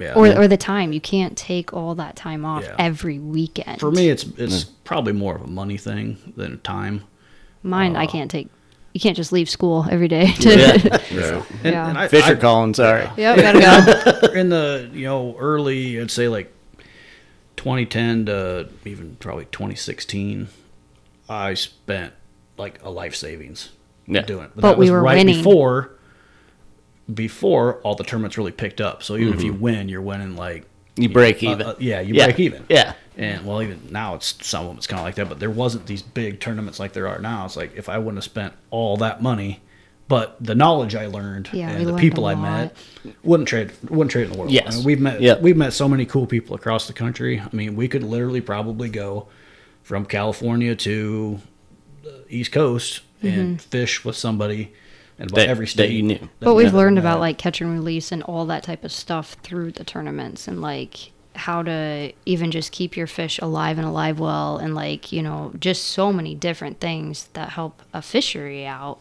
Speaker 3: yeah.
Speaker 2: or or the time. You can't take all that time off
Speaker 3: Yeah.
Speaker 2: every weekend.
Speaker 3: for me, it's it's probably more of a money thing than a time.
Speaker 2: mine, I can't take. You can't just leave school every day. To,
Speaker 4: Yeah.
Speaker 3: And,
Speaker 2: Yeah.
Speaker 3: and I,
Speaker 4: it. Fisher
Speaker 3: I-
Speaker 4: calling. Sorry.
Speaker 2: Yep, gotta go.
Speaker 3: in the you know early i'd say like 2010 to even probably 2016 i spent like a life savings
Speaker 4: Yeah.
Speaker 3: doing it
Speaker 2: But
Speaker 3: that
Speaker 2: we
Speaker 3: was
Speaker 2: were
Speaker 3: right
Speaker 2: winning.
Speaker 3: before before all the tournaments really picked up so even if you win you're winning like
Speaker 4: You Mm-hmm. break
Speaker 3: uh,
Speaker 4: even.
Speaker 3: uh, yeah you
Speaker 4: Yeah.
Speaker 3: break even
Speaker 4: Yeah.
Speaker 3: and well even now it's some of them it's kind of like that but there wasn't these big tournaments like there are now it's like if i wouldn't have spent all that money but the knowledge I learned
Speaker 2: Yeah, we
Speaker 3: and the
Speaker 2: learned
Speaker 3: people
Speaker 2: a
Speaker 3: I met wouldn't trade wouldn't trade in the world. I
Speaker 4: Yes.
Speaker 3: mean, we've met
Speaker 4: Yep.
Speaker 3: we've met so many cool people across the country. I mean, we could literally probably go from California to the East Coast and fish with somebody and about
Speaker 4: That-
Speaker 3: every
Speaker 4: that
Speaker 3: state
Speaker 4: you knew.
Speaker 3: that
Speaker 2: Mm-hmm. But we've
Speaker 3: met.
Speaker 2: learned about like catch and release and all that type of stuff through the tournaments and like how to even just keep your fish alive and alive well and like, you know, just so many different things that help a fishery out.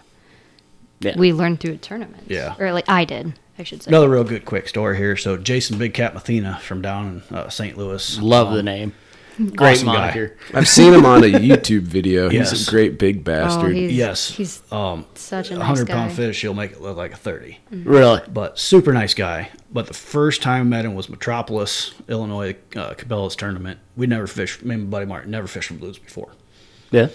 Speaker 4: Yeah.
Speaker 2: We learned through tournaments.
Speaker 3: Yeah.
Speaker 2: Or like I did, I should say.
Speaker 3: Another real good quick story here. So Jason Big Cat Mathena from down in uh, St. Louis.
Speaker 4: Love
Speaker 3: Um,
Speaker 4: the name. Great
Speaker 3: guy.
Speaker 4: moniker.
Speaker 1: I've seen him on a YouTube video. He's
Speaker 3: Yes.
Speaker 1: a great big bastard.
Speaker 2: Oh, he's-
Speaker 3: Yes.
Speaker 2: He's
Speaker 3: um,
Speaker 2: such a
Speaker 3: a
Speaker 2: nice
Speaker 3: hundred
Speaker 2: guy.
Speaker 3: pound fish. He'll make it look like a thirty.
Speaker 4: Really.
Speaker 3: but super nice guy. But the first time I met him was Metropolis, Illinois, uh, Cabela's tournament. We never fished, me and my buddy Martin never fished from blues before.
Speaker 4: Yeah.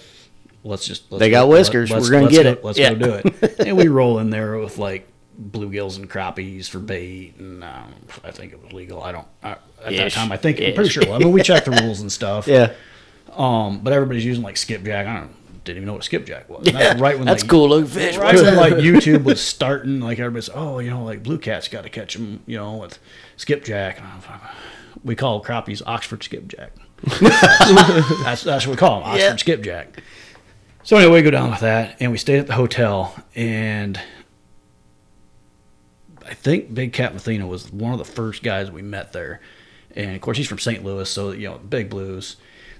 Speaker 3: Let's just let's
Speaker 4: They got
Speaker 3: go-
Speaker 4: whiskers. We're gonna
Speaker 3: let's
Speaker 4: get
Speaker 3: go-
Speaker 4: it.
Speaker 3: Let's
Speaker 4: Yeah.
Speaker 3: go do it. and we roll in there with like bluegills and crappies for bait, and um, I think it was legal. I don't I, at that
Speaker 4: Ish.
Speaker 3: time. I think I'm pretty
Speaker 4: Ish.
Speaker 3: sure. it was. I mean, we checked the rules and stuff.
Speaker 4: Yeah.
Speaker 3: Um, but everybody's using like skipjack. I don't didn't even know what a skipjack was. And That's right when
Speaker 4: That's
Speaker 3: like,
Speaker 4: cool looking fish.
Speaker 3: right when like YouTube was starting, like everybody's, oh, you know, like blue cats got to catch them, you know, with skipjack. And I'm like, We call crappies Oxford skipjack. that's that's what we call them, Oxford
Speaker 4: Yeah.
Speaker 3: skipjack. So anyway, we go down with that, and we stayed at the hotel, and I think Big Cat Mathena was one of the first guys we met there, and of course he's from St. Louis, so you know Big Blues.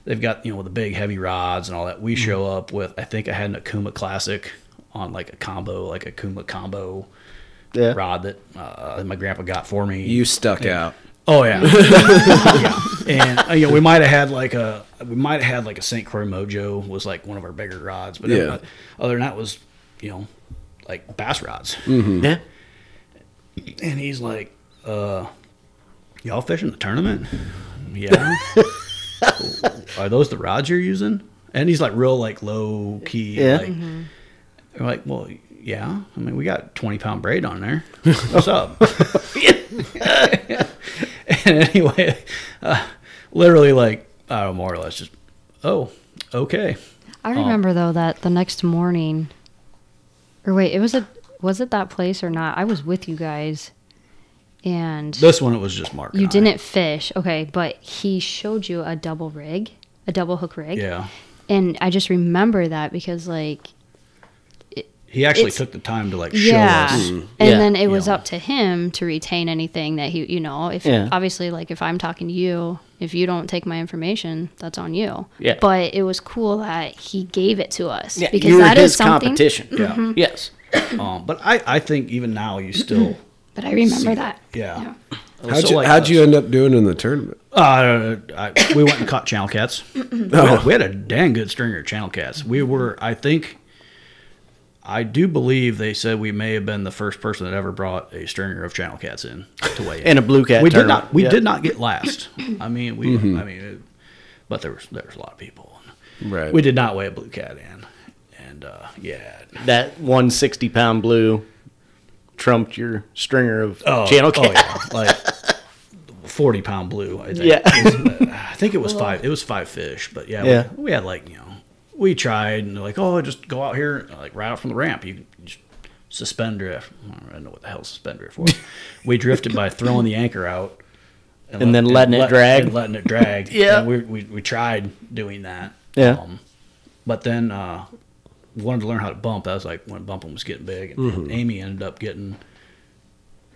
Speaker 3: They've got you know the big heavy rods and all that. We show up with I think I had an Akuma Classic on like a combo, like a Akuma combo
Speaker 4: Yeah.
Speaker 3: rod that uh, that my grandpa got for me.
Speaker 1: You stuck out.
Speaker 3: Oh yeah, Yeah. And uh, you know, we might have had like a we might have had like a Saint Croix Mojo was like one of our bigger rods, but
Speaker 1: Yeah.
Speaker 3: other than that was you know like bass rods.
Speaker 4: Yeah.
Speaker 3: And he's like, uh, Y'all fishing the tournament? Yeah. Are those the rods you're using? And he's like real like low key.
Speaker 4: Yeah.
Speaker 3: Like,
Speaker 2: Mm-hmm.
Speaker 3: I'm like, well, yeah. I mean, we got 20 pound braid on there. What's up? and anyway, uh, literally like, I don't know, more or less just, oh, okay. Oh.
Speaker 2: I remember though that the next morning, or wait, it was a was it that place or not? I was with you guys, and
Speaker 3: This one, it was just Mark.
Speaker 2: you
Speaker 3: and I.
Speaker 2: didn't fish, okay? But he showed you a double rig, a double hook rig,
Speaker 3: Yeah.
Speaker 2: and I just remember that because like
Speaker 3: He actually
Speaker 2: It's-
Speaker 3: took the time to like show
Speaker 2: yeah, Mm-hmm.
Speaker 3: us.
Speaker 2: and
Speaker 4: Mm, Yeah.
Speaker 2: then it was
Speaker 3: Yeah.
Speaker 2: up to him to retain anything that he, you know, if
Speaker 4: Yeah.
Speaker 2: obviously like if I'm talking to you, if you don't take my information, that's on you.
Speaker 4: Yeah.
Speaker 2: But it was cool that he gave it to us
Speaker 4: Yeah,
Speaker 2: because
Speaker 4: you're
Speaker 2: that is
Speaker 4: his
Speaker 2: something.
Speaker 4: competition.
Speaker 3: Yeah.
Speaker 4: Yes.
Speaker 3: Um, but I, I think even now you still.
Speaker 2: But I remember that.
Speaker 3: Yeah.
Speaker 1: How'd,
Speaker 3: So
Speaker 1: you,
Speaker 3: like
Speaker 1: how'd
Speaker 3: us.
Speaker 1: you end up doing in the tournament?
Speaker 3: Uh, I, we went and caught channel cats. we,
Speaker 4: Oh.
Speaker 3: had, we had a dang good stringer of channel cats. We were, I think, I do believe they said we may have been the first person that ever brought a stringer of channel cats in to weigh in.
Speaker 4: In a blue cat
Speaker 3: we
Speaker 4: tournament.
Speaker 3: did not. We
Speaker 4: Yeah. Mm-hmm.
Speaker 3: did not get last. I mean, we. I mean, it, but there was there was a lot of people.
Speaker 1: Right.
Speaker 3: We did not weigh a blue cat in, and uh, yeah,
Speaker 4: That 160 pound blue trumped your stringer of
Speaker 3: Oh,
Speaker 4: channel
Speaker 3: oh,
Speaker 4: cat.
Speaker 3: yeah. like forty pound blue. I think.
Speaker 4: Yeah.
Speaker 3: I think it was five. It was five fish, but yeah,
Speaker 4: Yeah.
Speaker 3: We, we had like you know, we tried and they're like, oh, just go out here like right out from the ramp. You can just suspend drift. I don't really know what the hell suspend drift was. we drifted by throwing the anchor out
Speaker 4: And then letting it drag.
Speaker 3: and letting it drag.
Speaker 4: Yeah.
Speaker 3: And we, we we tried doing that. um,
Speaker 4: Yeah.
Speaker 3: but then uh, wanted to learn how to bump. That was like when bumping was getting big, and
Speaker 4: Mm-hmm.
Speaker 3: Amy ended up getting.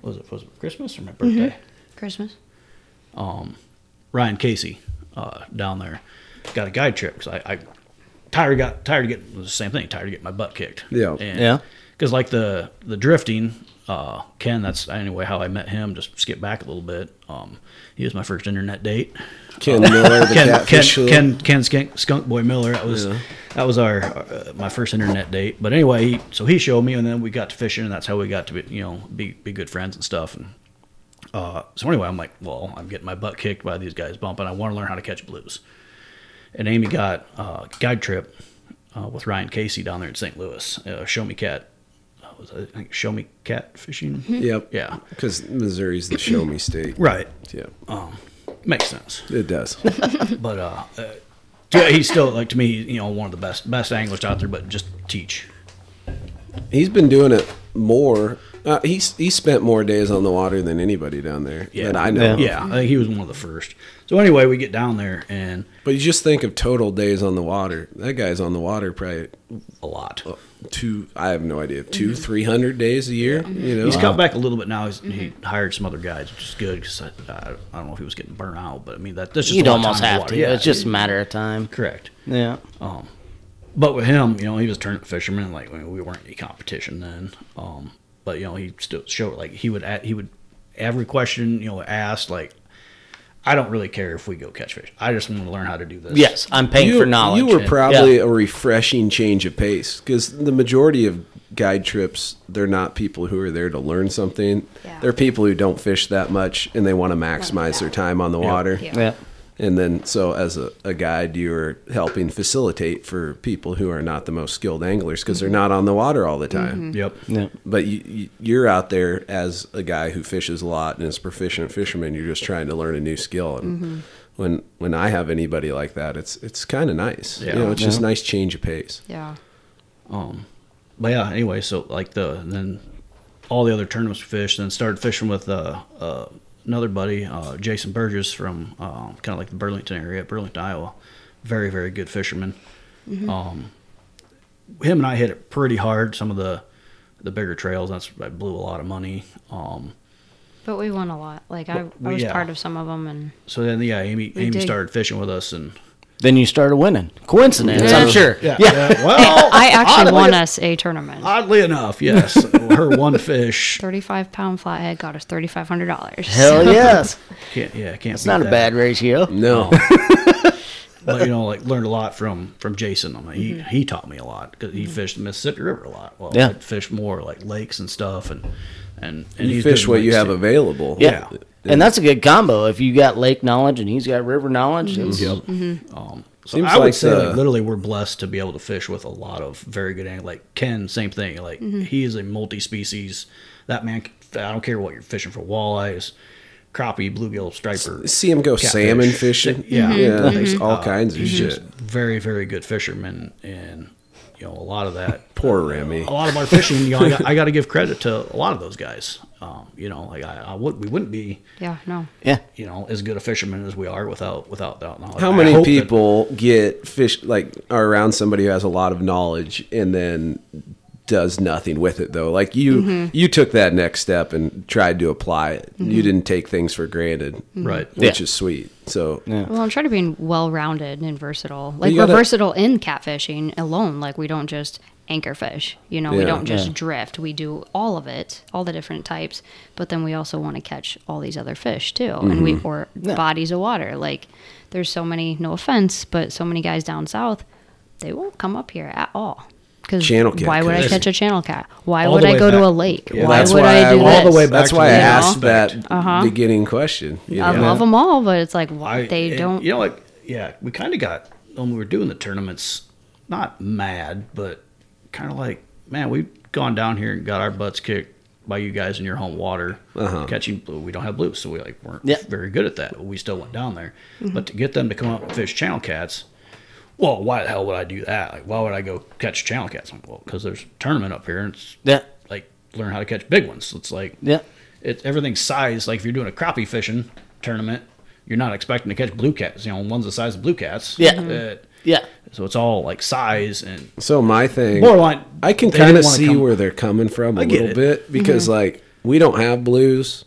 Speaker 3: Was it was it Christmas or my
Speaker 4: Mm-hmm.
Speaker 3: birthday?
Speaker 2: Christmas.
Speaker 3: Ryan Casey uh, down there got a guide trip because I, I tired got tired of getting it was the same thing tired of getting my butt kicked
Speaker 1: Yeah.
Speaker 3: and,
Speaker 4: Yeah.
Speaker 3: because like the the drifting uh, Ken that's anyway how I met him just skip back a little bit um, he was my first internet date
Speaker 1: Ken Miller, the
Speaker 3: Ken Ken,
Speaker 1: catfish. hook.
Speaker 3: Ken Ken Skunk, Skunk Boy Miller. That was that was our uh, my first internet date. But anyway, he, so he showed me, and then we got to fishing, and that's how we got to be you know be be good friends and stuff. And uh, so anyway, I'm like, well, I'm getting my butt kicked by these guys bumping. I want to learn how to catch blues. And Amy got uh, guide trip uh, with Ryan Casey down there in St. Louis. Uh, show me cat. uh, Was it, I think show me cat fishing.
Speaker 1: Yep.
Speaker 3: Yeah.
Speaker 1: Because Missouri's the show me state.
Speaker 3: Right.
Speaker 1: Yeah.
Speaker 3: Makes sense.
Speaker 1: It does.
Speaker 3: but uh, uh yeah, he's still like to me, you know, one of the best best anglers out there. But just teach.
Speaker 1: He's been doing it more. Uh, he's he spent more days on the water than anybody down there
Speaker 3: Yeah.
Speaker 1: that I know. of.
Speaker 3: Yeah, I think Uh, he was one of the first. So anyway, we get down there and
Speaker 1: But you just think of total days on the water. That guy's on the water probably
Speaker 3: a lot.
Speaker 1: Uh-huh. two. I have no idea 2 three hundred days a year. You know,
Speaker 3: He's cut back a little bit now. He's, He
Speaker 4: Mm-hmm.
Speaker 3: hired some other guys, which is good because I, I, I don't know if he was getting burnt out, but I mean that that's just
Speaker 4: You'd
Speaker 3: a lot of
Speaker 4: almost
Speaker 3: time in the
Speaker 4: have
Speaker 3: water.
Speaker 4: to. It's just a matter of time.
Speaker 3: correct.
Speaker 4: Yeah.
Speaker 3: But with him, you know, he was tournament fisherman. Like we- we weren't any competition then. Um, but you know, he still showed like he would a he would every question you know asked like, I don't really care if we go catch fish. I just want to learn how to do this.
Speaker 4: Yes, I'm paying
Speaker 1: you,
Speaker 4: for knowledge.
Speaker 1: You were
Speaker 4: Yeah.
Speaker 1: probably a refreshing change of pace because the majority of guide trips, they're not people who are there to learn something.
Speaker 2: Yeah.
Speaker 1: They're people who don't fish that much and they want to maximize their time on the water.
Speaker 2: Yeah.
Speaker 4: Yeah.
Speaker 1: And then, so as a, a guide, you're helping facilitate for people who are not the most skilled anglers because they're
Speaker 2: Mm-hmm.
Speaker 1: not on the water all the time.
Speaker 3: Yep.
Speaker 4: Yeah.
Speaker 1: But you- you, you're out there as a guy who fishes a lot and is a proficient fisherman. You're just trying to learn a new skill. And
Speaker 4: Mm-hmm.
Speaker 1: when when I have anybody like that, it's it's kind of nice.
Speaker 3: Yeah.
Speaker 1: You know, it's just nice change of pace.
Speaker 2: Yeah.
Speaker 3: But yeah, anyway, so like the then all the other tournaments we fished, then started fishing with uh, uh, another buddy, uh, Jason Burgess from uh, kind of like the Burlington area, Burlington, Iowa. Very very good fisherman.
Speaker 4: Mm-hmm.
Speaker 3: Um, him and I hit it pretty hard. Some of the the bigger trails. That's I blew a lot of money. Um,
Speaker 2: But we won a lot. Like I, I
Speaker 3: we-
Speaker 2: was
Speaker 3: yeah.
Speaker 2: part of some of them, and
Speaker 3: so then yeah, Amy
Speaker 2: We
Speaker 3: Amy
Speaker 2: did.
Speaker 3: started fishing with us and
Speaker 4: Then you started winning. Coincidence,
Speaker 2: Yeah.
Speaker 4: I'm sure. Yeah.
Speaker 3: well
Speaker 2: I actually
Speaker 3: oddly-
Speaker 2: won us a tournament.
Speaker 3: Oddly enough, yes, her one fish.
Speaker 2: Thirty-five pound flathead got us thirty-five hundred dollars.
Speaker 4: Hell yes.
Speaker 3: Can't, yeah, can't.
Speaker 4: It's not a bad ratio.
Speaker 1: No,
Speaker 3: but you know, like learned a lot from from Jason. I mean, he he taught me a lot because he fished the Mississippi River a lot. Well,
Speaker 4: Yeah.
Speaker 3: I'd fish more like lakes and stuff, and and, and
Speaker 1: You
Speaker 3: he's
Speaker 1: fish
Speaker 3: good
Speaker 1: what
Speaker 3: with
Speaker 1: you
Speaker 3: lakes,
Speaker 1: have
Speaker 3: too.
Speaker 1: available.
Speaker 4: Yeah. And that's a good combo. If you got lake knowledge and he's got river knowledge, it's-
Speaker 3: Um, so
Speaker 1: Seems
Speaker 3: I would
Speaker 1: like
Speaker 3: say
Speaker 1: the-
Speaker 3: like literally we're blessed to be able to fish with a lot of very good anglers. Like Ken, same thing. Like he is a multi-species. That man, c- I don't care what you're fishing for: walleyes, crappie, bluegill, striper.
Speaker 1: See him go
Speaker 3: catfish.
Speaker 1: salmon fishing.
Speaker 3: Yeah.
Speaker 1: yeah,
Speaker 3: Mhm.
Speaker 1: there's all
Speaker 3: Uh,
Speaker 1: kinds of
Speaker 3: he's
Speaker 1: shit.
Speaker 3: just Very, very good fisherman, and you know a lot of that.
Speaker 1: Poor
Speaker 3: uh,
Speaker 1: Remy.
Speaker 3: A lot of our fishing, you know, I got, I got to give credit to a lot of those guys. Um, you know, like I, I would, we wouldn't be,
Speaker 2: Yeah, no.
Speaker 4: yeah.
Speaker 3: you know, as good a fisherman as we are without without that knowledge.
Speaker 1: How
Speaker 3: I
Speaker 1: many
Speaker 3: hope that-
Speaker 1: people get fish like are around somebody who has a lot of knowledge and then does nothing with it though? Like you,
Speaker 4: Mm-hmm.
Speaker 1: you took that next step and tried to apply it. You didn't take things for granted,
Speaker 4: Mm-hmm.
Speaker 3: right?
Speaker 1: which is sweet. So
Speaker 2: Well, I'm trying to be well-rounded and versatile. Like
Speaker 1: you
Speaker 2: we're
Speaker 1: gotta-
Speaker 2: versatile in catfishing alone. Like we don't just anchor fish. You know, we
Speaker 1: Yeah.
Speaker 2: don't just drift. We do all of it, all the different types. But then we also want to catch all these other fish too, and
Speaker 1: Mm-hmm.
Speaker 2: we or bodies of water. Like there's so many. No offense, but so many guys down south, they won't come up here at all. Because
Speaker 1: Channel cat
Speaker 2: why would I
Speaker 1: fish.
Speaker 2: catch a channel cat? Why
Speaker 3: All
Speaker 2: would
Speaker 3: the
Speaker 2: I
Speaker 3: way
Speaker 2: go to
Speaker 3: back-
Speaker 2: a lake?
Speaker 3: Yeah,
Speaker 2: why
Speaker 1: that's
Speaker 2: would
Speaker 1: why
Speaker 2: I do
Speaker 1: all the
Speaker 2: this?
Speaker 1: way back. That's
Speaker 3: to
Speaker 1: why I
Speaker 3: the
Speaker 1: asked
Speaker 3: aspect.
Speaker 1: that beginning question. you
Speaker 2: I
Speaker 1: know?
Speaker 2: love them all, but it's like why
Speaker 3: I-
Speaker 2: they
Speaker 3: and,
Speaker 2: don't.
Speaker 3: You know, like yeah, we kind of got when we were doing the tournaments, not mad, but kind of like man, we've gone down here and got our butts kicked by you guys in your home water catching blue. We don't have blues, so we like weren't
Speaker 4: Uh-huh. Yeah.
Speaker 3: very good at that. We still went down there,
Speaker 2: Mm-hmm.
Speaker 3: but to get them to come up and fish channel cats. Well, why the hell would I do that? Like, why would I go catch channel cats? I'm like, well, because there's a tournament up here, and it's
Speaker 4: Yeah.
Speaker 3: like learn how to catch big ones. It's like
Speaker 4: Yeah.
Speaker 3: it's everything's sized. Like if you're doing a crappie fishing tournament, you're not expecting to catch blue cats. You know, one's the size of blue cats.
Speaker 4: Yeah.
Speaker 3: Uh,
Speaker 4: Yeah.
Speaker 3: so it's all like size and
Speaker 1: So my thing,
Speaker 3: Borderline,
Speaker 1: I can
Speaker 3: they didn't
Speaker 1: kind of
Speaker 3: wanna
Speaker 1: see
Speaker 3: come-
Speaker 1: where they're coming from a
Speaker 3: get
Speaker 1: little
Speaker 3: it.
Speaker 1: bit because like we don't have blues,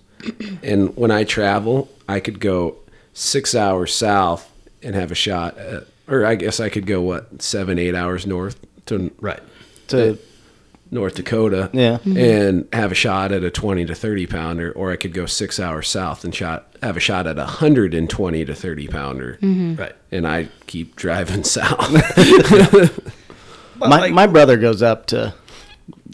Speaker 1: and when I travel, I could go six hours south and have a shot, at, or I guess I could go what seven eight hours north to
Speaker 3: right.
Speaker 4: To
Speaker 1: North Dakota,
Speaker 4: Yeah.
Speaker 1: and have a shot at a twenty to thirty pounder, or I could go six hours south and shot have a shot at a hundred and twenty to thirty pounder,
Speaker 3: Right.
Speaker 1: and I keep driving south.
Speaker 3: But,
Speaker 4: my,
Speaker 3: like,
Speaker 4: my brother goes up to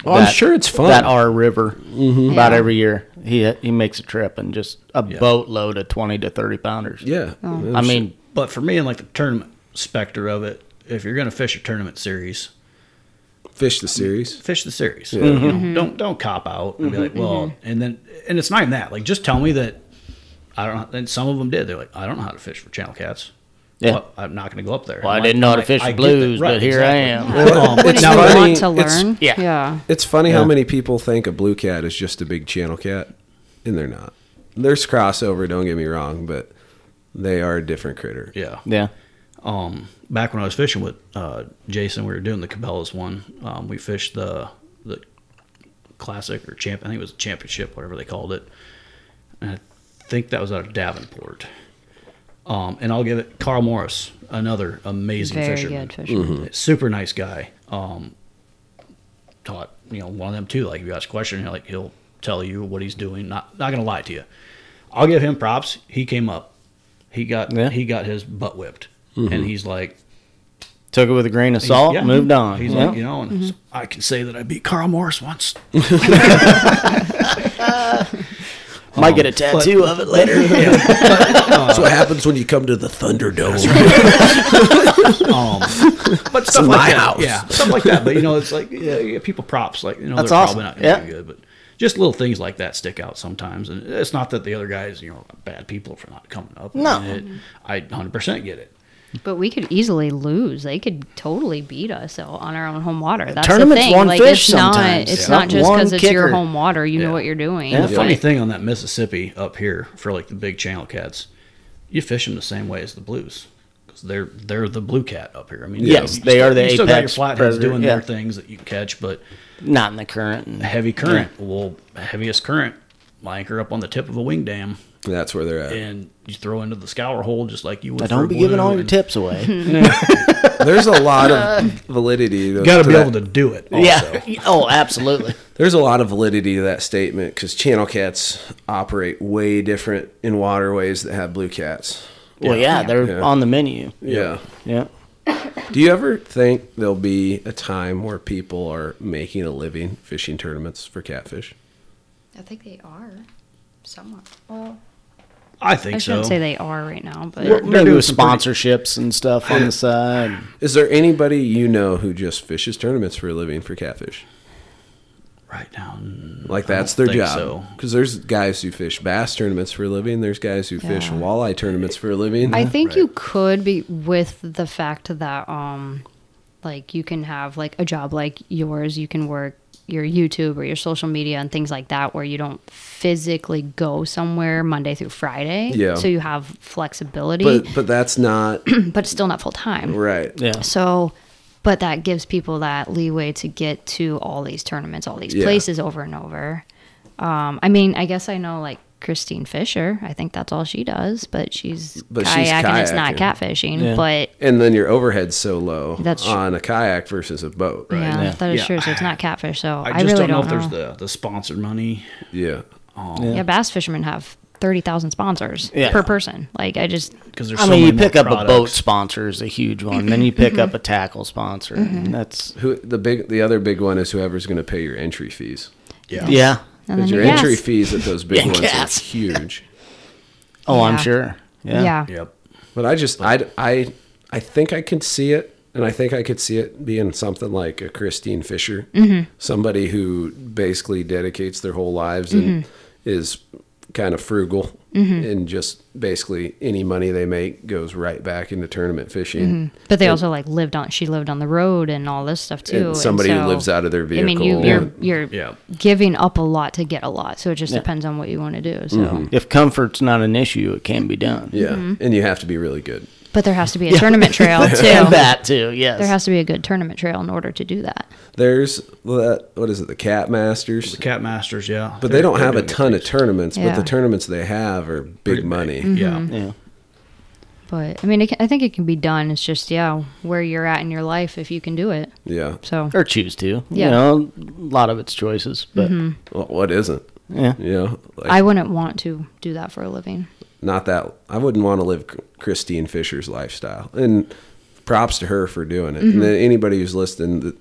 Speaker 1: Oh, I'm sure it's fun.
Speaker 4: that R River about
Speaker 2: Yeah.
Speaker 4: every year. He he makes a trip and just a boatload of twenty to thirty pounders.
Speaker 1: yeah,
Speaker 4: I mean,
Speaker 3: but for me, in like the tournament specter of it, if you're gonna fish a tournament series,
Speaker 1: fish the series.
Speaker 3: fish the series. You know, Don't don't cop out and be
Speaker 4: Mm-hmm.
Speaker 3: like, well, and then and it's not even that. Like, just tell me that I don't. And some of them did. They're like, I don't know how to fish for channel cats.
Speaker 4: Yeah.
Speaker 3: Well, I'm not going to go up there.
Speaker 4: well, I
Speaker 3: I'm like-
Speaker 4: didn't know how
Speaker 3: I'm
Speaker 4: to
Speaker 3: like,
Speaker 4: fish
Speaker 3: I
Speaker 4: for
Speaker 3: get
Speaker 4: blues,
Speaker 3: that. Right,
Speaker 4: but here
Speaker 3: exactly.
Speaker 4: I am.
Speaker 1: Well,
Speaker 2: Wouldn't
Speaker 1: it's
Speaker 2: you
Speaker 1: funny.
Speaker 2: want to
Speaker 1: It's-
Speaker 2: learn?
Speaker 4: yeah.
Speaker 2: yeah.
Speaker 1: It's funny how many people think a blue cat is just a big channel cat, and they're not. There's crossover, don't get me wrong, but they are a different critter.
Speaker 3: Yeah.
Speaker 4: Yeah,
Speaker 3: um, back when I was fishing with uh, Jason, we were doing the Cabela's one. Um, we fished the the classic or champ. I think it was a championship, whatever they called it. And I think that was out of Davenport. Um, and I'll give it Carl Morris, another amazing
Speaker 2: Very
Speaker 3: fisherman,
Speaker 2: good fisherman.
Speaker 4: Mm-hmm.
Speaker 3: super nice guy. Um, taught you know one of them too. Like if you ask a question, like he'll tell you what he's doing. Not not gonna lie to you. I'll give him props. He came up. He got
Speaker 4: Yeah.
Speaker 3: he got his butt whipped, and he's like,
Speaker 4: took it with a grain of
Speaker 3: he's-
Speaker 4: salt,
Speaker 3: yeah.
Speaker 4: Oh, moved on.
Speaker 3: He's
Speaker 4: Yeah.
Speaker 3: like, you know, and so I can say that I beat Carl Morris once.
Speaker 4: might get a tattoo of it later.
Speaker 1: That's what happens when you come to the Thunderdome.
Speaker 3: Um, but stuff
Speaker 1: my
Speaker 3: like that,
Speaker 1: house.
Speaker 3: yeah, stuff like that. But you know, it's like yeah, yeah, people props, like you know,
Speaker 4: That's
Speaker 3: they're
Speaker 4: awesome.
Speaker 3: probably not gonna
Speaker 4: Yeah.
Speaker 3: do good, but just little things like that stick out sometimes. And it's not that the other guys, you know, are bad people for not coming up.
Speaker 4: No.
Speaker 3: It- I 100 percent get it.
Speaker 2: But we could easily lose. They could totally beat us o- on our own home water. That's
Speaker 4: Tournaments
Speaker 2: the thing.
Speaker 4: won
Speaker 2: like
Speaker 4: fish
Speaker 2: it's not.
Speaker 4: sometimes.
Speaker 2: It's
Speaker 4: Yeah.
Speaker 2: not just
Speaker 4: One
Speaker 2: because it's your
Speaker 4: kicker.
Speaker 2: home water. You
Speaker 3: Yeah.
Speaker 2: know what you're doing.
Speaker 3: And the
Speaker 2: Like,
Speaker 3: funny thing on that Mississippi up here for like the big channel cats, you fish them the same way as the blues because they're they're the blue cat up here. I mean, you
Speaker 4: Yes,
Speaker 3: know,
Speaker 4: they
Speaker 3: you
Speaker 4: are
Speaker 3: still-
Speaker 4: the
Speaker 3: you still got your
Speaker 4: apex
Speaker 3: flatheads
Speaker 4: predator,
Speaker 3: doing
Speaker 4: yeah.
Speaker 3: their things that you can catch, but
Speaker 4: Not in the current.
Speaker 3: a heavy current will heaviest current will anchor up on the tip of a wing dam
Speaker 1: That's where they're at.
Speaker 3: and you throw into the scour hole just like you would.
Speaker 4: Now,
Speaker 3: for a
Speaker 4: don't be giving
Speaker 3: blue,
Speaker 4: all your
Speaker 3: and
Speaker 4: tips away.
Speaker 1: There's a lot of validity. To,
Speaker 3: You got to
Speaker 1: to
Speaker 3: be
Speaker 1: that-
Speaker 3: able to do it. Also.
Speaker 4: yeah. Oh, absolutely.
Speaker 1: There's a lot of validity to that statement because channel cats operate way different in waterways that have blue cats.
Speaker 4: Well, yeah, they're on the menu.
Speaker 1: Yeah.
Speaker 4: Yeah.
Speaker 1: Do you ever think there'll be a time where people are making a living fishing tournaments for catfish?
Speaker 2: I think they are somewhat. Well,
Speaker 3: I think
Speaker 2: I
Speaker 3: so.
Speaker 2: shouldn't say they are right now, but
Speaker 4: Maybe with sponsorships and stuff on the side.
Speaker 1: Is there anybody you know who just fishes tournaments for a living for catfish?
Speaker 3: right now. mm,
Speaker 1: Like
Speaker 3: I
Speaker 1: that's
Speaker 3: don't
Speaker 1: their
Speaker 3: think
Speaker 1: job.
Speaker 3: So.
Speaker 1: Because there's guys who fish bass tournaments for a living. There's guys who fish
Speaker 2: Yeah.
Speaker 1: walleye tournaments for a living.
Speaker 2: I think you could be with the fact that um like you can have like a job like yours, you can work your YouTube or your social media and things like that where you don't physically go somewhere Monday through Friday.
Speaker 1: Yeah.
Speaker 2: So you have flexibility
Speaker 1: but
Speaker 2: but,
Speaker 1: but that's not
Speaker 2: still not full time.
Speaker 1: right.
Speaker 4: Yeah.
Speaker 2: So but that gives people that leeway to get to all these tournaments, all these
Speaker 1: Yeah.
Speaker 2: places over and over. Um, I mean, I guess I know like Christine Fisher. I think that's all she does, but she's
Speaker 1: But she's
Speaker 2: kayaking. It's not
Speaker 1: kayaking.
Speaker 2: catfishing,
Speaker 4: Yeah.
Speaker 2: but
Speaker 1: And then your overhead's so low
Speaker 2: That's tr-
Speaker 1: on a kayak versus a boat. Right.
Speaker 2: yeah,
Speaker 4: Yeah.
Speaker 2: that is
Speaker 3: Yeah.
Speaker 2: true. So it's not catfish. So I,
Speaker 3: I just
Speaker 2: really
Speaker 3: don't know if there's the, the sponsored money.
Speaker 1: Yeah.
Speaker 2: yeah. bass fishermen have thirty thousand sponsors
Speaker 4: Yeah.
Speaker 2: per person. Like I just
Speaker 3: Because there's
Speaker 4: I
Speaker 3: so
Speaker 4: mean, you
Speaker 3: many more
Speaker 4: pick up a boat
Speaker 3: products.
Speaker 4: sponsor is a huge one. Then you pick
Speaker 2: Mm-hmm.
Speaker 4: up a tackle sponsor. and That's
Speaker 1: Who the big the other big one is whoever's going to pay your entry fees.
Speaker 3: Yeah.
Speaker 4: yeah.
Speaker 2: and then
Speaker 1: Because your
Speaker 2: yes.
Speaker 1: entry fees at those big
Speaker 4: Yeah,
Speaker 1: ones
Speaker 4: yes.
Speaker 1: are huge.
Speaker 4: Oh, I'm
Speaker 2: Yeah.
Speaker 4: sure. Yeah.
Speaker 2: Yeah.
Speaker 3: Yep.
Speaker 1: But I just I I I think I could see it, and I think I could see it being something like a Christine Fisher,
Speaker 2: Mm-hmm.
Speaker 1: somebody who basically dedicates their whole lives
Speaker 2: Mm-hmm.
Speaker 1: and is kind of frugal and just basically any money they make goes right back into tournament fishing.
Speaker 2: But they also like lived on. She lived on the road and all this stuff too.
Speaker 1: And somebody who
Speaker 2: so-
Speaker 1: lives out of their
Speaker 2: I
Speaker 1: vehicle.
Speaker 2: mean, you, you're you're
Speaker 3: Yeah.
Speaker 2: giving up a lot to get a lot. So it just
Speaker 4: Yeah.
Speaker 2: depends on what you want to do. So,
Speaker 1: Mm-hmm.
Speaker 4: If comfort's not an issue, it can be done.
Speaker 1: yeah,
Speaker 2: mm-hmm.
Speaker 1: and you have to be really good.
Speaker 2: but there has to be a tournament trail too.
Speaker 4: And that too. Yes.
Speaker 2: There has to be a good tournament trail in order to do that.
Speaker 1: There's that. What is it? The Cat Masters.
Speaker 3: Cat Masters, yeah.
Speaker 1: But they don't have a
Speaker 3: doing
Speaker 1: ton of tournaments, but
Speaker 2: Yeah.
Speaker 1: the tournaments they have are big money.
Speaker 4: Mm-hmm.
Speaker 3: it. Yeah.
Speaker 4: yeah.
Speaker 2: But I mean, it can, I think it can be done. It's just yeah, where you're at in your life if you can do it.
Speaker 1: Yeah.
Speaker 2: So
Speaker 4: Or choose to.
Speaker 2: Yeah. Mm-hmm.
Speaker 4: You know, a lot of it's choices, but
Speaker 1: Well, what isn't?
Speaker 4: yeah.
Speaker 1: You know, like
Speaker 2: I wouldn't want to do that for a living.
Speaker 1: not that I wouldn't want to live Christine Fisher's lifestyle. And props to her for doing it.
Speaker 2: Mm-hmm.
Speaker 1: And then anybody who's listening, that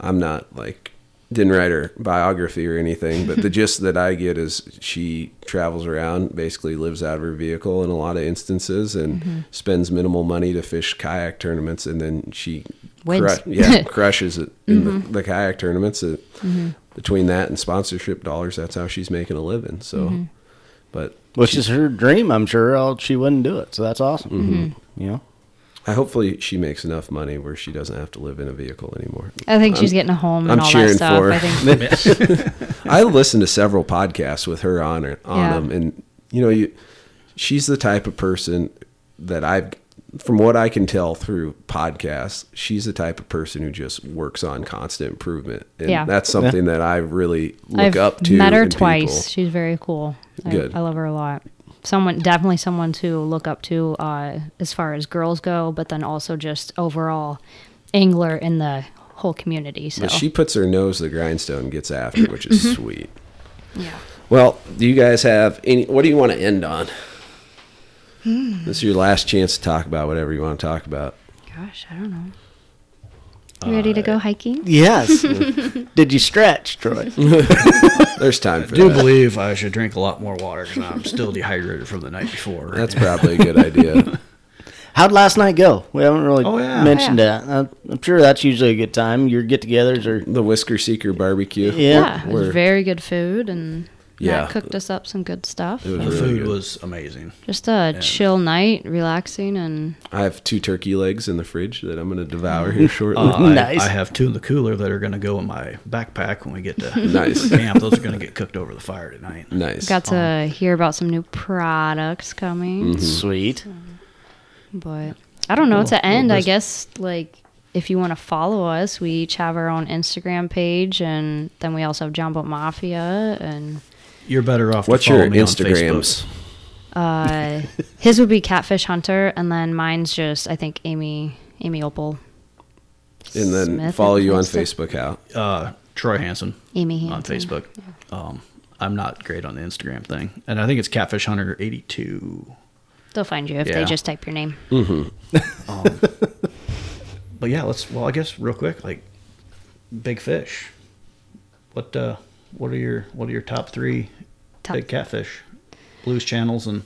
Speaker 1: I'm not like didn't write her biography or anything, but the gist that I get is she travels around, basically lives out of her vehicle in a lot of instances, and
Speaker 2: Mm-hmm.
Speaker 1: spends minimal money to fish kayak tournaments, and then she
Speaker 2: Wins. Mm-hmm.
Speaker 1: yeah, crushes it in the, the kayak tournaments. It, Between that and sponsorship dollars, that's how she's making a living. So,
Speaker 2: Mm-hmm.
Speaker 1: but
Speaker 4: Which is her dream, I'm sure, else she wouldn't do it. So that's awesome. Mm-hmm. You know?
Speaker 1: I hopefully she makes enough money where she doesn't have to live in a vehicle anymore.
Speaker 2: I think she's getting a home and
Speaker 1: I'm
Speaker 2: all that
Speaker 1: cheering
Speaker 2: stuff.
Speaker 1: for her.
Speaker 2: I think
Speaker 1: I listened to several podcasts with her on her, on
Speaker 2: Yeah.
Speaker 1: them, and you know, you she's the type of person that I've, from what I can tell through podcasts, she's the type of person who just works on constant improvement, and
Speaker 2: Yeah.
Speaker 1: that's something that I really look
Speaker 2: I've
Speaker 1: up to.
Speaker 2: met her
Speaker 1: in people.
Speaker 2: twice. She's very cool. I,
Speaker 1: Good.
Speaker 2: I love her a lot. Someone definitely someone to look up to uh, as far as girls go, but then also just overall angler in the whole community. So
Speaker 1: But she puts her nose to the grindstone and gets after, it, which is sweet.
Speaker 2: yeah.
Speaker 1: Well, do you guys have any? What do you want to end on?
Speaker 2: Hmm.
Speaker 1: This is your last chance to talk about whatever you want to talk about.
Speaker 2: Gosh, I don't know.
Speaker 1: Uh,
Speaker 2: You ready to go hiking?
Speaker 4: Yes. Did you stretch, Troy?
Speaker 1: There's time for
Speaker 3: I do
Speaker 1: that.
Speaker 3: believe I should drink a lot more water because I'm still dehydrated from the night before.
Speaker 1: That's probably a good idea.
Speaker 4: How'd last night go? We haven't really
Speaker 3: Oh, yeah.
Speaker 4: mentioned
Speaker 2: Oh,
Speaker 4: that. I'm- I'm sure that's usually a good time. Your get togethers are.
Speaker 1: The Whisker Seeker barbecue.
Speaker 4: Yeah.
Speaker 2: Yeah, it was
Speaker 1: we're-
Speaker 2: very good food and yeah,
Speaker 1: Yeah.
Speaker 2: cooked us up some good stuff.
Speaker 1: It was
Speaker 3: the
Speaker 1: really
Speaker 3: food
Speaker 1: good.
Speaker 3: was amazing.
Speaker 2: Just a chill night, relaxing and
Speaker 1: I have two turkey legs in the fridge that I'm going to devour here shortly.
Speaker 3: Oh, I,
Speaker 4: Nice.
Speaker 3: I have two in the cooler that are going to go in my backpack when we get to
Speaker 1: Nice.
Speaker 3: camp. Those are going to get cooked over the fire tonight.
Speaker 1: nice.
Speaker 2: Got to hear about some new products coming,
Speaker 3: mm-hmm.
Speaker 4: Sweet.
Speaker 2: but I don't know. It's an
Speaker 3: Cool. Well,
Speaker 2: end, I
Speaker 3: this-
Speaker 2: guess. Like, if you want to follow us, we each have our own Instagram page, and then we also have Jumbo Mafia, and
Speaker 3: You're better off.
Speaker 1: What's
Speaker 3: to follow
Speaker 1: your
Speaker 3: me on
Speaker 1: Instagrams?
Speaker 3: Facebook.
Speaker 2: uh, his would be Catfish Hunter, and then mine's just I think Amy Amy Opal,
Speaker 1: And then
Speaker 2: Smith,
Speaker 1: follow
Speaker 2: I
Speaker 1: you on
Speaker 2: think
Speaker 1: Facebook out.
Speaker 3: Uh, Troy Hansen
Speaker 2: Amy
Speaker 3: on
Speaker 2: Hansen.
Speaker 3: Facebook. Um, I'm not great on the Instagram thing, and I think it's Catfish Hunter 82.
Speaker 2: They'll find you if
Speaker 3: Yeah.
Speaker 2: they just type your name.
Speaker 3: But yeah, let's. Well, I guess real quick, like big fish. What uh, What are your What are your top three
Speaker 2: Top-
Speaker 3: big catfish? Blues channels and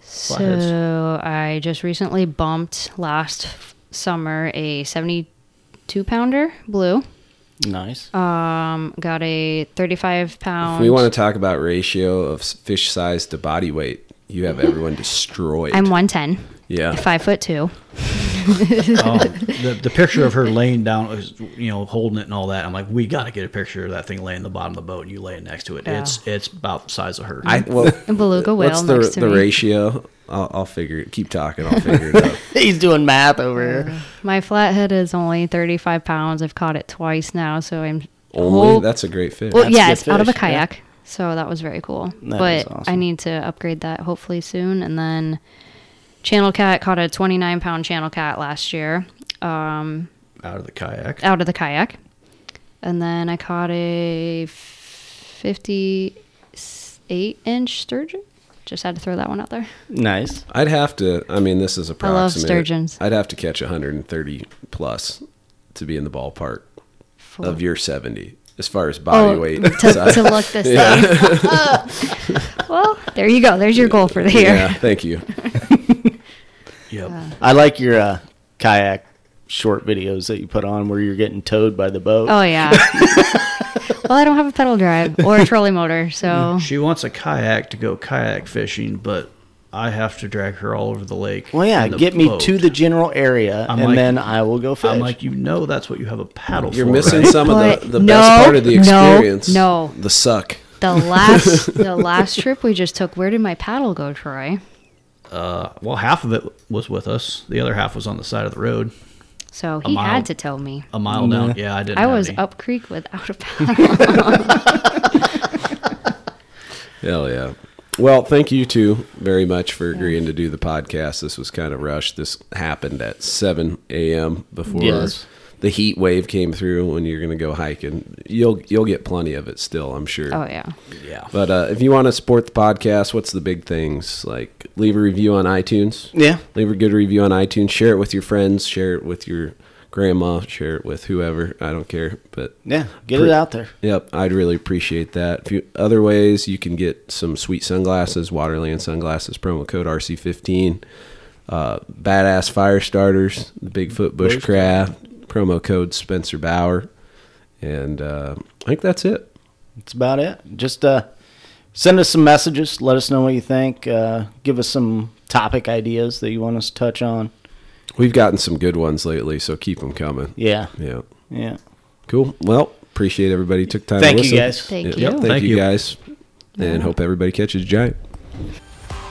Speaker 3: Flatheads.
Speaker 2: So I just recently bumped last f- summer a 72 pounder blue.
Speaker 4: Nice.
Speaker 2: Got a 35
Speaker 1: If
Speaker 2: pound.
Speaker 1: we want to talk about ratio of s- fish size to body weight, you have everyone destroyed.
Speaker 2: I'm 110,
Speaker 1: yeah.
Speaker 2: five foot two.
Speaker 3: um, the the picture of her laying down, is, you know, holding it and all that. I'm like, we got to get a picture of that thing laying in the bottom of the boat and you laying next to it. It's it's about the size of her.
Speaker 1: I, well,
Speaker 2: A beluga whale
Speaker 1: what's the,
Speaker 2: Oh, next to
Speaker 1: the
Speaker 2: me.
Speaker 1: ratio? I'll, I'll figure it. Keep talking. I'll figure it out.
Speaker 4: He's doing math over here.
Speaker 2: My flathead is only 35 pounds. I've caught it twice now, so I'm.
Speaker 1: Only
Speaker 2: hol-
Speaker 1: that's a great fish.
Speaker 2: Well,
Speaker 4: That's
Speaker 2: yeah,
Speaker 4: good
Speaker 2: it's out of a
Speaker 4: fish, yeah.
Speaker 2: kayak, so that was very cool.
Speaker 4: That is
Speaker 2: but I
Speaker 4: awesome.
Speaker 2: need to upgrade that hopefully soon. And then channel cat caught a 29 pound channel cat last year
Speaker 3: out of the kayak.
Speaker 2: out of the kayak, and then I caught a 58 inch sturgeon. Just had to throw that one out there.
Speaker 4: Nice.
Speaker 1: I'd have to. I mean, this is
Speaker 2: I love
Speaker 1: approximate.
Speaker 2: sturgeons.
Speaker 1: I'd have to catch 130 plus to be in the ballpark
Speaker 2: For-
Speaker 1: of your 70 as far as body
Speaker 2: Oh,
Speaker 1: weight.
Speaker 2: to, to look this up. well, there you go. There's your goal for the year.
Speaker 1: Yeah, thank you.
Speaker 3: Yep.
Speaker 4: I like your uh, kayak short videos that you put on where you're getting towed by the boat.
Speaker 2: Oh yeah. well, I don't have a pedal drive or a trolley motor, so
Speaker 3: She wants a kayak to go kayak fishing, but I have to drag her all over the lake.
Speaker 4: Well, yeah,
Speaker 3: in the
Speaker 4: get me
Speaker 3: boat.
Speaker 4: to the general area,
Speaker 3: I'm
Speaker 4: and
Speaker 3: like-
Speaker 4: then I will go fish.
Speaker 3: I'm like, you know, that's what you have a paddle
Speaker 1: You're
Speaker 3: for.
Speaker 1: missing
Speaker 3: right?
Speaker 1: some of the,
Speaker 2: But
Speaker 1: the
Speaker 2: no,
Speaker 1: best part of the
Speaker 2: no,
Speaker 1: experience.
Speaker 2: no.
Speaker 1: The suck.
Speaker 2: the last the last trip we just took, where did my paddle go, Troy?
Speaker 3: Uh, Well, half of it was with us. The other half was on the side of the road,
Speaker 2: So
Speaker 3: A
Speaker 2: he
Speaker 3: mile.
Speaker 2: had to tell me.
Speaker 3: a mile down. Yeah, I didn't.
Speaker 2: Mm-hmm. I
Speaker 3: have
Speaker 2: was
Speaker 3: any.
Speaker 2: up creek without a paddle.
Speaker 1: Hell yeah. Well, thank you two very much for agreeing to do the podcast. This was kind of rushed. This happened at 7 a.m. before
Speaker 4: Yes.
Speaker 1: the heat wave came through when you're going to go hiking. You'll you'll get plenty of it still, I'm sure.
Speaker 2: oh yeah.
Speaker 1: But uh, if you want to support the podcast, what's the big things? Like leave a review on iTunes.
Speaker 4: Yeah.
Speaker 1: Leave a good review on iTunes. Share it with your friends. Share it with your grandma. Share it with whoever. I don't care. But
Speaker 4: yeah, get
Speaker 1: Pre-
Speaker 4: it out there.
Speaker 1: Yep, I'd really appreciate that. If you, other ways, you can get some sweet sunglasses, Waterland sunglasses, promo code RC15. Uh, badass fire starters, the Bigfoot Bushcraft, promo code Spencer Bauer. And uh, I think that's it.
Speaker 4: That's about it. Just uh, send us some messages. Let us know what you think. Uh, give us some topic ideas that you want us to touch on.
Speaker 1: We've gotten some good ones lately, so keep them coming.
Speaker 4: Yeah,
Speaker 1: Yeah.
Speaker 4: yeah.
Speaker 1: Cool. Well, appreciate everybody took time
Speaker 4: Thank
Speaker 1: to
Speaker 4: you,
Speaker 1: listen.
Speaker 4: guys.
Speaker 2: Thank
Speaker 1: Yep,
Speaker 2: you.
Speaker 1: Thank,
Speaker 3: Thank
Speaker 1: you,
Speaker 3: you.
Speaker 1: guys. And hope everybody catches a giant.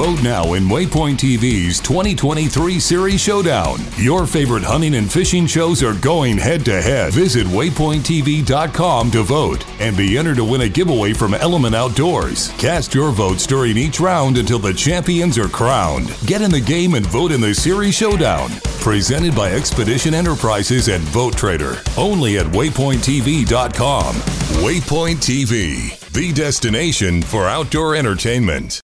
Speaker 8: Vote now in Waypoint TV's 2023 Series Showdown. Your favorite hunting and fishing shows are going head to head. Visit waypointtv.com to vote and be entered to win a giveaway from Element Outdoors. Cast your votes during each round until the champions are crowned. Get in the game and vote in the Series Showdown. Presented by Expedition Enterprises and Vote Trader. Only at waypointtv.com. Waypoint TV, the destination for outdoor entertainment.